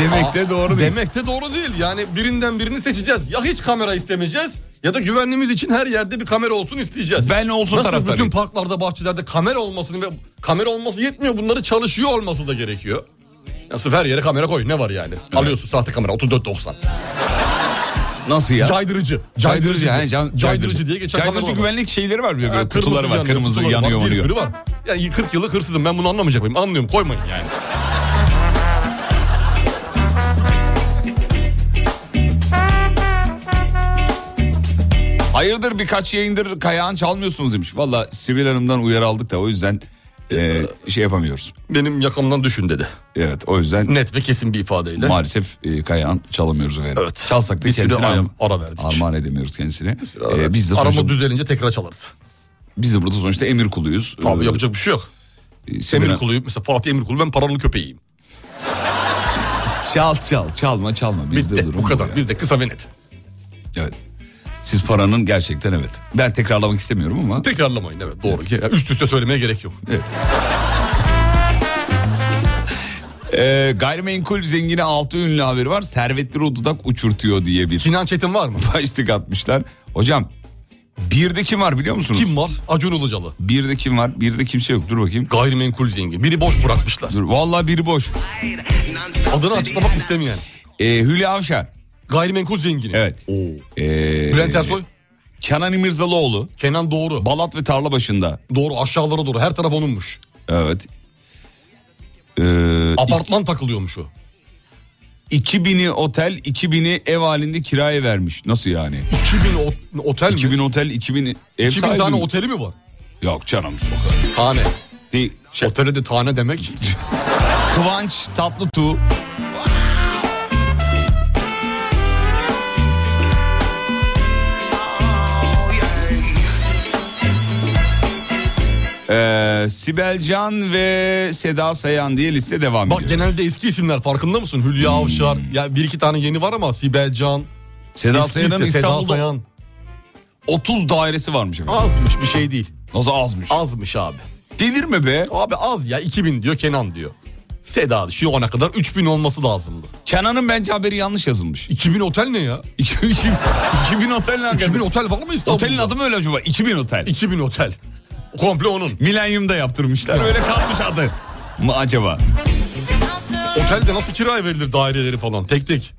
[SPEAKER 2] Demek de
[SPEAKER 3] Aa,
[SPEAKER 2] doğru değil.
[SPEAKER 3] Demek de doğru değil. Yani birinden birini seçeceğiz. Ya hiç kamera istemeyeceğiz ya da güvenliğimiz için her yerde bir kamera olsun isteyeceğiz.
[SPEAKER 2] Ben olsun
[SPEAKER 3] Nasıl
[SPEAKER 2] taraftarıyım.
[SPEAKER 3] bütün parklarda, bahçelerde kamera olmasını ve kamera olması yetmiyor. Bunları çalışıyor olması da gerekiyor. Nasıl her yere kamera koy ne var yani? Alıyorsun sahte kamera 34.90.
[SPEAKER 2] Nasıl ya?
[SPEAKER 3] Caydırıcı.
[SPEAKER 2] Caydırıcı, yani can-
[SPEAKER 3] caydırıcı. diye geçen
[SPEAKER 2] Caydırıcı
[SPEAKER 3] kamera var.
[SPEAKER 2] güvenlik şeyleri var böyle, böyle
[SPEAKER 3] Ha, kırmızı
[SPEAKER 2] kutuları var.
[SPEAKER 3] yanıyor,
[SPEAKER 2] Kırmızı
[SPEAKER 3] kutuları var,
[SPEAKER 2] yanıyor
[SPEAKER 3] bir
[SPEAKER 2] yanıyor.
[SPEAKER 3] sürü var. Yani 40 yıllık hırsızım ben bunu anlamayacak mıyım? Anlıyorum koymayın yani.
[SPEAKER 2] Hayırdır birkaç yayındır kayağın çalmıyorsunuz demiş. Valla Sibel Hanım'dan uyarı aldık da o yüzden e, şey yapamıyoruz.
[SPEAKER 3] Benim yakamdan düşün dedi.
[SPEAKER 2] Evet o yüzden
[SPEAKER 3] Net ve kesin bir ifadeyle.
[SPEAKER 2] maalesef e, kayağın çalamıyoruz efendim. Çalsak da
[SPEAKER 3] Bir sürü
[SPEAKER 2] kendisine
[SPEAKER 3] ara,
[SPEAKER 2] arm-
[SPEAKER 3] ara verdik.
[SPEAKER 2] armağan edemiyoruz kendisine.
[SPEAKER 3] Ara
[SPEAKER 2] E,
[SPEAKER 3] verdik.
[SPEAKER 2] biz de
[SPEAKER 3] Arama
[SPEAKER 2] sonuçta
[SPEAKER 3] düzelince tekrar çalarız.
[SPEAKER 2] Biz de burada sonuçta emir kuluyuz.
[SPEAKER 3] Abi
[SPEAKER 2] Ee,
[SPEAKER 3] yapacak bir şey yok.
[SPEAKER 2] e, Semih-
[SPEAKER 3] Emir kuluyum. Mesela Fatih Emir kulu ben paranın köpeğiyim.
[SPEAKER 2] Çal çal çalma çalma. Bizde
[SPEAKER 3] Bitti.
[SPEAKER 2] durum
[SPEAKER 3] Bu kadar.
[SPEAKER 2] ya.
[SPEAKER 3] Biz de kısa ve net.
[SPEAKER 2] Evet. Siz paranın gerçekten evet. Ben tekrarlamak istemiyorum ama.
[SPEAKER 3] Tekrarlamayın evet doğru. Ya Üst üste söylemeye gerek yok.
[SPEAKER 2] Evet. Ee, gayrimenkul zengini altı ünlü haberi var. Servetleri o dudak uçurtuyor diye bir
[SPEAKER 3] Sinan Çetin var mı?
[SPEAKER 2] başlık atmışlar. Hocam birde kim var biliyor musunuz?
[SPEAKER 3] Kim var? Acun Ilıcalı.
[SPEAKER 2] Birde kim var? Birde kimse yok. Dur bakayım.
[SPEAKER 3] Gayrimenkul zengin. Biri boş bırakmışlar.
[SPEAKER 2] Dur. Vallahi biri boş.
[SPEAKER 3] Adını açıklamak istemeyen.
[SPEAKER 2] Ee, Hülya Avşar.
[SPEAKER 3] Gayrimenkul zengini.
[SPEAKER 2] Evet. Ee,
[SPEAKER 3] Bülent Ersoy.
[SPEAKER 2] Kenan İmirzalıoğlu.
[SPEAKER 3] Kenan Doğru.
[SPEAKER 2] Balat ve tarla başında.
[SPEAKER 3] Doğru aşağılara doğru. Her taraf onunmuş.
[SPEAKER 2] Evet. Ee,
[SPEAKER 3] Apartman takılıyormuş o.
[SPEAKER 2] 2000'i otel, 2000'i ev halinde kiraya vermiş. Nasıl yani?
[SPEAKER 3] 2000 o- otel mi?
[SPEAKER 2] 2000 otel, 2000 ev
[SPEAKER 3] 2000
[SPEAKER 2] sahibi
[SPEAKER 3] tane
[SPEAKER 2] mi?
[SPEAKER 3] oteli mi var?
[SPEAKER 2] Yok canım o kadar.
[SPEAKER 3] Tane.
[SPEAKER 2] Değil.
[SPEAKER 3] Otele de tane demek.
[SPEAKER 2] Kıvanç Tatlıtuğ. Ee, Sibel Can ve Seda Sayan diye liste devam
[SPEAKER 3] Bak
[SPEAKER 2] ediyor.
[SPEAKER 3] genelde eski isimler farkında mısın? Hülya
[SPEAKER 2] Hmm.
[SPEAKER 3] Avşar. Ya bir iki tane yeni var ama Sibel Can.
[SPEAKER 2] Seda
[SPEAKER 3] Eskisi
[SPEAKER 2] Sayan'ın
[SPEAKER 3] Seda
[SPEAKER 2] İstanbul'da
[SPEAKER 3] Sayan.
[SPEAKER 2] 30 dairesi varmış efendim.
[SPEAKER 3] Azmış bir şey değil.
[SPEAKER 2] Nasıl azmış?
[SPEAKER 3] Azmış abi.
[SPEAKER 2] Delir mi be?
[SPEAKER 3] Abi az ya 2000 diyor Kenan diyor. Seda şu ona kadar 3000 olması lazımdı.
[SPEAKER 2] Kenan'ın bence haberi yanlış yazılmış.
[SPEAKER 3] 2000 otel ne ya?
[SPEAKER 2] 2000, otel ne?
[SPEAKER 3] 2000 otel var mı İstanbul'da?
[SPEAKER 2] Otelin adı mı öyle acaba? 2000 otel.
[SPEAKER 3] 2000 otel. Komple onun.
[SPEAKER 2] Milenyum'da yaptırmışlar. Öyle kalmış adı mı acaba?
[SPEAKER 3] Otelde nasıl kiraya verilir daireleri falan tek tek?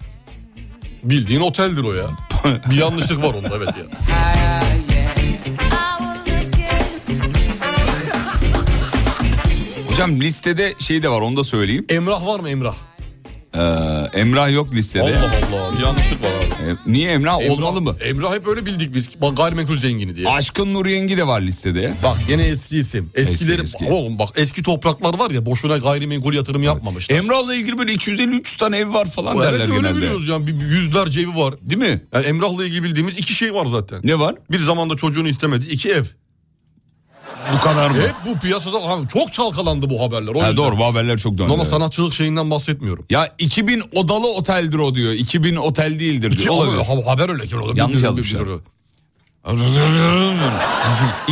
[SPEAKER 3] Bildiğin oteldir o ya. bir yanlışlık var onda evet ya.
[SPEAKER 2] Hocam listede şey de var onu da söyleyeyim.
[SPEAKER 3] Emrah var mı Emrah?
[SPEAKER 2] Ee, Emrah yok listede.
[SPEAKER 3] Allah Allah bir yanlışlık var abi.
[SPEAKER 2] Ee, niye Emrah? Olmalı mı?
[SPEAKER 3] Emrah hep öyle bildik biz. Bak gayrimenkul zengini diye.
[SPEAKER 2] Aşkın Nur Yengi de var listede.
[SPEAKER 3] Bak yine eski isim. Eskileri
[SPEAKER 2] Eski, eski.
[SPEAKER 3] oğlum bak eski topraklar var ya boşuna gayrimenkul yatırım yapmamışlar.
[SPEAKER 2] Emrah'la ilgili böyle 253 tane ev var falan
[SPEAKER 3] evet
[SPEAKER 2] derler
[SPEAKER 3] öyle
[SPEAKER 2] genelde.
[SPEAKER 3] biliyoruz yani bir yüzlerce evi var.
[SPEAKER 2] Değil mi?
[SPEAKER 3] Yani Emrah'la ilgili bildiğimiz iki şey var zaten.
[SPEAKER 2] Ne var?
[SPEAKER 3] Bir zamanda çocuğunu istemedi iki ev.
[SPEAKER 2] Bu kadar mı?
[SPEAKER 3] Hep bu piyasada ha, çok çalkalandı bu haberler. O
[SPEAKER 2] Ha,
[SPEAKER 3] yüzden.
[SPEAKER 2] doğru bu haberler çok döndü.
[SPEAKER 3] Ama
[SPEAKER 2] evet.
[SPEAKER 3] sanatçılık şeyinden bahsetmiyorum.
[SPEAKER 2] Ya 2000 odalı oteldir o diyor. 2000 otel değildir diyor.
[SPEAKER 3] Ki
[SPEAKER 2] Olabilir.
[SPEAKER 3] ha- şey haber öyle ki olabilir.
[SPEAKER 2] Yanlış
[SPEAKER 3] Bir- bir-
[SPEAKER 2] yazmışlar.
[SPEAKER 3] bir- bir-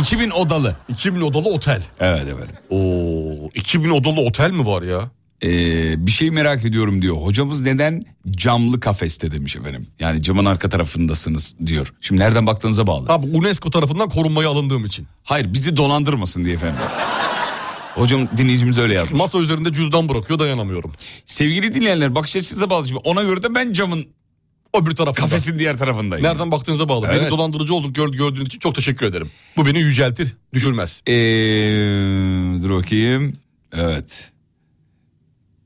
[SPEAKER 2] 2000 odalı.
[SPEAKER 3] 2000 odalı otel.
[SPEAKER 2] Evet evet.
[SPEAKER 3] Oo, 2000 odalı otel mi var ya?
[SPEAKER 2] Ee, bir şey merak ediyorum diyor. Hocamız neden camlı kafeste demiş efendim. Yani camın arka tarafındasınız diyor. Şimdi nereden baktığınıza bağlı.
[SPEAKER 3] Abi UNESCO tarafından korunmaya alındığım için.
[SPEAKER 2] Hayır bizi dolandırmasın diye efendim. Hocam dinleyicimiz öyle yazmış.
[SPEAKER 3] Masa üzerinde cüzdan bırakıyor dayanamıyorum.
[SPEAKER 2] Sevgili dinleyenler bakış açınıza bağlı. Şimdi ona göre de ben camın
[SPEAKER 3] Öbür tarafında.
[SPEAKER 2] kafesin diğer tarafındayım.
[SPEAKER 3] Nereden baktığınıza bağlı.
[SPEAKER 2] Evet.
[SPEAKER 3] Beni dolandırıcı olduk gör- gördüğünüz için çok teşekkür ederim. Bu beni yüceltir, düşürmez.
[SPEAKER 2] Ee, dur bakayım. Evet.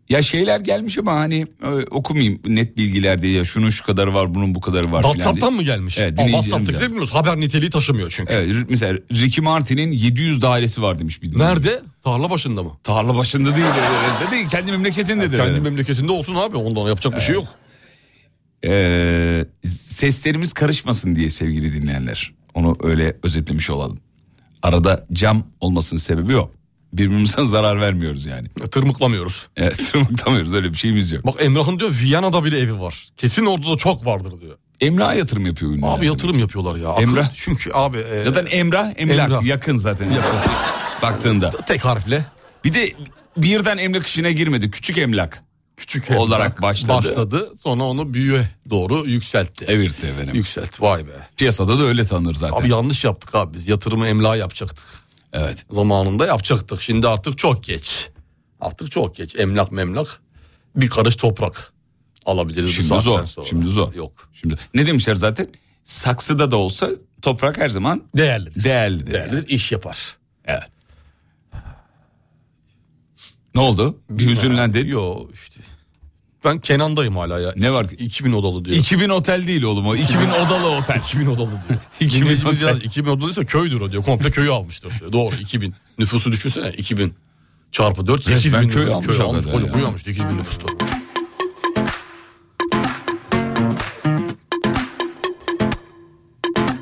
[SPEAKER 2] Ya şeyler gelmiş ama hani e, okumayayım net bilgiler diye ya şunun şu kadarı var bunun bu kadarı var filan diye.
[SPEAKER 3] WhatsApp'tan mı gelmiş?
[SPEAKER 2] Evet,
[SPEAKER 3] Aa,
[SPEAKER 2] dinleyicilerimiz
[SPEAKER 3] WhatsApp'takileri
[SPEAKER 2] yazmış.
[SPEAKER 3] bilmiyoruz. Haber niteliği taşımıyor çünkü.
[SPEAKER 2] Evet, r- mesela Ricky Martin'in 700 dairesi var demiş bir dinleyici.
[SPEAKER 3] Nerede? Tarla başında mı?
[SPEAKER 2] Tarla başında değil, herhalde değil kendi memleketindedir.
[SPEAKER 3] Kendi
[SPEAKER 2] herhalde.
[SPEAKER 3] memleketinde olsun abi. Ondan yapacak bir şey yok.
[SPEAKER 2] Ee, seslerimiz karışmasın diye sevgili dinleyenler. Onu öyle özetlemiş olalım. Arada cam olmasının sebebi o. Birbirimize zarar vermiyoruz yani.
[SPEAKER 3] Tırmıklamıyoruz.
[SPEAKER 2] Evet, tırmıklamıyoruz öyle bir şeyimiz yok.
[SPEAKER 3] Bak Emrah'ın diyor Viyana'da bile evi var. Kesin orada da çok vardır diyor.
[SPEAKER 2] Emrah'a yatırım yapıyor ünlüler.
[SPEAKER 3] Abi yatırım yapıyorlar ya. Akıl-
[SPEAKER 2] Emrah.
[SPEAKER 3] Çünkü abi e,
[SPEAKER 2] Zaten Emrah, emlak
[SPEAKER 3] Emrah.
[SPEAKER 2] yakın zaten. Baktığında.
[SPEAKER 3] tek harfle
[SPEAKER 2] Bir de birden emlak işine girmedi. Küçük emlak.
[SPEAKER 3] küçük
[SPEAKER 2] Olarak başladı.
[SPEAKER 3] başladı. Sonra onu büyüğe doğru yükseltti.
[SPEAKER 2] Evirtti efendim.
[SPEAKER 3] Yükselt. Vay be.
[SPEAKER 2] Piyasada da öyle tanır zaten.
[SPEAKER 3] Abi yanlış yaptık abi biz. Yatırımı emlağa yapacaktık.
[SPEAKER 2] Evet.
[SPEAKER 3] Zamanında yapacaktık. Şimdi artık çok geç. Artık çok geç. Emlak memlak bir karış toprak alabiliriz bu
[SPEAKER 2] Şimdi
[SPEAKER 3] saatten
[SPEAKER 2] zor.
[SPEAKER 3] sonra.
[SPEAKER 2] Şimdi zor.
[SPEAKER 3] Yok.
[SPEAKER 2] Şimdi ne demişler zaten? Saksıda da olsa toprak her zaman
[SPEAKER 3] Değerlidir.
[SPEAKER 2] değerlidir.
[SPEAKER 3] Değerlidir iş yapar.
[SPEAKER 2] Evet. Ne oldu? Bir hüzünlendin.
[SPEAKER 3] Yo işte. Ben Kenan'dayım hala ya.
[SPEAKER 2] Ne var?
[SPEAKER 3] 2000 odalı diyor.
[SPEAKER 2] 2000 otel değil oğlum o. 2000 odalı otel.
[SPEAKER 3] 2000 odalı diyor.
[SPEAKER 2] 2000
[SPEAKER 3] 2000 odalı.
[SPEAKER 2] otel.
[SPEAKER 3] Yaz, 2000 odalıysa köydür o diyor. Komple köyü almıştır diyor. Doğru 2000. Nüfusu düşünsene 2000 çarpı 4
[SPEAKER 2] Resmen
[SPEAKER 3] 8000
[SPEAKER 2] köy almış
[SPEAKER 3] köy almış.
[SPEAKER 2] hakikaten
[SPEAKER 3] Koca
[SPEAKER 2] ya.
[SPEAKER 3] koyu almış 8000 nüfuslu.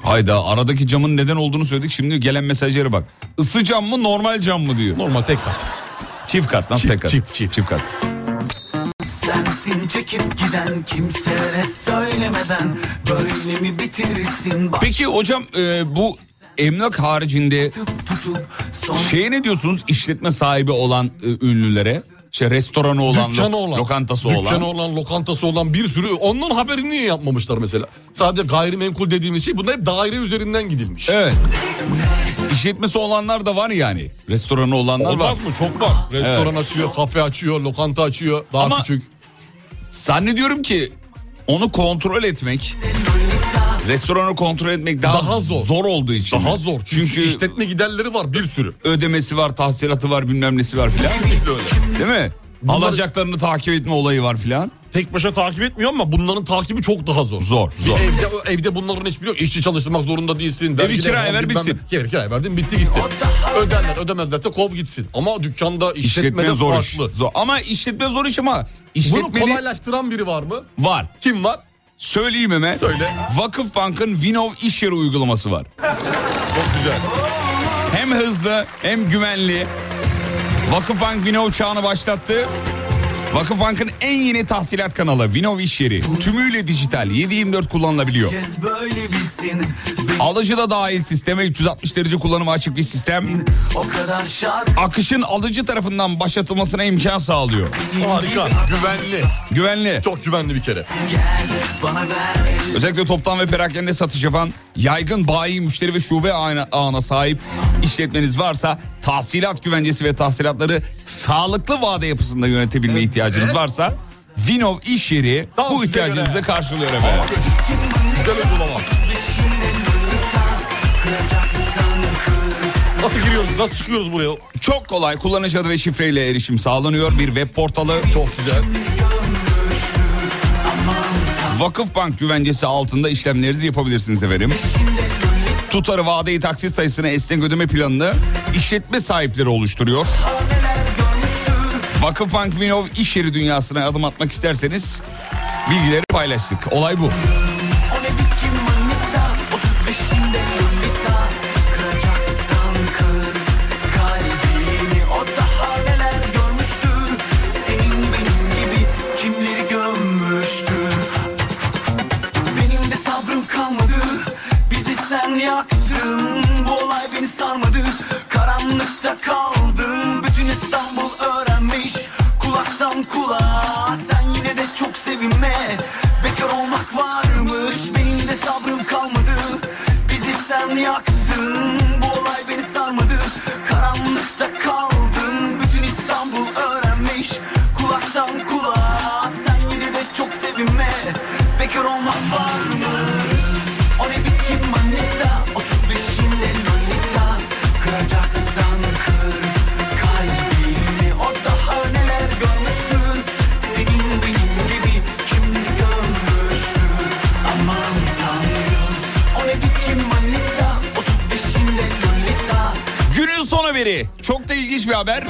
[SPEAKER 2] Hayda aradaki camın neden olduğunu söyledik. Şimdi gelen mesajlara bak. Isı cam mı normal cam mı diyor.
[SPEAKER 3] Normal tek kat.
[SPEAKER 2] Çift kat lan
[SPEAKER 3] Çift,
[SPEAKER 2] tek kat.
[SPEAKER 3] çift, çift.
[SPEAKER 2] kat.
[SPEAKER 8] Sensin çekip giden kimselere söylemeden Böyle mi bitirirsin bak
[SPEAKER 2] Peki hocam e, bu emlak haricinde
[SPEAKER 8] tutup son
[SPEAKER 2] şeye ne diyorsunuz? İşletme sahibi olan e, ünlülere. İşte restoranı olan,
[SPEAKER 3] Dükkanı
[SPEAKER 2] lo-
[SPEAKER 3] olan.
[SPEAKER 2] lokantası olan.
[SPEAKER 3] Dükkanı olan, lokantası olan bir sürü. Ondan haberini niye yapmamışlar mesela? Sadece gayrimenkul dediğimiz şey. Bunda hep daire üzerinden gidilmiş.
[SPEAKER 2] Evet. İşletmesi olanlar da var yani. Restoranı olanlar var.
[SPEAKER 3] Olmaz mı? Çok var. Restoran açıyor, kafe açıyor, lokanta açıyor. Daha
[SPEAKER 2] Ama-
[SPEAKER 3] küçük.
[SPEAKER 2] Zannediyorum ki onu kontrol etmek restoranı kontrol etmek daha,
[SPEAKER 3] Daha
[SPEAKER 2] zor.
[SPEAKER 3] zor.
[SPEAKER 2] olduğu için.
[SPEAKER 3] Daha zor. Çünkü,
[SPEAKER 2] Çünkü
[SPEAKER 3] işletme giderleri var bir sürü.
[SPEAKER 2] ödemesi var, tahsilatı var, bilmem nesi var filan. Değil mi? Alacaklarını takip etme olayı var filan.
[SPEAKER 3] Tek başa takip etmiyor ama bunların takibi çok daha zor.
[SPEAKER 2] Zor,
[SPEAKER 3] Bir
[SPEAKER 2] zor.
[SPEAKER 3] Evde, evde bunların hiçbiri yok. İşçi çalıştırmak zorunda değilsin. Vergiler
[SPEAKER 2] kiraya
[SPEAKER 3] var,
[SPEAKER 2] ver,
[SPEAKER 3] bilmem ne.
[SPEAKER 2] bitsin.
[SPEAKER 3] Kira, kiraya verdin bitti gitti. Öderler ödemezlerse kov gitsin. Ama dükkanda işletmede
[SPEAKER 2] İşletme zor
[SPEAKER 3] farklı.
[SPEAKER 2] iş. Zor. Ama işletme zor iş ama işletmeli...
[SPEAKER 3] Bunu kolaylaştıran biri var mı?
[SPEAKER 2] Var.
[SPEAKER 3] Kim var?
[SPEAKER 2] Söyleyeyim hemen. Söyle. Vakıfbank'ın Vinov iş yeri uygulaması var.
[SPEAKER 3] Çok güzel.
[SPEAKER 2] Hem hızlı hem güvenli. Vakıfbank Vinov çağını başlattı. Vakıfbank'ın en yeni tahsilat kanalı Vinov iş yeri. Tümüyle dijital 7-24 kullanılabiliyor.
[SPEAKER 1] böyle bilsin
[SPEAKER 2] Alıcı da dahil sisteme 360 derece kullanıma açık bir sistem.
[SPEAKER 1] o kadar şart
[SPEAKER 2] Akışın alıcı tarafından başlatılmasına imkan sağlıyor.
[SPEAKER 3] Harika. Güvenli.
[SPEAKER 2] Güvenli.
[SPEAKER 3] Çok güvenli bir kere.
[SPEAKER 1] bana ver
[SPEAKER 2] Özellikle toptan ve perakende satış yapan yaygın bayi, müşteri ve şube ağına, ağına sahip işletmeniz varsa tahsilat güvencesi ve tahsilatları sağlıklı vade yapısında yönetebilme ihtiyacınız varsa Vinov iş yeri bu ihtiyacınızı karşılıyor efendim.
[SPEAKER 3] Güzel uygulama. Nasıl giriyoruz? Nasıl çıkıyoruz buraya?
[SPEAKER 2] Çok kolay kullanıcı adı ve şifreyle erişim sağlanıyor bir web portalı.
[SPEAKER 3] Çok güzel.
[SPEAKER 2] Vakıfbank güvencesi altında işlemlerinizi yapabilirsiniz efendim. Tutarı, vadeyi, taksit sayısını, esnek ödeme planını işletme sahipleri oluşturuyor. Vakıfbank Vinov iş yeri dünyasına adım atmak isterseniz bilgileri paylaştık. Olay bu.
[SPEAKER 1] o ne biçim manita 35'inde lolita kıracaksan kır kalbini o daha neler görmüştür senin benim gibi kimleri gömmüştür benim de sabrım kalmadı bizi sen yaktın bu olay beni sarmadı karanlıkta kaldım bütün İstanbul öğrenmiş kulaktan kulağa sen yine de çok sevinme Bekar olmak varmış benim de sabrım kalmadı Bizi sen yaktın bu olay beni sarmadı Karanlıkta kaldım bütün İstanbul öğrenmiş Kulaktan kulağa sen yine de çok sevinme Bekar olmak varmış O ne biçim manita 35'inde lolita Kıracaksan kır kalbini O daha neler görmüştür Senin benim gibi kimleri görmüştür Aman tanrım O ne biçim manita 35'inde lolita
[SPEAKER 2] Günün son haberi. Çok da ilginç bir haber.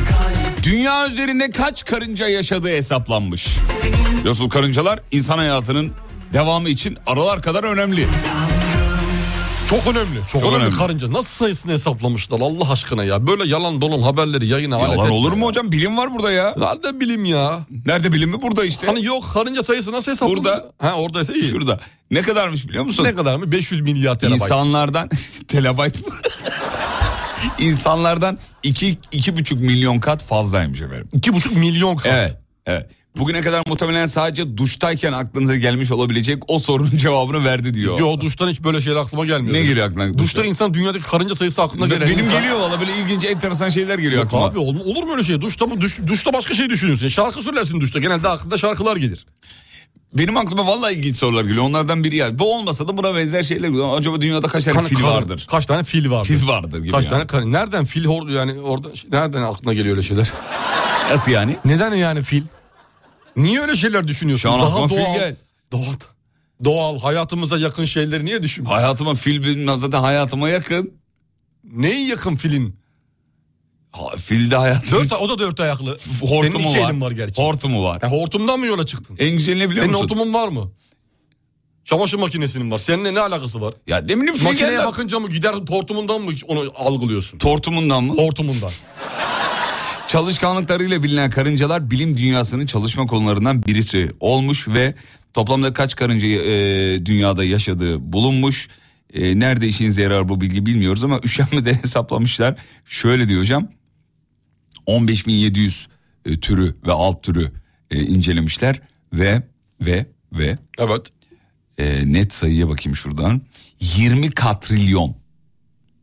[SPEAKER 2] Dünya üzerinde kaç karınca yaşadığı hesaplanmış. Biliyorsunuz karıncalar insan hayatının devamı için aralar kadar önemli.
[SPEAKER 3] Çok önemli. Çok, önemli. karınca. Nasıl sayısını hesaplamışlar Allah aşkına ya. Böyle yalan dolan haberleri yayına alet
[SPEAKER 2] Yalan
[SPEAKER 3] etme
[SPEAKER 2] olur
[SPEAKER 3] ya.
[SPEAKER 2] mu hocam? Bilim var burada ya.
[SPEAKER 3] Nerede bilim ya?
[SPEAKER 2] Nerede bilim mi? Burada işte.
[SPEAKER 3] Hani yok karınca sayısı nasıl hesaplanıyor?
[SPEAKER 2] Burada.
[SPEAKER 3] Ha oradaysa iyi.
[SPEAKER 2] Şurada. Ne kadarmış biliyor musun?
[SPEAKER 3] Ne kadar mı? 500 milyar terabayt.
[SPEAKER 2] İnsanlardan terabayt mı? İnsanlardan iki, iki buçuk milyon kat fazlaymış efendim.
[SPEAKER 3] 2,5 milyon kat.
[SPEAKER 2] Evet, evet. Bugüne kadar muhtemelen sadece duştayken aklınıza gelmiş olabilecek o sorunun cevabını verdi diyor.
[SPEAKER 3] Yo duştan hiç böyle şeyler aklıma gelmiyor.
[SPEAKER 2] Ne geliyor aklına?
[SPEAKER 3] Duşta, insan dünyadaki karınca sayısı aklına gelen
[SPEAKER 2] Benim
[SPEAKER 3] insan.
[SPEAKER 2] geliyor valla böyle ilginç enteresan şeyler geliyor
[SPEAKER 3] Yok
[SPEAKER 2] aklıma.
[SPEAKER 3] abi olur, olur mu öyle şey? Duşta, bu- duş, duşta başka şey düşünürsün. Şarkı söylersin duşta. Genelde aklında şarkılar gelir.
[SPEAKER 2] Benim aklıma valla ilginç sorular geliyor. Onlardan biri ya. Bu olmasa da buna benzer şeyler geliyor. Acaba dünyada kaç tane
[SPEAKER 3] Kan-
[SPEAKER 2] fil
[SPEAKER 3] kan-
[SPEAKER 2] vardır?
[SPEAKER 3] Kaç tane fil vardır?
[SPEAKER 2] Fil vardır gibi
[SPEAKER 3] Kaç
[SPEAKER 2] yani.
[SPEAKER 3] tane karınca? Nereden fil hor- yani orada nereden aklına geliyor öyle şeyler?
[SPEAKER 2] Nasıl yani?
[SPEAKER 3] Neden yani fil? Niye öyle şeyler düşünüyorsun?
[SPEAKER 2] Şu an aklıma
[SPEAKER 3] Daha
[SPEAKER 2] fil
[SPEAKER 3] doğal,
[SPEAKER 2] gel-
[SPEAKER 3] doğal, doğal hayatımıza yakın şeyleri niye düşünmüyorsun?
[SPEAKER 2] Hayatıma fil bilmem zaten hayatıma yakın.
[SPEAKER 3] Neyin yakın filin?
[SPEAKER 2] Ha, fil de hayatım.
[SPEAKER 3] Dört, o da dört ayaklı. Senin
[SPEAKER 2] Hortumu
[SPEAKER 3] iki
[SPEAKER 2] var.
[SPEAKER 3] elin var gerçi.
[SPEAKER 2] Hortumu var.
[SPEAKER 3] Ya hortumdan mı yola çıktın?
[SPEAKER 2] En güzeli ne biliyor
[SPEAKER 3] Senin
[SPEAKER 2] musun?
[SPEAKER 3] hortumun var mı? Çamaşır makinesinin var. Seninle ne alakası var?
[SPEAKER 2] Ya ne bileyim fil
[SPEAKER 3] Makineye
[SPEAKER 2] geldi.
[SPEAKER 3] bakınca mı gider hortumundan mı onu algılıyorsun?
[SPEAKER 2] Tortumundan mı?
[SPEAKER 3] Hortumundan.
[SPEAKER 2] Çalışkanlıklarıyla bilinen karıncalar bilim dünyasının çalışma konularından birisi olmuş ve toplamda kaç karınca e, dünyada yaşadığı bulunmuş. E, nerede işinize yarar bu bilgi bilmiyoruz ama üşenmeden hesaplamışlar. Şöyle diyor hocam 15.700 e, türü ve alt türü e, incelemişler ve ve ve
[SPEAKER 3] Evet.
[SPEAKER 2] e, net sayıya bakayım şuradan 20 katrilyon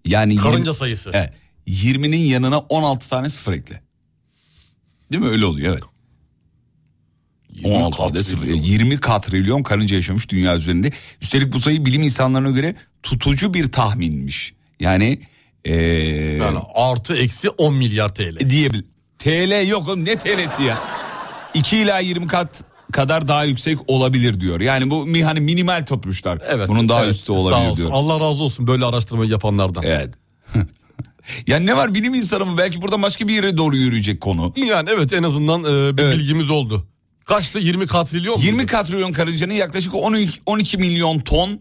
[SPEAKER 2] yani yirmi-
[SPEAKER 3] Karınca sayısı.
[SPEAKER 2] Evet. 20'nin yanına 16 tane sıfır ekle. Değil mi? Öyle oluyor evet. 16 adet sıfır. 20 katrilyon karınca yaşamış dünya üzerinde. Üstelik bu sayı bilim insanlarına göre tutucu bir tahminmiş. Yani ee,
[SPEAKER 3] Yani artı eksi 10 milyar TL.
[SPEAKER 2] diyebil. TL yok oğlum ne TL'si ya? 2 ila 20 kat kadar daha yüksek olabilir diyor. Yani bu mi- hani minimal tutmuşlar.
[SPEAKER 3] Evet,
[SPEAKER 2] Bunun daha
[SPEAKER 3] evet.
[SPEAKER 2] üstü
[SPEAKER 3] Sağ
[SPEAKER 2] olabilir
[SPEAKER 3] olsun.
[SPEAKER 2] diyor.
[SPEAKER 3] Allah razı olsun böyle araştırma yapanlardan.
[SPEAKER 2] Evet. ya ne var bilim insanı mı? Belki burada başka bir yere doğru yürüyecek konu.
[SPEAKER 3] Yani evet en azından e, bir bilgimiz oldu. Kaçtı 20 katrilyon
[SPEAKER 2] 20 katrilyon karıncanın yaklaşık 12, 12 milyon ton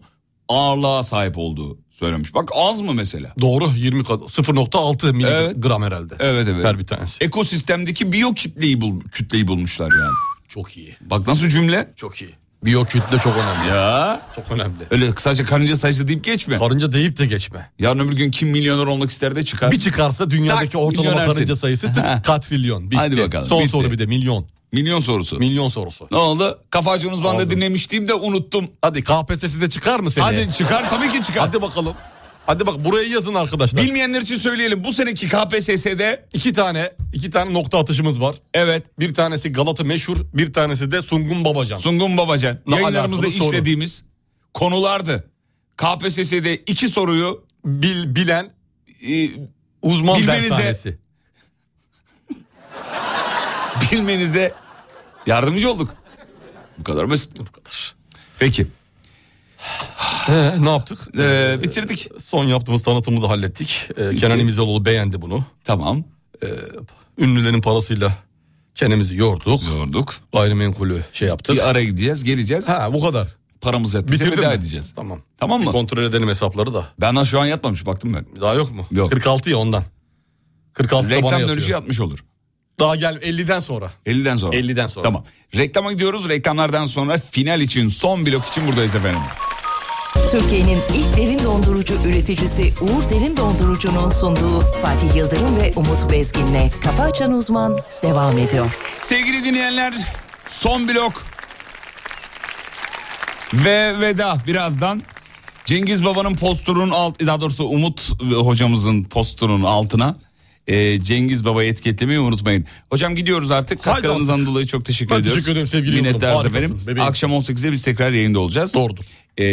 [SPEAKER 2] ağırlığa sahip olduğu söylemiş. Bak az mı mesela?
[SPEAKER 3] Doğru 20 kat 0.6 miligram herhalde.
[SPEAKER 2] Evet evet. E-
[SPEAKER 3] Her bir tanesi.
[SPEAKER 2] Ekosistemdeki biyo kitleyi, bul, kütleyi bulmuşlar yani.
[SPEAKER 3] Çok iyi.
[SPEAKER 2] Bak nasıl cümle?
[SPEAKER 3] Çok iyi. Biyo kütle çok önemli.
[SPEAKER 2] Ya.
[SPEAKER 3] Çok önemli.
[SPEAKER 2] Öyle sadece karınca sayısı deyip geçme.
[SPEAKER 3] Karınca deyip de geçme.
[SPEAKER 2] Yarın öbür gün kim milyoner olmak ister de çıkar.
[SPEAKER 3] Bir çıkarsa dünyadaki
[SPEAKER 2] Tak,
[SPEAKER 3] ortalama
[SPEAKER 2] milyonersin.
[SPEAKER 3] karınca sayısı tık katrilyon. Bitti.
[SPEAKER 2] Hadi bakalım,
[SPEAKER 3] Son
[SPEAKER 2] bitti.
[SPEAKER 3] soru bir de milyon.
[SPEAKER 2] Milyon sorusu.
[SPEAKER 3] Milyon sorusu.
[SPEAKER 2] Ne oldu? Kafacı Uzman'da dinlemiştim de unuttum.
[SPEAKER 3] Hadi KPSS'de de çıkar mı seni?
[SPEAKER 2] Hadi çıkar tabii ki çıkar.
[SPEAKER 3] Ee. Hadi bakalım. Hadi bak buraya yazın arkadaşlar.
[SPEAKER 2] Bilmeyenler için söyleyelim. Bu seneki KPSS'de
[SPEAKER 3] İki tane iki tane nokta atışımız var.
[SPEAKER 2] evet
[SPEAKER 3] Bir tanesi Galata meşhur, bir tanesi de Sungun Babacan.
[SPEAKER 2] Sungun Babacan
[SPEAKER 3] Ne
[SPEAKER 2] yayınlarımızda
[SPEAKER 3] alakalı soru.
[SPEAKER 2] işlediğimiz konulardı. KPSS'de iki soruyu
[SPEAKER 3] Bil- bilen
[SPEAKER 2] e,
[SPEAKER 3] uzman
[SPEAKER 2] Bilmenize-
[SPEAKER 3] dershanesi.
[SPEAKER 2] bilmenize yardımcı olduk. Bu kadar basit.
[SPEAKER 3] Bu kadar.
[SPEAKER 2] Peki.
[SPEAKER 3] Ee, ne yaptık?
[SPEAKER 2] Ee, bitirdik.
[SPEAKER 3] Son yaptığımız tanıtımı da hallettik. Ee, Kenan İmizaroğlu beğendi bunu.
[SPEAKER 2] Tamam.
[SPEAKER 3] Ünlülerin parasıyla kendimizi yorduk.
[SPEAKER 2] Yorduk.
[SPEAKER 3] Gayrimenkulü şey yaptık.
[SPEAKER 2] Bir ara gideceğiz, geleceğiz.
[SPEAKER 3] Ha bu kadar.
[SPEAKER 2] Paramızı ettiyse
[SPEAKER 3] Bitirdin
[SPEAKER 2] veda
[SPEAKER 3] mi?
[SPEAKER 2] edeceğiz.
[SPEAKER 3] Tamam.
[SPEAKER 2] Tamam
[SPEAKER 3] Bir
[SPEAKER 2] mı?
[SPEAKER 3] kontrol edelim hesapları da.
[SPEAKER 2] Ben daha şu an yatmamış baktım ben.
[SPEAKER 3] Daha yok mu?
[SPEAKER 2] Yok.
[SPEAKER 3] 46 ya ondan. 46 da bana
[SPEAKER 2] Reklam dönüşü
[SPEAKER 3] yatıyor.
[SPEAKER 2] yatmış olur.
[SPEAKER 3] Daha gel 50'den sonra.
[SPEAKER 2] 50'den sonra.
[SPEAKER 3] 50'den sonra.
[SPEAKER 2] Tamam. Reklama gidiyoruz. Reklamlardan sonra final için, son blok için buradayız efendim.
[SPEAKER 4] Türkiye'nin ilk derin dondurucu üreticisi Uğur Derin Dondurucu'nun sunduğu Fatih Yıldırım ve Umut Bezgin'le Kafa Açan Uzman devam ediyor.
[SPEAKER 2] Sevgili dinleyenler, son blok. Ve veda birazdan. Cengiz Baba'nın posturun alt, daha doğrusu Umut e, hocamızın posturun altına e, Cengiz Baba'yı etiketlemeyi unutmayın. Hocam gidiyoruz artık. Katkılarınızdan dolayı çok teşekkür
[SPEAKER 3] Ben
[SPEAKER 2] ediyoruz.
[SPEAKER 3] teşekkür ederim sevgili Yıldırım.
[SPEAKER 2] Minnettarız
[SPEAKER 3] Harikasın,
[SPEAKER 2] efendim.
[SPEAKER 3] bebeğim.
[SPEAKER 2] Akşam 18'de biz tekrar yayında olacağız.
[SPEAKER 3] Doğrudur.
[SPEAKER 2] E,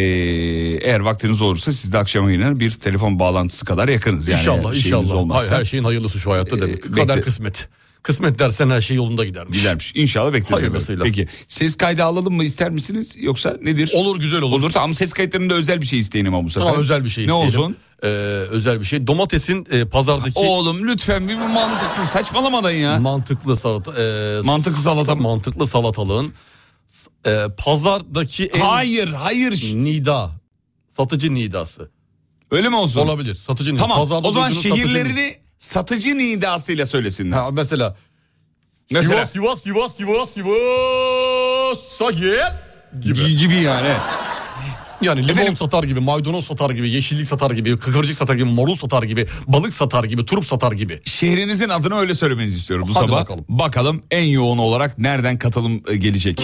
[SPEAKER 2] eğer vaktiniz olursa siz de akşam yayına bir telefon bağlantısı kadar yakınız. Yani
[SPEAKER 3] inşallah
[SPEAKER 2] şeyiniz
[SPEAKER 3] inşallah.
[SPEAKER 2] Olmazsa. Ee,
[SPEAKER 3] Hayır, her şeyin hayırlısı şu hayatta demek.
[SPEAKER 2] bekle.
[SPEAKER 3] Kader kısmet. Kısmet dersen her şey yolunda gidermiş.
[SPEAKER 2] Dilermiş. İnşallah bekleriz.
[SPEAKER 3] Hayırlısıyla.
[SPEAKER 2] Peki ses kaydı alalım mı ister misiniz yoksa nedir?
[SPEAKER 3] Olur güzel olur.
[SPEAKER 2] Olur tamam ses kayıtlarında özel bir şey isteyin ama bu sefer.
[SPEAKER 3] Tamam özel bir şey
[SPEAKER 2] Ne
[SPEAKER 3] isteyelim.
[SPEAKER 2] olsun?
[SPEAKER 3] Ee, özel bir şey. Domatesin e, pazardaki
[SPEAKER 2] Oğlum lütfen bir mantıklı saçmalamadan ya.
[SPEAKER 3] mantıklı salata e,
[SPEAKER 2] Mantıklı salata mı?
[SPEAKER 3] mantıklı salatalığın e, pazardaki en
[SPEAKER 2] hayır hayır.
[SPEAKER 3] nida satıcı nidası
[SPEAKER 2] Öyle mi olsun?
[SPEAKER 3] olabilir. Satıcı nidası.
[SPEAKER 2] Tamam
[SPEAKER 3] Pazarda
[SPEAKER 2] o zaman
[SPEAKER 3] duyduğunuz satıcı nidası.
[SPEAKER 2] şehirlerini satıcı nidasıyla söylesinler.
[SPEAKER 3] ha, mesela
[SPEAKER 2] Mesela
[SPEAKER 3] Sivas Sivas Sivas Sivas Sivas'a gel gibi.
[SPEAKER 2] gibi, gibi yani. evet.
[SPEAKER 3] Yani limon
[SPEAKER 2] Efendim?
[SPEAKER 3] satar gibi, maydanoz satar gibi, yeşillik satar gibi, kıkırcık satar gibi, marul satar gibi, balık satar gibi, turp satar gibi.
[SPEAKER 2] Şehrinizin adını öyle söylemenizi istiyorum bu
[SPEAKER 3] Hadi
[SPEAKER 2] sabah.
[SPEAKER 3] bakalım.
[SPEAKER 2] en yoğun olarak nereden katılım e, gelecek?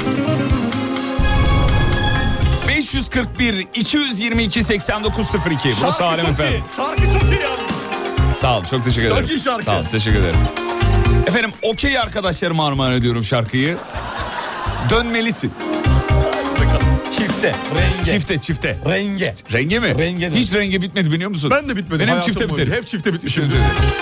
[SPEAKER 2] 541 222 8902 Burası Alem
[SPEAKER 3] çok
[SPEAKER 2] efendim.
[SPEAKER 3] iyi. Şarkı çok iyi yalnız.
[SPEAKER 2] Sağ ol çok teşekkür ederim.
[SPEAKER 3] Çok iyi şarkı.
[SPEAKER 2] Sağ ol teşekkür ederim. Efendim okey arkadaşlarıma armağan ediyorum şarkıyı. Dönmelisin.
[SPEAKER 3] Çifte. Renge.
[SPEAKER 2] Çifte çifte.
[SPEAKER 3] Renge.
[SPEAKER 2] Renge mi?
[SPEAKER 3] Renge de.
[SPEAKER 2] Hiç renge bitmedi biliyor musun?
[SPEAKER 3] Ben de bitmedim.
[SPEAKER 2] Benim
[SPEAKER 3] hayatım
[SPEAKER 2] çifte
[SPEAKER 3] boyunca.
[SPEAKER 2] biterim.
[SPEAKER 3] Hep çifte bitmişim.
[SPEAKER 2] Çifte biterim.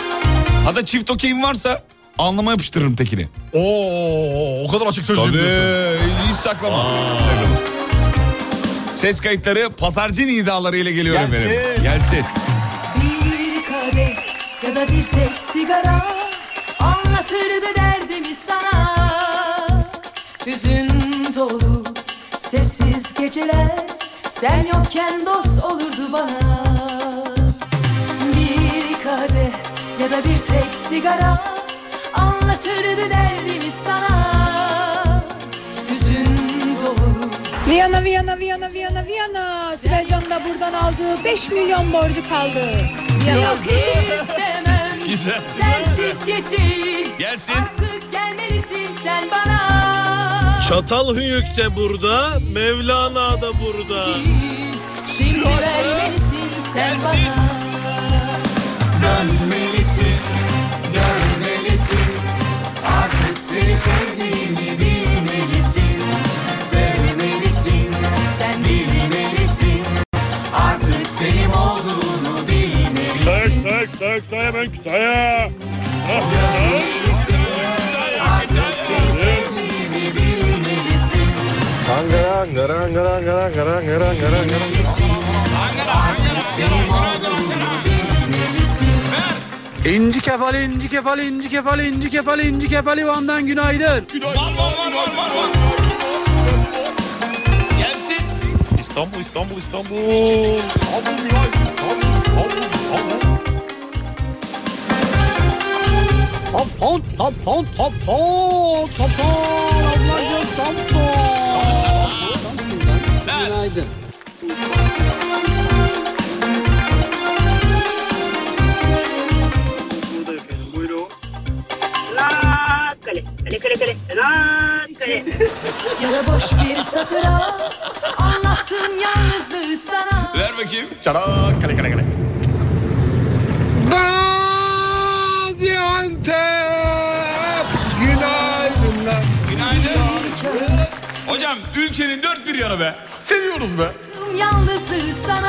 [SPEAKER 2] Hatta çift okeyim varsa alnıma yapıştırırım tekini.
[SPEAKER 3] Oo, o kadar açık sözlü biliyorsun.
[SPEAKER 2] Tabii hiç saklama. Saklama. Ses kayıtları pazarcı nidalarıyla geliyorum
[SPEAKER 3] Gelsin.
[SPEAKER 2] benim. Gelsin.
[SPEAKER 5] Bir kadeh ya da bir tek sigara Anlatırdı derdimi sana Hüzün dolu sessiz geceler Sen yokken dost olurdu bana Bir kadeh ya da bir tek sigara Anlatırdı derdimi sana Hüzün dolu
[SPEAKER 14] Viyana, Viyana, Viyana, Viyana, Viyana. Sibel Can da buradan aldığı 5 milyon borcu kaldı. Viyana.
[SPEAKER 5] Yok istemem
[SPEAKER 2] Güzel.
[SPEAKER 5] Sensiz geceyi
[SPEAKER 2] Gelsin.
[SPEAKER 5] Artık gelmelisin sen bana
[SPEAKER 15] Çatal Hüyük de burada, Mevlana da burada.
[SPEAKER 5] Şimdi vermelisin sen bana
[SPEAKER 1] Dönmelisin, dönmelisin Artık seni sevdiğimi bilmelisin Sevmelisin, sen bilmelisin Artık benim olduğunu bilmelisin
[SPEAKER 15] tak tak tak hemen Kütahya.
[SPEAKER 1] Dönmelisin, artık seni sevdiğimi bilmelisin
[SPEAKER 11] Angara, angara, angara, angara, angara, angara, angara,
[SPEAKER 16] İnci kefali, inci kefali, inci kefali, inci kefali, inci kefali Van'dan günaydın.
[SPEAKER 2] Günaydın.
[SPEAKER 8] Gelsin.
[SPEAKER 15] İstanbul, İstanbul, İstanbul.
[SPEAKER 1] Top son, top son, top son, top son. Ablacığım top son. Günaydın.
[SPEAKER 17] Lan kale, kale kale kale, lan kale.
[SPEAKER 1] Ya da boş bir satıra
[SPEAKER 17] anlattım yalnızlığı sana.
[SPEAKER 2] Ver bakayım.
[SPEAKER 3] Çarak kale kale kale.
[SPEAKER 1] Gaziantep. Günaydınlar. Günaydın.
[SPEAKER 2] Hocam ülkenin dört bir yanı be.
[SPEAKER 3] Seviyoruz be.
[SPEAKER 1] Yalnızlığı sana.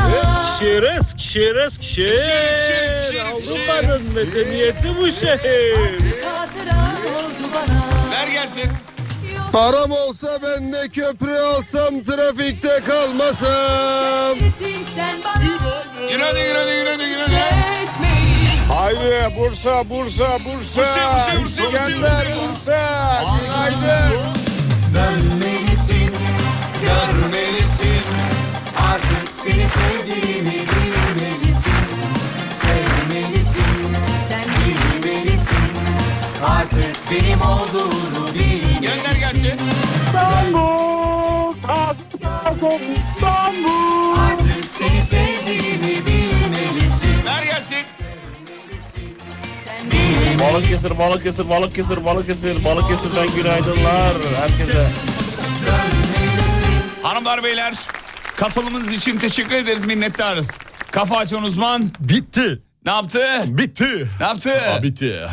[SPEAKER 15] Şeres, şeres, şeres. Avrupa'nın medeniyeti bu şehir.
[SPEAKER 1] Hatıra oldu bana.
[SPEAKER 2] Ver gelsin.
[SPEAKER 11] Param olsa ben de köprü alsam trafikte kalmasam.
[SPEAKER 1] Sen bana.
[SPEAKER 2] Günaydın, günaydın, günaydın, günaydın.
[SPEAKER 11] Haydi Bursa, Bursa, Bursa.
[SPEAKER 1] Bursa, Bursa, Bursa,
[SPEAKER 11] İskender,
[SPEAKER 1] Bursa.
[SPEAKER 11] Bursa. Günaydın.
[SPEAKER 1] Dönmelisin, görmelisin. Artık seni sevdiğimi bilmelisin. Sevmelisin, sen bilmelisin. Artık benim olduğunu bilmelisin. Gönder gelsin. İstanbul, İstanbul. Artık seni sevdiğimi bilmelisin.
[SPEAKER 2] Ver gelsin.
[SPEAKER 15] Balıkesir, Balıkesir, Balıkesir, Balıkesir, Balıkesir'den günaydınlar herkese.
[SPEAKER 2] Hanımlar beyler katılımınız için teşekkür ederiz minnettarız. Kafa açan uzman.
[SPEAKER 3] Bitti.
[SPEAKER 2] Ne yaptı?
[SPEAKER 3] Bitti. 아,
[SPEAKER 2] Ne yaptı?
[SPEAKER 3] bitti.